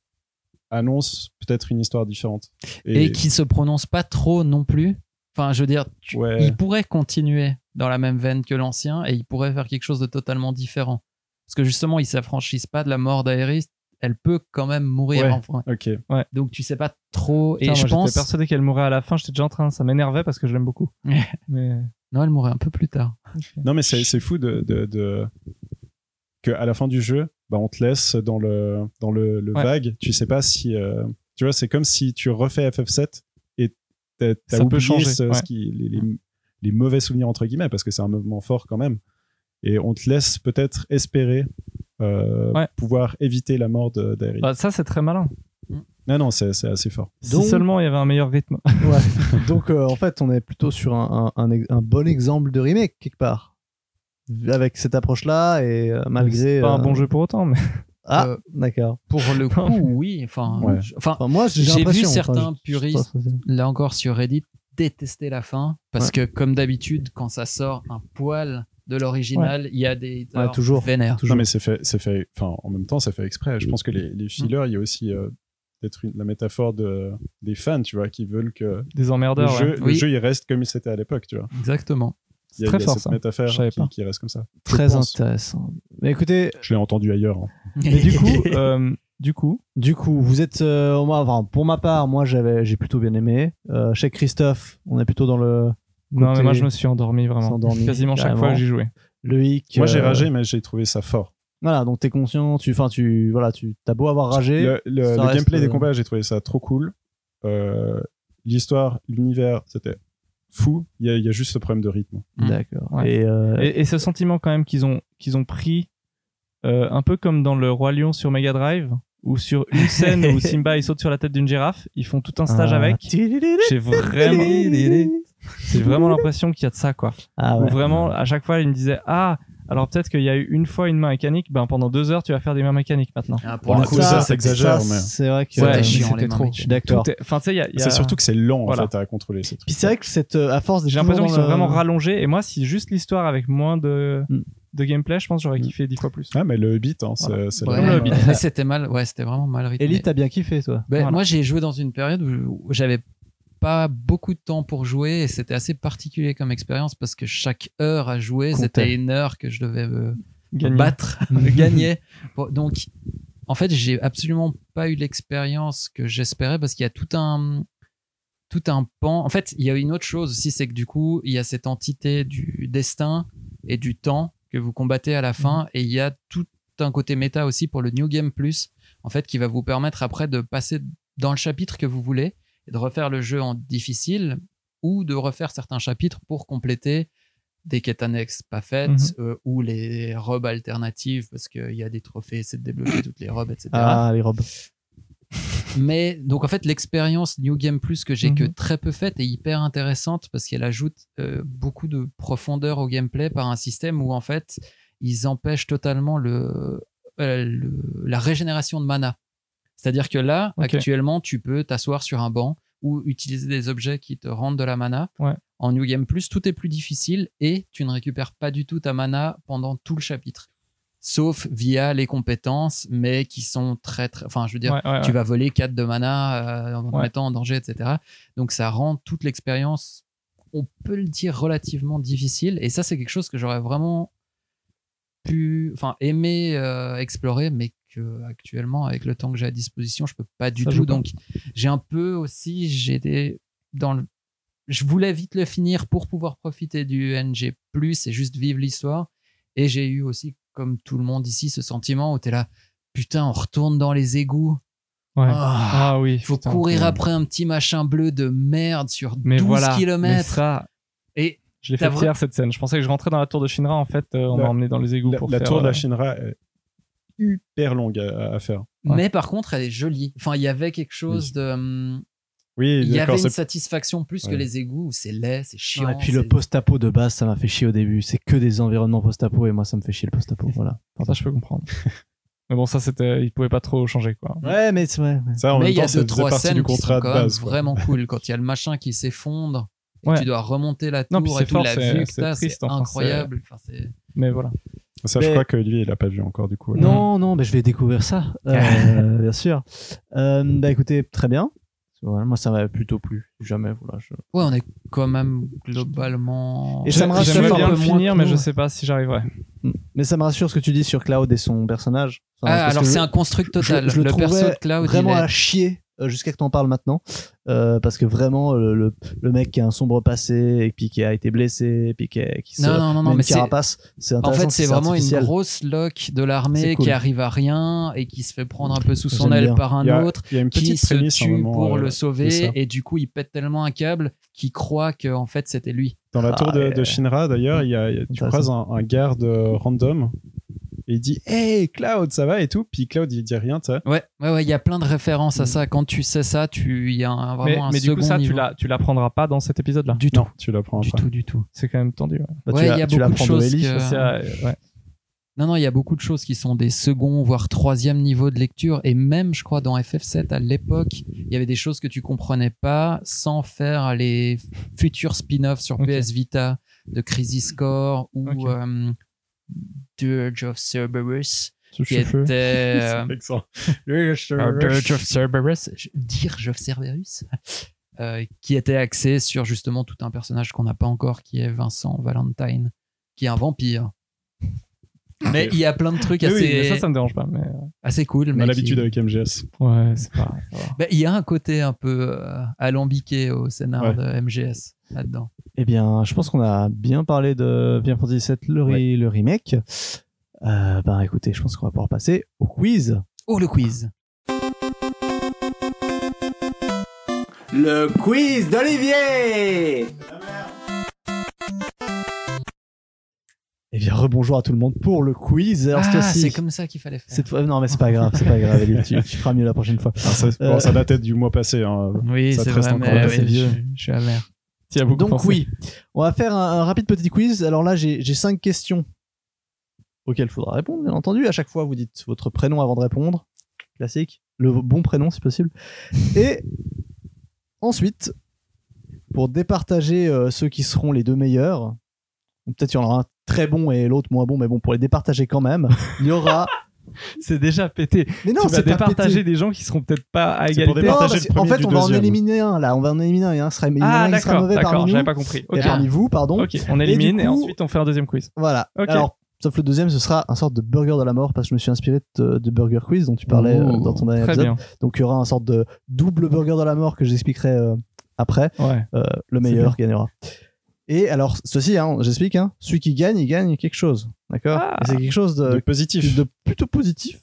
F: annonce peut-être une histoire différente.
E: Et, qui se prononce pas trop non plus. Enfin, je veux dire, tu-
F: Ouais.
E: il pourrait continuer dans la même veine que l'ancien, et il pourrait faire quelque chose de totalement différent. Parce que justement, ils s'affranchissent pas de la mort d'Aerys. Elle peut quand même mourir.
F: Ouais.
E: enfin.
F: Ok.
E: Donc tu sais pas trop.
D: Putain,
E: et
D: moi,
E: je
D: j'étais
E: pense.
D: persuadé qu'elle mourrait à la fin. J'étais déjà en train, ça m'énervait parce que je l'aime beaucoup. Mais
E: Non, elle mourrait un peu plus tard.
F: Non, mais c'est c'est fou de, de, de- que à la fin du jeu, bah, on te laisse dans le, dans le, le
D: Ouais.
F: vague. Tu sais pas si. euh, tu vois, c'est comme si tu refais FF7 et t'as t'as
D: Ça peut
F: oublié
D: changer,
F: ce- ce
D: ouais.
F: qui- les, les- les mauvais souvenirs, entre guillemets, parce que c'est un mouvement fort quand même. Et on te laisse peut-être espérer euh,
D: Ouais.
F: pouvoir éviter la mort de- d'Aerith.
D: Bah, ça, c'est très malin.
F: Non, non, c'est c'est assez fort.
C: Donc-
D: Si seulement il y avait un meilleur rythme.
C: Ouais. Donc, euh, en fait, on est plutôt sur un, un- un ex- un bon exemple de remake, quelque part. Avec cette approche-là, et euh, malgré.
D: C'est pas un
C: euh,
D: bon jeu pour autant, mais
C: Ah,
E: Euh,
C: d'accord.
E: Pour le coup, oui. Enfin,
F: Ouais.
E: je- enfin,
C: Enfin, moi, j'ai
E: J'ai vu
C: l'impression, enfin,
E: certains
C: je- je-
E: puristes là encore sur Reddit, détester la fin parce
C: Ouais.
E: que comme d'habitude, quand ça sort un poil de l'original, il y a des haters
C: Ouais, toujours.
E: vénères.
C: Toujours.
D: Mm.
F: Non, mais c'est fait, c'est fait. Enfin, en même temps, c'est fait exprès. Je pense que les, les fillers, il y a aussi euh, peut-être une- la métaphore de, des fans, tu vois, qui veulent que
D: Des
F: le
D: emmerdeurs. ouais.
F: jeu, le
E: Oui.
F: jeu, il reste comme il s'était à l'époque, tu vois.
E: Exactement.
F: Il y a,
D: très
F: il y a
D: fort,
F: cette
D: ça.
F: métaphore
D: Je savais
F: qui,
D: pas.
F: qui reste comme ça. Je
C: Très
F: pense.
C: intéressant. Mais écoutez,
F: Je l'ai entendu ailleurs. hein.
D: Mais du coup, euh, du coup,
C: Du coup, vous êtes, euh, moi, enfin, pour ma part, moi, j'avais, j'ai plutôt bien aimé. Euh, chez Christophe, on est plutôt dans le
D: non, mais moi
C: Côté-
D: je me suis endormi vraiment.
C: s'endormir,
D: Ah Quasiment chaque fois que
C: carrément.
D: j'y jouais.
C: Loïc.
F: Moi, j'ai
C: euh,
F: ragé, mais j'ai trouvé ça fort.
C: Voilà, donc t'es conscient, tu, enfin, tu, voilà, tu, t'as beau avoir ragé.
F: Le, le-
C: ça
F: le
C: reste,
F: gameplay
C: euh,
F: des combats, j'ai trouvé ça trop cool. Euh, L'histoire, l'univers, c'était fou. Il y, a- il y a juste le problème de rythme.
C: D'accord.
D: Ouais.
C: Et, euh,
D: Et, et ce sentiment quand même qu'ils ont, qu'ils ont pris, euh, un peu comme dans le Roi Lion sur Mega Drive, ou sur une scène où Simba il saute sur la tête d'une girafe, ils font tout un stage
C: ah,
D: avec.
C: tidididi.
D: J'ai vraiment, j'ai vraiment l'impression qu'il y a de ça quoi.
C: Ah
D: Où
C: ouais.
D: vraiment, à chaque fois, il me disait Ah, alors peut-être qu'il y a eu une fois une main mécanique, ben pendant deux heures, tu vas faire des mains mécaniques maintenant.
E: Ah, pour
F: Bon,
E: le
F: coup, ça, c'est exagère,
C: ça,
F: mais-
C: c'est vrai que euh,
E: C'était
D: Ouais, mais
E: chiant,
D: c'était
E: les mains
D: trop.
E: mécaniques.
C: Je suis d'accord.
D: Tout est- Enfin, tu sais, il y a. il y a-
F: C'est surtout que c'est lent,
D: Voilà.
F: en fait, à contrôler ces trucs.
C: Puis c'est vrai que cette, euh, à force d'être
D: J'ai l'impression
C: toujours
D: qu'ils sont
C: dans le-
D: vraiment rallongés, et moi, si juste l'histoire avec moins de,
C: Mm.
D: de gameplay, je pense que j'aurais kiffé dix fois plus.
F: Ah, mais le Hobbit, hein, c'est
D: Voilà.
F: c'est
E: Ouais,
F: vraiment-
D: le Hobbit.
E: mais c'était mal, ouais, c'était vraiment mal rythmé.
C: Ellie, t'as bien kiffé, toi.
E: Ben,
D: Voilà.
E: Moi, j'ai joué dans une période où où j'avais pas beaucoup de temps pour jouer et c'était assez particulier comme expérience parce que chaque heure à jouer,
C: Comptait.
E: c'était une heure que je devais euh,
D: Gagner.
E: battre, gagner. Bon, donc, en fait, j'ai absolument pas eu l'expérience que j'espérais parce qu'il y a tout un tout un pan. En fait, il y a une autre chose aussi, c'est que du coup, il y a cette entité du destin et du temps que vous combattez à la fin, et il y a tout un côté méta aussi pour le New Game Plus, en fait, qui va vous permettre après de passer dans le chapitre que vous voulez et de refaire le jeu en difficile ou de refaire certains chapitres pour compléter des quêtes annexes pas faites
D: Mhm.
E: euh, ou les robes alternatives parce qu'il y a des trophées, c'est de débloquer toutes les robes, etc.
C: Ah, les robes.
E: Mais donc en fait l'expérience New Game Plus que j'ai que
D: Mhm.
E: très peu faite est hyper intéressante parce qu'elle ajoute euh, beaucoup de profondeur au gameplay par un système où en fait ils empêchent totalement le, euh, le- la régénération de mana. C'est-à-dire que là
D: Ok.
E: actuellement tu peux t'asseoir sur un banc ou utiliser des objets qui te rendent de la mana.
D: Ouais.
E: En New Game Plus tout est plus difficile et tu ne récupères pas du tout ta mana pendant tout le chapitre. Sauf via les compétences, mais qui sont très, très. Enfin, je veux dire,
D: Ouais, ouais, ouais.
E: tu vas voler 4 de mana euh, en te
D: Ouais.
E: mettant en danger, etc. Donc ça rend toute l'expérience, on peut le dire, relativement difficile. Et ça, c'est quelque chose que j'aurais vraiment pu, enfin, aimé euh, explorer, mais que actuellement, avec le temps que j'ai à disposition, je peux pas du
D: Ça
E: tout.
D: joue pas.
E: Donc j'ai un peu aussi, j'étais dans le. Je voulais vite le finir pour pouvoir profiter du NG+, et juste vivre l'histoire. Et j'ai eu aussi, comme tout le monde ici, ce sentiment où t'es là, putain, on retourne dans les égouts.
D: Ouais.
E: Ah,
D: Ah oui.
E: faut
D: putain.
E: courir après un petit machin bleu de merde sur 12
D: Mais voilà. Mais
E: km.
D: ça,
E: Et
D: je l'ai
E: T'as
D: fait
E: vra-
D: fier cette scène. Je pensais que je rentrais dans la tour de Shinra, en fait, euh, on
F: La-
D: m'a emmené dans les égouts
F: La,
D: pour
F: la
D: faire.
F: tour de
D: euh,
F: la Shinra est hyper longue à, à faire.
D: Ouais.
E: Mais par contre, elle est jolie. Enfin, il y avait quelque chose de. hum,
F: Oui,
E: Il y avait
F: d'accord.
E: une
F: c'est-
E: satisfaction plus que
F: Ouais.
E: les égouts où c'est laid, c'est chiant.
C: Ouais, et puis le
E: c'est-
C: post-apo de base, ça m'a fait chier au début. C'est que des environnements post-apo et moi, ça me fait chier le post-apo. Voilà.
D: Ça, je peux comprendre. mais bon, ça, c'était. Ils pouvaient pas trop changer, quoi.
C: Ouais, mais c'est vrai.
F: Ça, en
E: Mais
F: même
E: il y
F: temps,
E: a
F: ça
E: deux,
F: faisait
E: trois
F: partie
E: scènes
F: du
E: qui sont
F: contrat de
E: quand même
F: base. quoi.
E: vraiment cool. Quand il y a le machin qui s'effondre et
D: Ouais.
E: que tu dois remonter la tour
D: Non, puis
E: et
D: c'est
E: tout,
D: fort,
E: la
D: c'est-
E: vue que
D: c'est
E: t'as, c'est
D: triste, enfin, c'est-
E: incroyable. Enfin, c'est-
D: Mais voilà.
F: Ça,
C: Mais-
F: je crois que lui, il a pas vu encore, du coup.
C: Non, non, mais je vais découvrir ça, euh, bien sûr. Euh, bah écoutez, très bien. Voilà, moi, ça m'a plutôt plu. Jamais, voilà. je-
E: Ouais, on est quand même globalement.
C: Et ça me rassure
D: J'aimerais
C: un
D: bien
C: peu
D: le
C: moins
D: finir,
C: que
D: mais
C: nous,
D: je
C: ouais.
D: sais pas si j'arriverai.
C: Mais ça me rassure ce que tu dis sur Cloud et son personnage. Enfin,
E: Ah,
C: parce
E: alors
C: que
E: c'est
C: je-
E: un construct total.
C: je- je le
E: le perso
C: trouvais
E: de Cloud, il
C: vraiment
E: est-
C: à chier euh, jusqu'à que t'en parles maintenant. Euh, parce que vraiment, euh, le, le mec qui a un sombre passé et puis qui a été blessé et puis qui, a- qui se.
E: Non, non, non,
C: met
E: non,
C: une
E: mais c'est.
C: carapace, c'est
E: En
C: intéressant.
E: fait,
C: parce que
E: c'est vraiment une
C: artificiel.
E: grosse loque de l'armée
C: C'est cool.
E: qui arrive à rien et qui se fait prendre un peu sous son
C: J'aime
E: aile
C: bien.
E: par un
F: Il y a,
E: autre
F: il y a une
E: qui
F: petite
E: se
F: prémisse à un
E: tue
F: moment,
E: pour
F: euh,
E: le
F: ça.
E: sauver et du coup il pète tellement un câble qu'il croit que en fait c'était lui.
F: Dans la
C: Ah,
F: tour de,
C: ouais.
F: de Shinra, d'ailleurs, il y a- il y a- tu
C: Intéressant.
F: croises un, un garde euh, random et il dit Hey Cloud, ça va et tout. Puis Cloud, il dit rien, tu sais.
E: Ouais, ouais, ouais, il y a plein de références à ça. Quand tu sais ça, tu il y a un-
D: Mais,
E: vraiment un
D: mais du
E: second
D: coup, ça, tu
E: niveau.
D: la- tu l'apprendras pas dans cet épisode-là.
E: Du tout,
F: Non, tu l'apprends
E: du
F: après.
E: tout, du tout.
D: C'est quand même tendu. ouais.
C: Bah, tu
E: Ouais,
C: la-
E: il y a
C: tu la
E: beaucoup
C: prends
E: de choses
C: Ellie,
E: que-
D: C'est, euh, ouais.
E: Non, non, il y a beaucoup de choses qui sont des seconds, voire troisième niveau de lecture. Et même, je crois, dans FF7, à l'époque, il y avait des choses que tu comprenais pas sans faire les futurs spin-offs sur
D: Ok.
E: PS Vita de Crisis Core ou
D: Ok.
E: euh, Dirge of Cerberus. qui était euh,
F: Excellent.
E: euh, Dirge of Cerberus, je- Dirge of Cerberus, euh, qui était axé sur justement tout un personnage qu'on n'a pas encore, qui est Vincent Valentine, qui est un vampire. Mais il y a plein de trucs
D: Mais
E: assez,
D: oui, mais ça, ça me dérange pas. Mais...
E: assez cool.
F: On
E: mais
F: a
E: qui-
F: l'habitude avec MGS.
D: Ouais, c'est pas.
E: Ben, Il y a un côté un peu euh, alambiqué au scénar
F: Ouais.
E: de MGS là-dedans.
C: Eh bien, je pense qu'on a bien parlé de Final Fantasy VII, le, re- le remake. Euh, ben écoutez, je pense qu'on va pouvoir passer au quiz.
E: Oh, le quiz
A: Le quiz d'Olivier
C: Eh bien, rebonjour à tout le monde pour le quiz. Alors, cette
E: Ah,
C: fois-ci-
E: c'est comme ça qu'il fallait faire.
C: cette fois, non, mais c'est pas grave, c'est pas grave. Ellie, tu, tu feras mieux la prochaine fois.
F: Ah, ça, bon,
C: Euh.
F: ça datait du mois passé. hein.
E: Oui,
F: Ça
E: c'est
F: te reste
E: vrai,
F: encore
E: mais
F: là,
E: oui,
F: c'est vieux.
E: Je, je suis amer.
D: Il y a beaucoup
C: Donc
D: pensé.
C: oui, on va faire un, un rapide petit quiz. Alors là, j'ai j'ai cinq questions auxquelles il faudra répondre, bien entendu. À chaque fois, vous dites votre prénom avant de répondre. Classique. Le bon prénom, si possible. Et ensuite, pour départager euh, ceux qui seront les deux meilleurs, ou peut-être il y en aura un très bon et l'autre moins bon, mais bon, pour les départager quand même, il y aura...
D: C'est déjà pété.
C: Mais non,
D: tu vas
C: c'est pas pété.
D: départager des gens qui seront peut-être pas à
F: C'est pour
D: égalité.
C: Non,
F: départager
C: parce
F: le
C: qu'en
F: premier
C: fait,
F: du
C: on va en
F: deuxième.
C: éliminer un, là. On va en éliminer un. Il y en a un qui sera, il y en a
D: Ah
C: un qui sera
D: d'accord,
C: mauvais
D: d'accord,
C: parmi nous.
D: j'avais pas compris.
C: Et
D: Ok.
C: parmi vous, pardon.
D: Ok, on
C: Et du
D: élimine et,
C: coup-
D: ensuite on fait un deuxième quiz.
C: Voilà.
D: Ok.
C: Alors, sauf le deuxième, ce sera un sorte de burger de la mort parce que je me suis inspiré de, de Burger Quiz dont tu parlais
E: Ouh,
C: euh, dans ton dernier
D: Très
C: épisode.
D: bien.
C: Donc, il y aura un sorte de double burger de la mort que j'expliquerai euh, après.
D: Ouais.
C: Euh, le
D: C'est
C: meilleur gagnera. Et alors, ceci, hein, j'explique, hein, celui qui gagne, il gagne quelque chose. D'accord
D: Ah.
C: Et C'est quelque chose de,
F: De positif.
C: euh, de plutôt positif,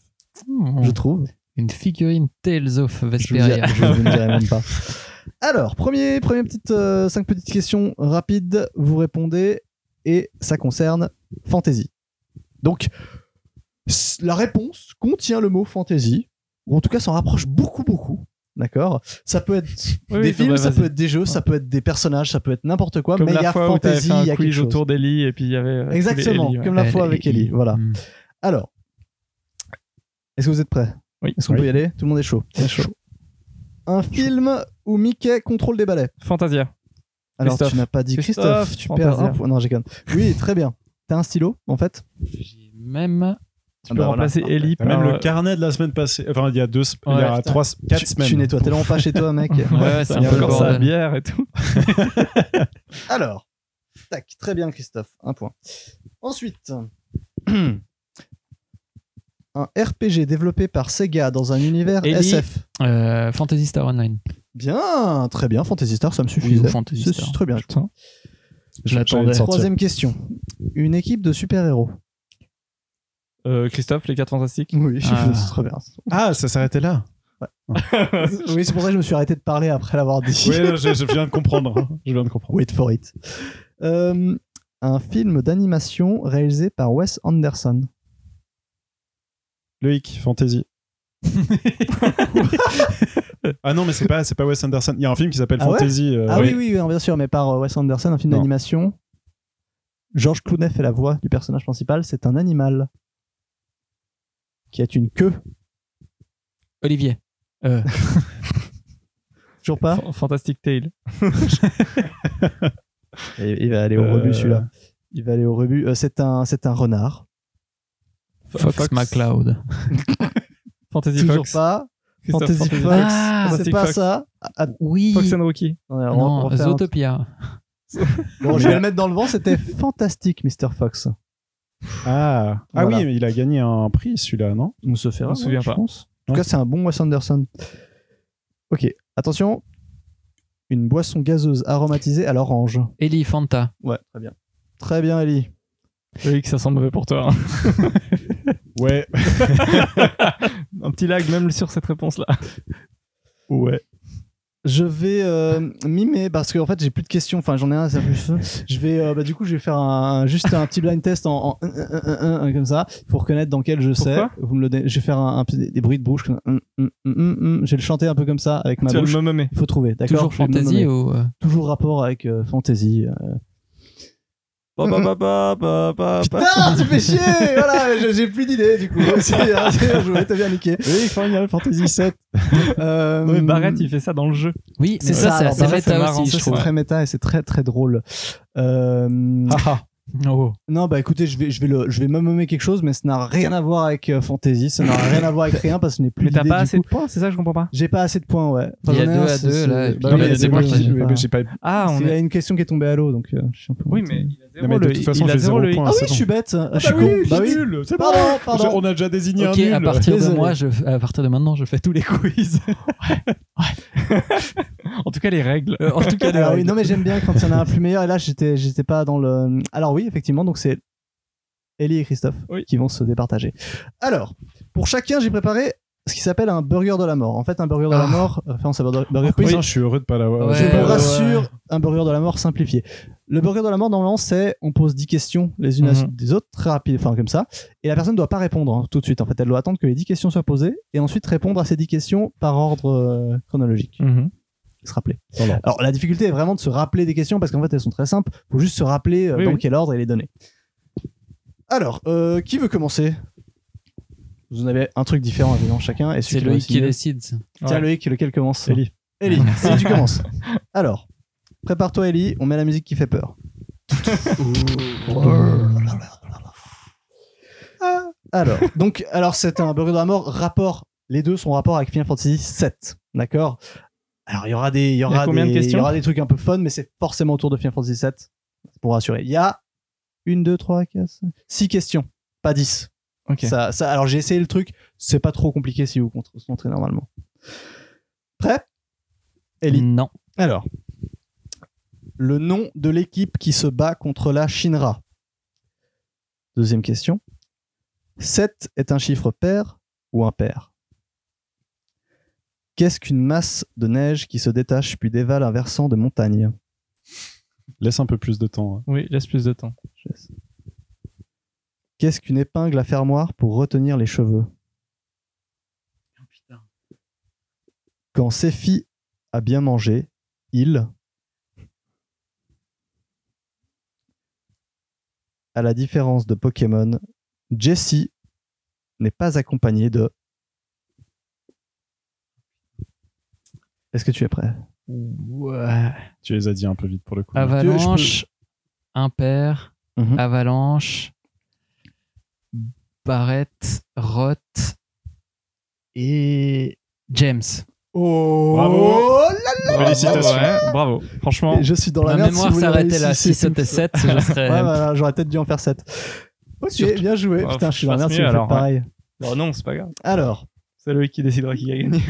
E: Hmm,
C: je trouve.
E: Une figurine Tales of
C: Je vous, dirai-
E: Vesperia.
C: je vous ne dirai même pas. Alors, premier, premier petite, euh, cinq petites questions rapides. Vous répondez et ça concerne fantasy. Donc, s- la réponse contient le mot fantasy, ou en tout cas s'en rapproche beaucoup, beaucoup. D'accord Ça peut être
D: Oui,
C: des
D: oui,
C: films,
D: bah,
C: ça
D: vas-y.
C: peut être des jeux, ça peut être des personnages, ça peut être n'importe quoi,
D: Comme
C: mais il y
D: la
C: a
D: fois où t'avais
C: fantasy,
D: fait un
C: il y a quelque
D: quiz
C: chose.
D: autour d'Eli et puis il y avait. euh, tous les
C: Exactement,
D: Ellie, ouais.
C: comme la fois avec Ellie. Voilà.
E: Hmm.
C: Alors, est-ce que vous êtes prêts
D: Oui.
C: Est-ce qu'on
D: Oui.
C: peut y aller Tout le monde est chaud. Un film où Mickey contrôle des balais.
D: Fantasia.
C: Alors
D: Christophe.
C: tu n'as pas dit Christophe,
D: Christophe,
C: tu
D: Fantasia.
C: perds un point. Non, j'ai quand Oui, très bien. T'as un stylo en fait
E: J'ai même
D: Tu
C: Bah,
D: peux remplacer
C: Ah,
D: Ellie
F: T'as
D: par.
F: même
D: euh,
F: le carnet de la semaine passée. Enfin, il y a deux, se- il y a
E: putain.
F: trois, se- quatre
C: tu,
F: semaines.
C: Tu nettoies tellement pas chez toi, mec.
E: Ouais, c'est
D: il y
E: un
D: a
E: peu le
D: encore sa
E: bordel.
D: bière et tout.
C: Alors, tac, très bien Christophe, un point. Ensuite, un RPG développé par Sega dans un univers
E: Ellie.
C: SF.
E: euh, Fantasy Star Online.
C: Bien, très bien. Fantasy Star, ça me
E: Oui, ou
C: suffisait.
E: Fantasy
C: C'est-
E: Star.
C: c'est très bien.
D: Putain.
E: Je l'attendais.
F: J'allais te sortir.
C: Troisième question. Une équipe de super-héros.
D: Euh, Christophe, les 4 fantastiques.
C: Oui,
E: Ah.
C: c'est très bien.
F: Ah, ça s'arrêtait là.
C: Oui, c'est pour ça que je me suis arrêté de parler après l'avoir dit.
F: Oui, là, je, je viens de comprendre. hein. Je viens de comprendre.
C: Wait for it. Euh, un film d'animation réalisé par Wes Anderson.
F: Loïc, fantasy. ah non, mais c'est pas, c'est pas Wes Anderson. Il y a un film qui s'appelle
C: Ah ouais
F: Fantasy. euh,
C: ah oui, oui, oui, non, bien sûr, mais par euh, Wes Anderson, un film
F: Non.
C: d'animation. Georges Clooney fait la voix du personnage principal. C'est un animal qui a une queue.
E: Olivier. Euh,
C: Toujours pas
D: Fan- Fantastic Tale.
C: Et Il va aller au
F: Euh,
C: rebut, celui-là. Il va aller au rebut. Euh, c'est un, c'est un renard.
E: Fox, McCloud.
D: Fantasy
C: Toujours
D: Fox.
C: pas.
D: Christophe,
C: Fantasy
D: Fantasy
C: Fox.
E: Ah,
C: c'est
D: Fantastic
C: pas
D: Fox.
C: ça. Ah,
E: Oui.
D: Fox and Rocky.
C: attendez, Ah, on va- on
E: non,
C: va faire un-
E: Zootopia.
C: Bon, je vais le mettre dans le vent. C'était fantastique, Mr. Fox.
F: Ah, ah
C: Voilà.
F: oui, mais il a gagné un prix celui-là, non
C: On se fait
D: On se souvient
C: je
D: pas.
C: pense. En tout
F: Ouais.
C: cas, c'est un bon Wes Anderson. Ok, attention. Une boisson gazeuse aromatisée à l'orange.
E: Ellie Fanta.
C: Ouais, très bien. Très bien, Ellie.
D: Loïc, ça sent mauvais pour toi. hein.
F: Ouais.
D: Un petit lag même sur cette réponse-là.
F: Ouais.
C: Je vais euh, mimer parce qu'en fait j'ai plus de questions. Enfin j'en ai un, ça plus. Je vais euh, bah, du coup je vais faire un, juste un petit blind test en, en un, un, un, un, un, comme ça pour reconnaître dans quel je sais.
D: Pourquoi
C: Vous me le donnez- je vais faire un, un petit- des, bruits de bouche. Hum, comme un, un, un, un, un. hum. Je vais le chanter un peu comme ça avec ma
D: tu vas
C: bouche.
D: le me
C: Il faut trouver. D'accord.
E: Toujours
C: Je vais le nommer.
E: Fantasy ou. euh,
C: Toujours rapport avec euh, fantasy. euh,
D: Putain
C: Putain, tu fais chier Voilà, je- j'ai plus d'idées du coup. Merci, hein, c'est bien joué, t'as bien niqué.
F: Oui, Final Fantasy 7.
C: Euh,
D: Non, mais Barrett, il fait ça dans le jeu.
E: Oui,
C: C'est
E: mais
C: ça,
E: ça, c'est
C: alors,
E: assez
C: bah, ça,
D: c'est
E: méta
D: marrant,
E: aussi,
D: ça,
E: je
C: c'est
E: trouve.
C: très méta et c'est très très drôle. Euh,
F: Ah, ah.
E: Oh.
C: Non, bah écoutez, je vais, je vais, le, je vais me nommer quelque chose, mais ça n'a rien à voir avec euh, Fantasy, ça n'a rien à voir avec rien parce que je n'ai plus
D: Mais t'as
C: d'idée
D: pas
C: du
D: assez
C: coup.
D: de points, c'est ça que je comprends pas.
C: J'ai pas assez de points, ouais.
E: Il y a
C: j'en ai
E: deux
C: un,
E: à
C: c'est-
E: deux,
C: c'est-
E: là, et puis
C: bah
F: Non,
C: oui,
F: mais il y a
C: c'est
F: des
E: c'est
F: points
C: moi
E: bon,
F: qui.
C: j'ai
F: mais
C: pas-
F: J'ai pas.
D: Ah, on
C: C'est
D: est.
C: une question qui est tombée à l'eau, donc euh, je suis un peu.
D: Oui,
C: embêté.
D: mais il a
F: Non, mais
D: zéro
F: de
D: le-
F: toute façon,
D: il a
F: j'ai
D: zéro
F: zéro
D: le.
F: point.
C: Ah oui,
F: c'est
C: je suis bête. Ah, je
F: Ah
C: suis con.
F: oui,
C: Bah oui.
F: nul. C'est
C: Pardon,
F: bon.
C: pardon.
F: J'ai- On a déjà désigné
E: Ok,
F: un nul.
E: à partir de
C: Désolé.
E: moi, je, à partir de maintenant, je fais tous les quiz.
D: En tout cas, les règles. Ah
E: Euh, en tout cas, les
C: Alors Ah oui,
E: règles.
C: non, mais j'aime bien quand il y en a un plus meilleur. Et là, j'étais, j'étais pas dans le. Alors oui, effectivement, donc c'est Ellie et Christophe
D: Oui.
C: qui vont se départager. Alors, pour chacun, j'ai préparé ce qui s'appelle un burger de la mort. En fait, un burger de la
E: Ah.
C: mort. euh, Enfin, on burger, burger
F: Putain,
C: quiz.
F: je suis heureux de pas l'avoir.
E: Ouais,
C: Je vous
E: ouais,
C: rassure, un burger de la mort simplifié. Le burger de la mort, normalement, c'est on pose 10 questions les unes à la
D: Mhm.
C: suite des autres, très rapide, enfin comme ça, et la personne ne doit pas répondre hein, tout de suite. En fait, elle doit attendre que les 10 questions soient posées et ensuite répondre à ces 10 questions par ordre euh, chronologique.
D: Mhm.
C: Se rappeler.
F: Dans l'ordre.
C: Alors, la difficulté est vraiment de se rappeler des questions parce qu'en fait, elles sont très simples. faut juste se rappeler euh,
D: Oui,
C: dans
D: oui.
C: quel ordre et les donner. Alors, euh, qui veut commencer Vous en avez un truc différent évidemment chacun. et celui
E: C'est
C: qui va
E: Loïc
C: signer-
E: qui décide. ça.
C: Tiens,
D: Ouais.
C: Loïc, lequel commence
F: Ellie.
C: Ellie, si tu commences. Alors, prépare-toi, Ellie, on met la musique qui fait peur. Ah, alors, donc, alors c'est un burger de la mort, rapport, les deux sont en rapport avec Final Fantasy 7, d'accord Alors, il y aura des, il y aura
D: combien de
C: des, il y
D: questions
C: aura des trucs un peu fun, mais c'est forcément autour de Final Fantasy 7, pour rassurer. Il y a une, deux, trois, quatre, cinq, six questions, pas 10.
D: Ok.
C: Ça, ça, alors, j'ai essayé le truc, c'est pas trop compliqué si vous vous concentrez normalement. Prêt Ellie.
E: Non.
C: Alors, le nom de l'équipe qui se bat contre la Shinra. Deuxième question. 7 est un chiffre pair ou impair Qu'est-ce qu'une masse de neige qui se détache puis dévale un versant de montagne
F: Laisse un peu plus de temps. hein.
D: Oui, laisse plus de temps.
C: Qu'est-ce qu'une épingle à fermoir pour retenir les cheveux Quand Sephi a bien mangé, il. À la différence de Pokémon, Jessie n'est pas accompagnée de. Est-ce que tu es prêt
E: Ouais.
F: Tu les as dit un peu vite pour le coup.
E: Ah, Avalanche, impair,
C: Mhm.
E: avalanche, barrette, rot et James.
C: Oh
F: Bravo.
D: Bravo,
F: Félicitations.
D: ouais, Bravo. Franchement,
C: Je suis dans la
E: Ma
C: merde, si
E: mémoire
C: vous le
E: s'arrêtait là.
C: réussissez
E: Si c'était
C: tous.
E: 7, je serais.
C: Ouais, voilà, j'aurais peut-être dû en faire 7. Ok,
D: Surtout-
C: bien joué.
D: Oh,
C: Putain, je suis dans la
D: faut
C: merde
D: que
C: si vous
D: je fasse mieux,
C: faites
D: alors, ouais.
C: pareil.
D: Bon, non, c'est pas grave.
C: Alors,
D: C'est Loïc qui décidera qui a gagné.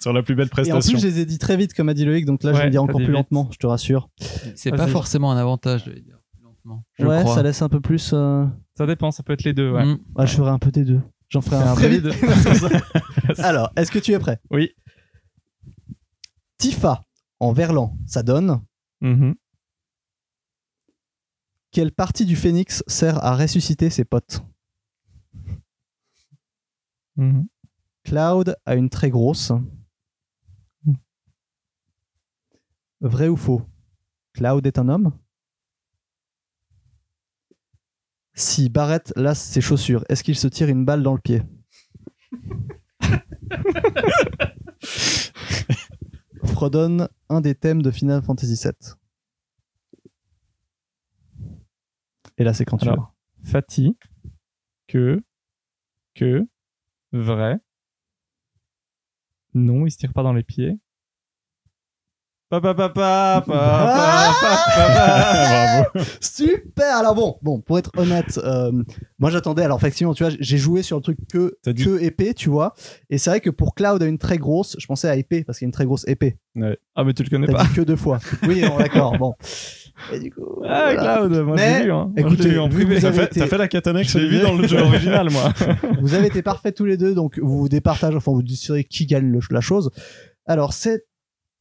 F: Sur la plus
C: et
F: belle
C: en plus,
F: prestation.
C: je les ai dit très vite, comme a dit Loïc, donc là, je
D: Ouais,
C: vais le dire
D: t'as
C: encore
D: dit
C: plus
D: vite.
C: lentement, je te rassure.
E: C'est pas
D: Vas-y.
E: forcément un avantage de les dire plus lentement. Je
C: ouais,
E: crois.
C: ça laisse un peu plus. euh,
D: Ça dépend, ça peut être les deux. Ouais.
E: Mm.
C: ah, je ferai un peu des deux. J'en ferai un, peu
D: peu
C: des
D: des
C: deux. Alors, est-ce que tu es prêt
D: Oui.
C: Tifa en verlan, ça donne.
D: Mhm.
C: Quelle partie du phénix sert à ressusciter ses potes
D: Mhm.
C: Cloud a une très grosse. Vrai ou faux Cloud est un homme Si Barrett lasse ses chaussures, est-ce qu'il se tire une balle dans le pied Fredonne un des thèmes de Final Fantasy VII. Et là, c'est quand tu
D: Alors, Fatih, que, que, vrai. Non, il se tire pas dans les pieds. Papa, papa, papa,
F: Bravo.
C: Super. Alors bon, bon, pour être honnête, euh, moi j'attendais. Alors effectivement, tu vois, j'ai joué sur le truc que
F: T'as dit-
C: que épée, tu vois. Et c'est vrai que pour Cloud a une très grosse, je pensais à épée parce qu'il a une très grosse épée.
D: Ah, mais tu le connais
C: T'as
D: pas.
C: dit que deux fois. Oui, bon, d'accord. Bon. Et du coup,
D: Ah,
C: voilà.
D: Cloud, moi
C: Mais,
D: j'ai lu. Hein.
C: écoutez,
D: moi, je l'ai lu en
C: vu
D: privé.
C: que vous
F: T'as
C: avez
F: fait,
C: été-
F: t'as fait la katana que
D: Je l'ai
F: Olivier
D: vu dans le jeu original, moi.
C: vous avez été parfaits tous les deux, donc vous vous départagez, enfin vous décidez qui gagne le- la chose. Alors c'est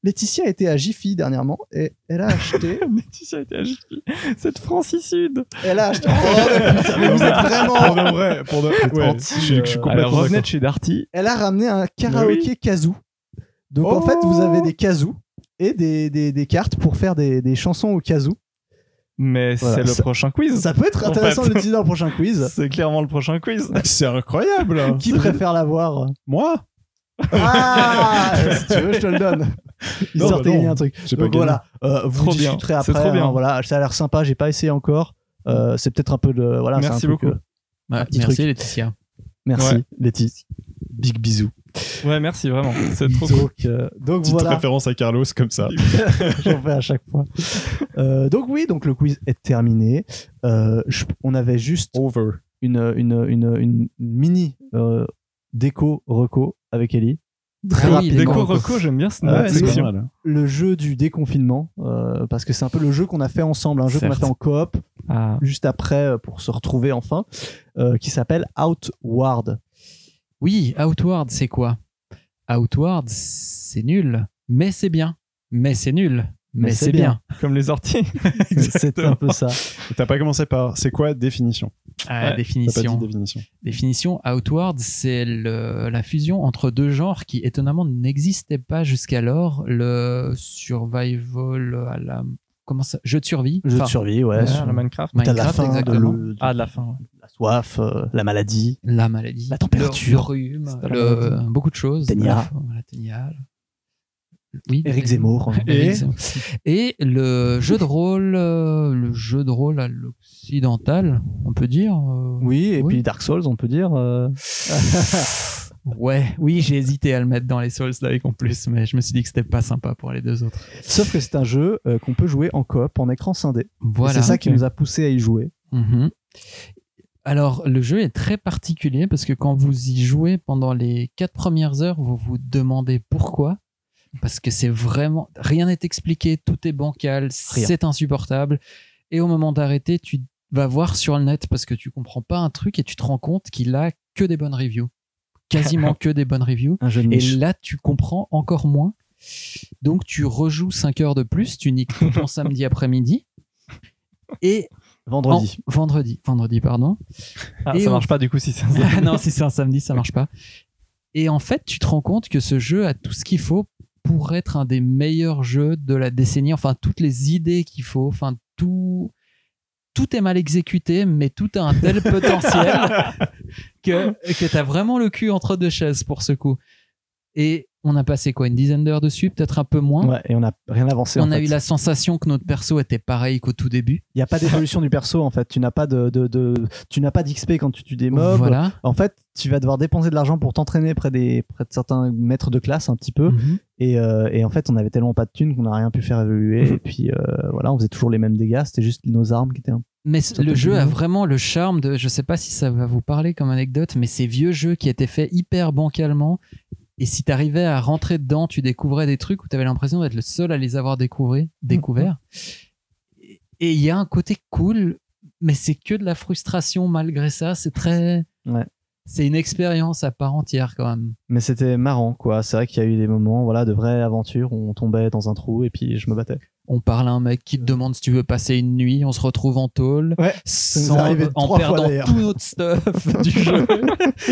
C: Laetitia était à Jiffy dernièrement et elle a acheté.
D: Laetitia était agitée. Cette francicide.
C: elle a acheté. Oh, mais putain, mais vous êtes
F: Pour
C: vraiment.
F: de vrai, pour de ouais,
C: anti,
F: je, suis- je suis
C: euh,
F: complètement
D: Alors, revenait de
F: d'accord.
D: chez Darty.
C: elle a ramené un karaoké kazoo. Donc en
D: Oh.
C: fait, vous avez des kazoo et des, des, des cartes pour faire des, des chansons au kazoo.
D: Mais
C: Voilà,
D: c'est le
C: ça-
D: prochain quiz.
C: Ça peut être
D: En
C: intéressant
D: fait.
C: de l'utiliser dans le prochain quiz.
D: C'est clairement le prochain quiz.
F: C'est incroyable.
C: Qui préfère l'avoir
F: Moi
C: Ah Si tu veux, je te le donne. Il
F: Non,
C: sortait
F: bah non.
C: il y a un truc.
F: J'ai pas
C: Donc
F: gagné.
C: voilà, euh, vous
D: Trop bien.
C: discuterez
D: C'est
C: après.
D: trop bien.
C: hein, voilà, ça a l'air sympa. J'ai pas essayé encore. Euh, c'est peut-être un peu de voilà. c'est
D: Merci
C: un truc,
D: beaucoup.
C: euh,
E: Ouais,
C: Un petit
E: Bah, merci
C: truc.
E: Laetitia.
C: merci,
D: Ouais.
C: Letty. Big bisous.
D: Ouais, merci vraiment. C'est trop cool.
C: Donc, euh, donc
F: Petite
C: voilà.
F: référence à Carlos comme ça.
C: J'en fais à chaque fois. Euh, donc oui, donc le quiz est terminé. Euh, je- on avait juste
F: Over.
C: une, une, une, une mini euh, déco reco avec Ellie. Très
E: Ah oui, il est
C: rapidement.
D: Déco
E: mort.
D: reco, j'aime bien cette
F: Ah
C: Ouais,
D: nouvelle
C: c'est
D: section.
F: pas mal. hein.
C: Le jeu du déconfinement, euh, parce que c'est un peu le jeu qu'on a fait ensemble, un jeu qu'on a
D: Certes.
C: fait en coop
D: Ah,
C: juste après euh, pour se retrouver enfin, euh, qui s'appelle Outward.
E: Oui, Outward, c'est quoi Outward, c'est nul, mais c'est bien. Mais c'est nul, mais, c'est bien.
D: comme les orties.
C: C'est un peu ça.
F: T'as pas commencé par c'est quoi définition
E: Ah,
F: T'as pas dit
D: Ouais,
E: définition.
F: définition.
E: Définition, Outward, c'est le- la fusion entre deux genres qui étonnamment n'existaient pas jusqu'alors. Le survival à la... Comment ça Jeu de survie.
C: Jeu de
E: Enfin,
C: survie, Bah, ouais.
E: Ouais,
C: sur-
D: Ah, le Minecraft.
C: T'as la
E: Minecraft,
C: faim, de
E: exactement.
C: le- de
D: Ah, de la fin, ouais.
C: la soif, euh, la maladie.
E: La maladie.
C: La température.
E: Le rhume.
C: C'est pas la
E: le- beaucoup de choses.
C: Ténia.
E: La- la ténia. Oui,
C: Eric Zemmour.
E: Eric Zemmour. Et le jeu de rôle, euh, le jeu de rôle à l'occidental, on peut dire. euh,
C: Oui, et
E: Oui.
C: puis Dark Souls, on peut dire. euh,
E: Ouais, oui, j'ai hésité à le mettre dans les Souls Like en plus, mais je me suis dit que c'était pas sympa pour les deux autres.
C: Sauf que c'est un jeu euh, qu'on peut jouer en coop, en écran scindé. Et
E: Voilà.
C: c'est ça qui
E: Ok.
C: nous a poussé à y jouer.
E: Mhm. Alors, le jeu est très particulier parce que quand vous y jouez pendant les quatre premières heures, vous vous demandez pourquoi. Parce que c'est vraiment. Rien n'est expliqué, tout est bancal, c'est insupportable. Et au moment d'arrêter, tu vas voir sur le net parce que tu comprends pas un truc et tu te rends compte qu'il a que des bonnes reviews. Quasiment que des bonnes reviews.
C: Un jeu de
E: Et
C: niche.
E: là, tu comprends encore moins. Donc, tu rejoues 5 heures de plus, tu niques tout ton samedi après-midi. Et
C: Vendredi.
E: en- vendredi, vendredi, pardon.
D: Ah,
E: Et
D: ça
E: on-
D: marche pas du coup si ça.
E: Ah non, si c'est un samedi, ça marche pas. Et en fait, tu te rends compte que ce jeu a tout ce qu'il faut pour être un des meilleurs jeux de la décennie. Enfin, toutes les idées qu'il faut. Enfin, tout. Tout est mal exécuté, mais tout a un tel potentiel que, que t'as vraiment le cul entre deux chaises pour ce coup. Et on a passé quoi Une dizaine d'heures dessus, peut-être un peu moins.
C: Ouais, et on n'a rien avancé.
E: on
C: en
E: a
C: fait.
E: eu la sensation que notre perso était pareil qu'au tout début.
C: Il n'y a pas d'évolution du perso en fait. Tu n'as pas de, de- de- tu n'as pas d'XP quand tu tues des mobs.
E: voilà.
C: En fait, tu vas devoir dépenser de l'argent pour t'entraîner près des près de certains maîtres de classe un petit peu.
E: Mhm.
C: Et, euh, et en fait, on avait tellement pas de thunes qu'on n'a rien pu faire
E: Mm.
C: évoluer. et puis euh, voilà, on faisait toujours les mêmes dégâts. C'était juste nos armes qui étaient. un-
E: Mais
C: peut
E: le
C: être
E: jeu a
C: mignon.
E: vraiment le charme de, je sais pas si ça va vous parler comme anecdote, mais ces vieux jeux qui étaient faits hyper bancalement. Et si t'arrivais à rentrer dedans, tu découvrais des trucs où t'avais l'impression d'être le seul à les avoir découvrés, découverts. Et- Et il y a un côté cool, mais c'est que de la frustration malgré ça. C'est très.
C: Ouais.
E: C'est une expérience à part entière quand même.
C: Mais c'était marrant quoi. C'est vrai qu'il y a eu des moments voilà de vraies aventures où on tombait dans un trou et puis je me battais.
E: On parle à un mec qui te demande si tu veux passer une nuit, on se retrouve en tôle,
C: Ouais, nous est
E: sans,
C: arrivé
E: en
C: trois fois,
E: perdant
C: d'ailleurs.
E: tout notre stuff du jeu.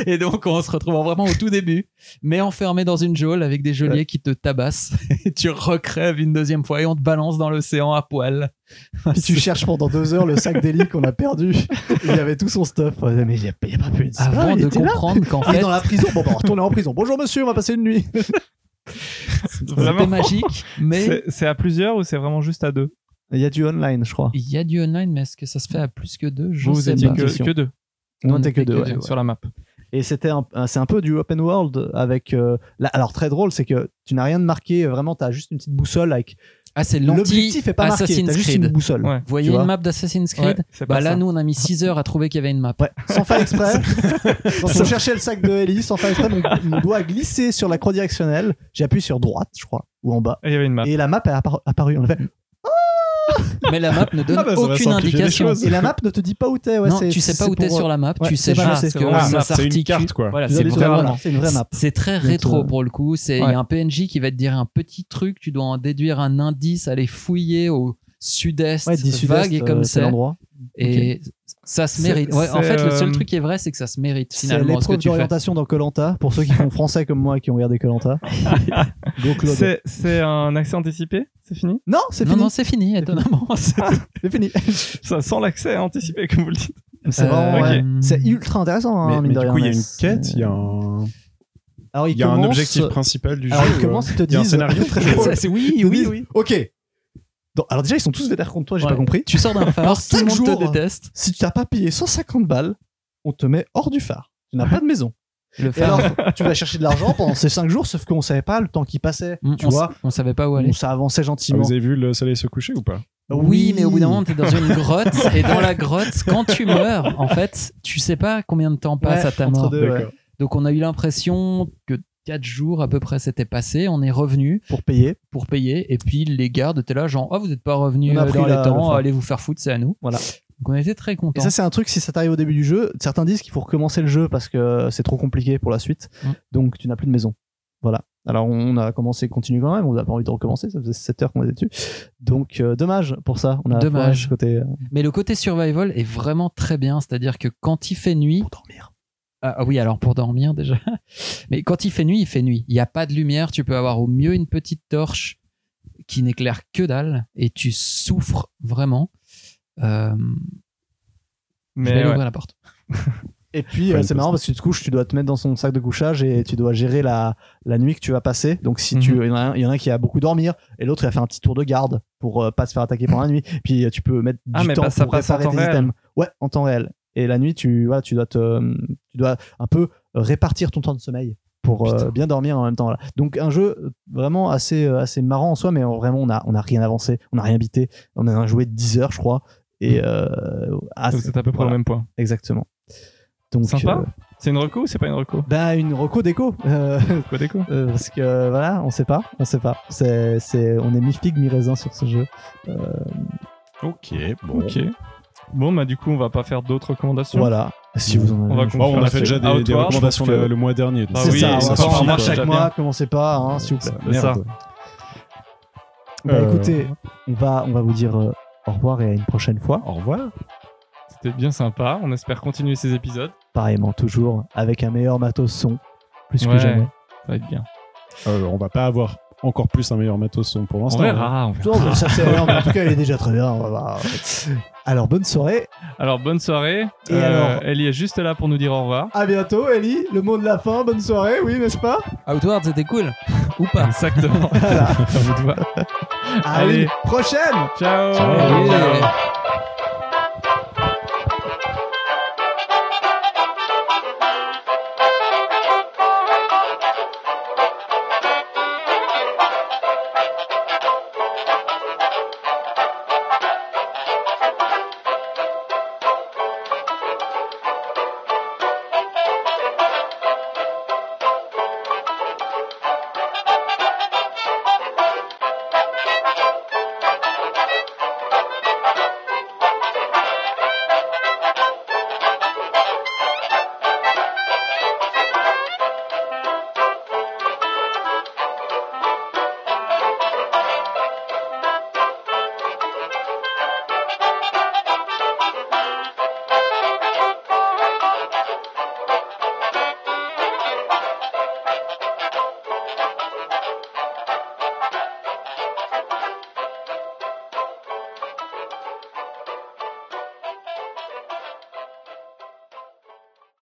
E: Et donc on se retrouve vraiment au tout début, mais enfermé dans une geôle avec des geôliers qui te tabassent. Et tu recrèves une deuxième fois et on te balance dans l'océan à poil.
C: Puis tu cherches pendant deux heures le sac d'Eli qu'on a perdu. Il y avait tout son stuff. Ouais, Mais il n'y a, il y a pas pu être ça.
E: Avant
C: il
E: de
C: était là. Ah,
E: comprendre qu'en
C: Il est
E: fait,
C: dans la prison. Bon, bah, bon, retournez en prison. Bonjour monsieur, on va passer une nuit.
E: c'était
D: Vraiment.
E: magique, mais
D: C'est c'est à plusieurs ou c'est vraiment juste à deux
C: Il y a du online, je crois.
E: il y a du online, mais est-ce que ça se fait à plus que deux Je
D: Vous
E: sais
D: étiez
E: pas.
D: que,
C: Question.
D: que deux
E: On
C: Non, t'es
E: était
C: que deux.
E: que
C: ouais.
E: deux.
D: sur la map.
C: Et c'était un- un- c'est un peu du open world avec. euh, là, alors très drôle, c'est que tu n'as rien de marqué. Vraiment, t'as juste une petite boussole avec.
E: Ah, c'est l'anti
C: L'objectif est pas marqué.
E: Assassin's
C: T'as juste une
E: Creed.
C: boussole.
D: Ouais.
E: Vous voyez
C: Tu vois.
E: une map d'Assassin's Creed
D: Ouais, c'est
E: Bah
D: pas
E: là,
D: ça.
E: nous, on a mis 6 heures à trouver qu'il y avait une map.
C: Ouais, sans faire exprès. Quand on cherchait le sac de Ellie, sans faire exprès, mon, mon doigt a glissé sur la croix directionnelle. J'ai appuyé sur droite, je crois, ou en bas.
D: Et Il y avait une
E: Ah.
D: map.
C: Et la map est apparu- apparue. On a fait,
E: Mais la map ne donne
F: Ah bah, ça va
E: aucune
F: simplifier les
E: indication.
F: choses.
C: Et la map ne te dit pas où t'es. Ouais,
E: non,
C: c'est-
E: tu sais pas
C: c'est
E: où t'es
C: pour,
E: sur la map,
C: ouais,
E: tu sais
C: c'est pas- c'est
E: juste que
C: vraiment
E: ça
C: une
D: map, c'est une
E: s'articule.
F: Ah, carte, quoi.
E: Voilà,
C: Tu vas
E: c'est
C: aller sur la
E: vraiment-
C: map. C'est une vraie map.
E: C'est très rétro
C: euh,
E: pour le coup. C'est il y
D: ouais.
E: a un PNJ qui va te dire un petit truc, tu dois en déduire un indice, aller fouiller au sud-est,
C: Ouais, dit
E: vague
C: sud-est,
E: et comme
C: euh, c'est
E: c'est.
C: l'endroit.
E: Et ça se
D: C'est-
E: mérite. Ouais, en
D: c'est,
E: fait, le seul
D: euh,
E: truc qui est vrai, c'est que ça se mérite
C: C'est
E: finalement ce que
C: l'épreuve
E: tu fais.
C: d'orientation dans Colanta pour ceux qui font français comme moi et qui ont regardé Colanta. Go Claude.
D: C'est c'est un accès anticipé C'est fini
C: Non, c'est
E: Non,
C: fini.
E: non, c'est fini, étonnamment. C'est-
C: C'est fini.
D: Ça sent l'accès anticipé, comme vous le dites.
C: C'est
E: Euh,
C: vraiment. ouais.
E: ok.
C: C'est ultra intéressant. hein,
F: Mais,
C: mine
F: mais
C: de
F: du
C: rien,
F: coup, il y a
C: mais
F: une
C: c'est-
F: quête, il y a un.
C: Alors,
F: Il y a un
C: commence-
F: objectif principal du jeu.
C: Alors, ils
F: euh,
C: commencent, ils te
F: il y a un
C: disent-
F: scénario.
C: Très
F: Ils te
C: drôle.
E: Ça, c'est- oui,
C: Ils te
E: oui,
C: disent,
E: oui.
C: Ok. Donc, alors, déjà, ils sont tous vénères contre toi, j'ai
E: Ouais.
C: pas compris.
E: Tu sors d'un phare, tout
C: cinq
E: le monde
C: jours.
E: te déteste.
C: Si tu n'as pas payé 150 balles, on te met hors du phare. Tu n'as pas de maison.
E: Le
C: Et
E: phare,
C: alors, tu vas chercher de l'argent pendant ces 5 jours, sauf qu'on savait pas le temps qui passait.
E: Mm, on,
C: Tu
E: on s-
C: vois,
E: on savait pas où aller.
C: on ça avançait
F: Ah,
C: gentiment.
F: vous avez vu le soleil se coucher ou pas
E: Oui, mais au bout d'un moment, t'es dans une grotte, et dans la grotte, quand tu meurs, en fait, tu sais pas combien de temps passe
C: Ouais,
E: à ta
C: entre
E: mort.
C: deux, ouais,
F: D'accord.
E: Donc, on a eu l'impression que 4 jours à peu près s'étaient passés, on est revenu
C: pour payer.
E: pour payer, et puis les gardes étaient là, genre, ah, vous n'êtes pas revenu
C: On a
E: dans
C: pris
E: les
C: la- le
E: temps,
C: phare.
E: allez vous faire foutre, c'est à nous.
C: Voilà.
E: Donc, on était très
C: Et
E: contents.
C: ça, c'est un truc, si ça t'arrive au début du jeu, certains disent qu'il faut recommencer le jeu parce que c'est trop compliqué pour la suite.
E: Mm.
C: Donc, tu n'as plus de maison. Voilà. Alors, on a commencé, continue quand même. On n'a pas envie de recommencer. Ça faisait 7 heures qu'on était dessus. Donc, euh, dommage pour ça. On a
E: Dommage.
C: foiré ce côté euh,
E: Mais le côté survival est vraiment très bien, c'est-à-dire que quand il fait nuit,
C: pour dormir.
E: Ah ah oui, alors pour dormir déjà. Mais quand il fait nuit, il fait nuit. Il n'y a pas de lumière. Tu peux avoir au mieux une petite torche qui n'éclaire que dalle et tu souffres vraiment. Euh, je vais
D: Mais
E: aller
D: ouais.
E: ouvrir la porte.
C: Et puis,
F: Faut
C: euh,
F: une
C: c'est marrant
F: pause.
C: parce que tu te couches, tu dois te mettre dans son sac de couchage et tu dois gérer la, la nuit que tu vas passer. Donc, si
D: Mhm.
C: tu, il y en a un- il y en a un qui a beaucoup dormir et l'autre, il a fait un petit tour de garde pour euh, pas se faire attaquer pendant la nuit. Puis, euh, tu peux mettre
D: Ah,
C: du
D: mais
C: temps
D: pas- ça
C: pour
D: passe en
C: réparer
D: temps
C: tes
D: réel.
C: items. Ouais, en temps réel. Et la nuit, tu, voilà, tu dois te, tu dois un peu répartir ton temps de sommeil pour euh,
E: Putain.
C: bien dormir en même temps. voilà. Donc, un jeu euh, vraiment assez, euh, assez marrant en soi, mais on- vraiment, on a, on a rien avancé, on a rien bité. On a joué 10 heures, je crois. Et euh, ah,
D: Mmh. Donc, c'est à peu près
C: voilà.
D: au même point.
C: Exactement. Donc,
D: Sympa.
C: euh,
D: C'est une reco ou c'est pas une reco
C: bah, une reco déco. euh,
D: Quoi déco
C: euh, parce que euh, voilà, on sait pas, on sait pas. C'est, c'est, on est mi-fig, mi-raisin sur ce jeu.
F: Ok, bon.
D: Ok. Bon, bah du coup, on va pas faire d'autres recommandations.
C: Voilà. Si vous en avez.
D: On va
C: envie.
D: conclure.
F: Bon, on a fait déjà des, des
D: Outward,
F: recommandations
D: je pense que-
F: le, le mois dernier. donc
D: Ah
C: c'est
D: oui,
C: ça, on
D: ça
C: va
D: suffit,
C: pas en
D: quoi,
C: faire chaque
D: déjà
C: mois,
D: bien.
C: commencez pas, hein, s'il vous plaît.
D: C'est ça.
C: Bah,
F: Euh,
C: écoutez, on va, on va vous dire euh, au revoir et à une prochaine fois.
F: Au revoir.
D: C'était bien sympa. On espère continuer ces épisodes.
C: Pareillement, toujours avec un meilleur matos son, plus que
D: Ouais.
C: jamais.
D: Ça va être bien.
F: Euh, on va pas avoir encore plus un meilleur matos son pour
D: On
F: l'instant.
D: verra. on verra.
C: Non, mais ça, c'est rien, mais en tout cas, il est déjà très bien. on va- Alors, bonne soirée,
D: Alors, bonne soirée.
C: Et alors
D: Ellie est juste là pour nous dire au revoir.
C: à bientôt, Ellie. Le mot de la fin, bonne soirée, oui, n'est-ce pas
E: Outward, c'était cool. Ou pas.
D: Exactement. À vous de voir.
C: À
D: Allez.
C: une prochaine
D: Ciao.
E: Ciao.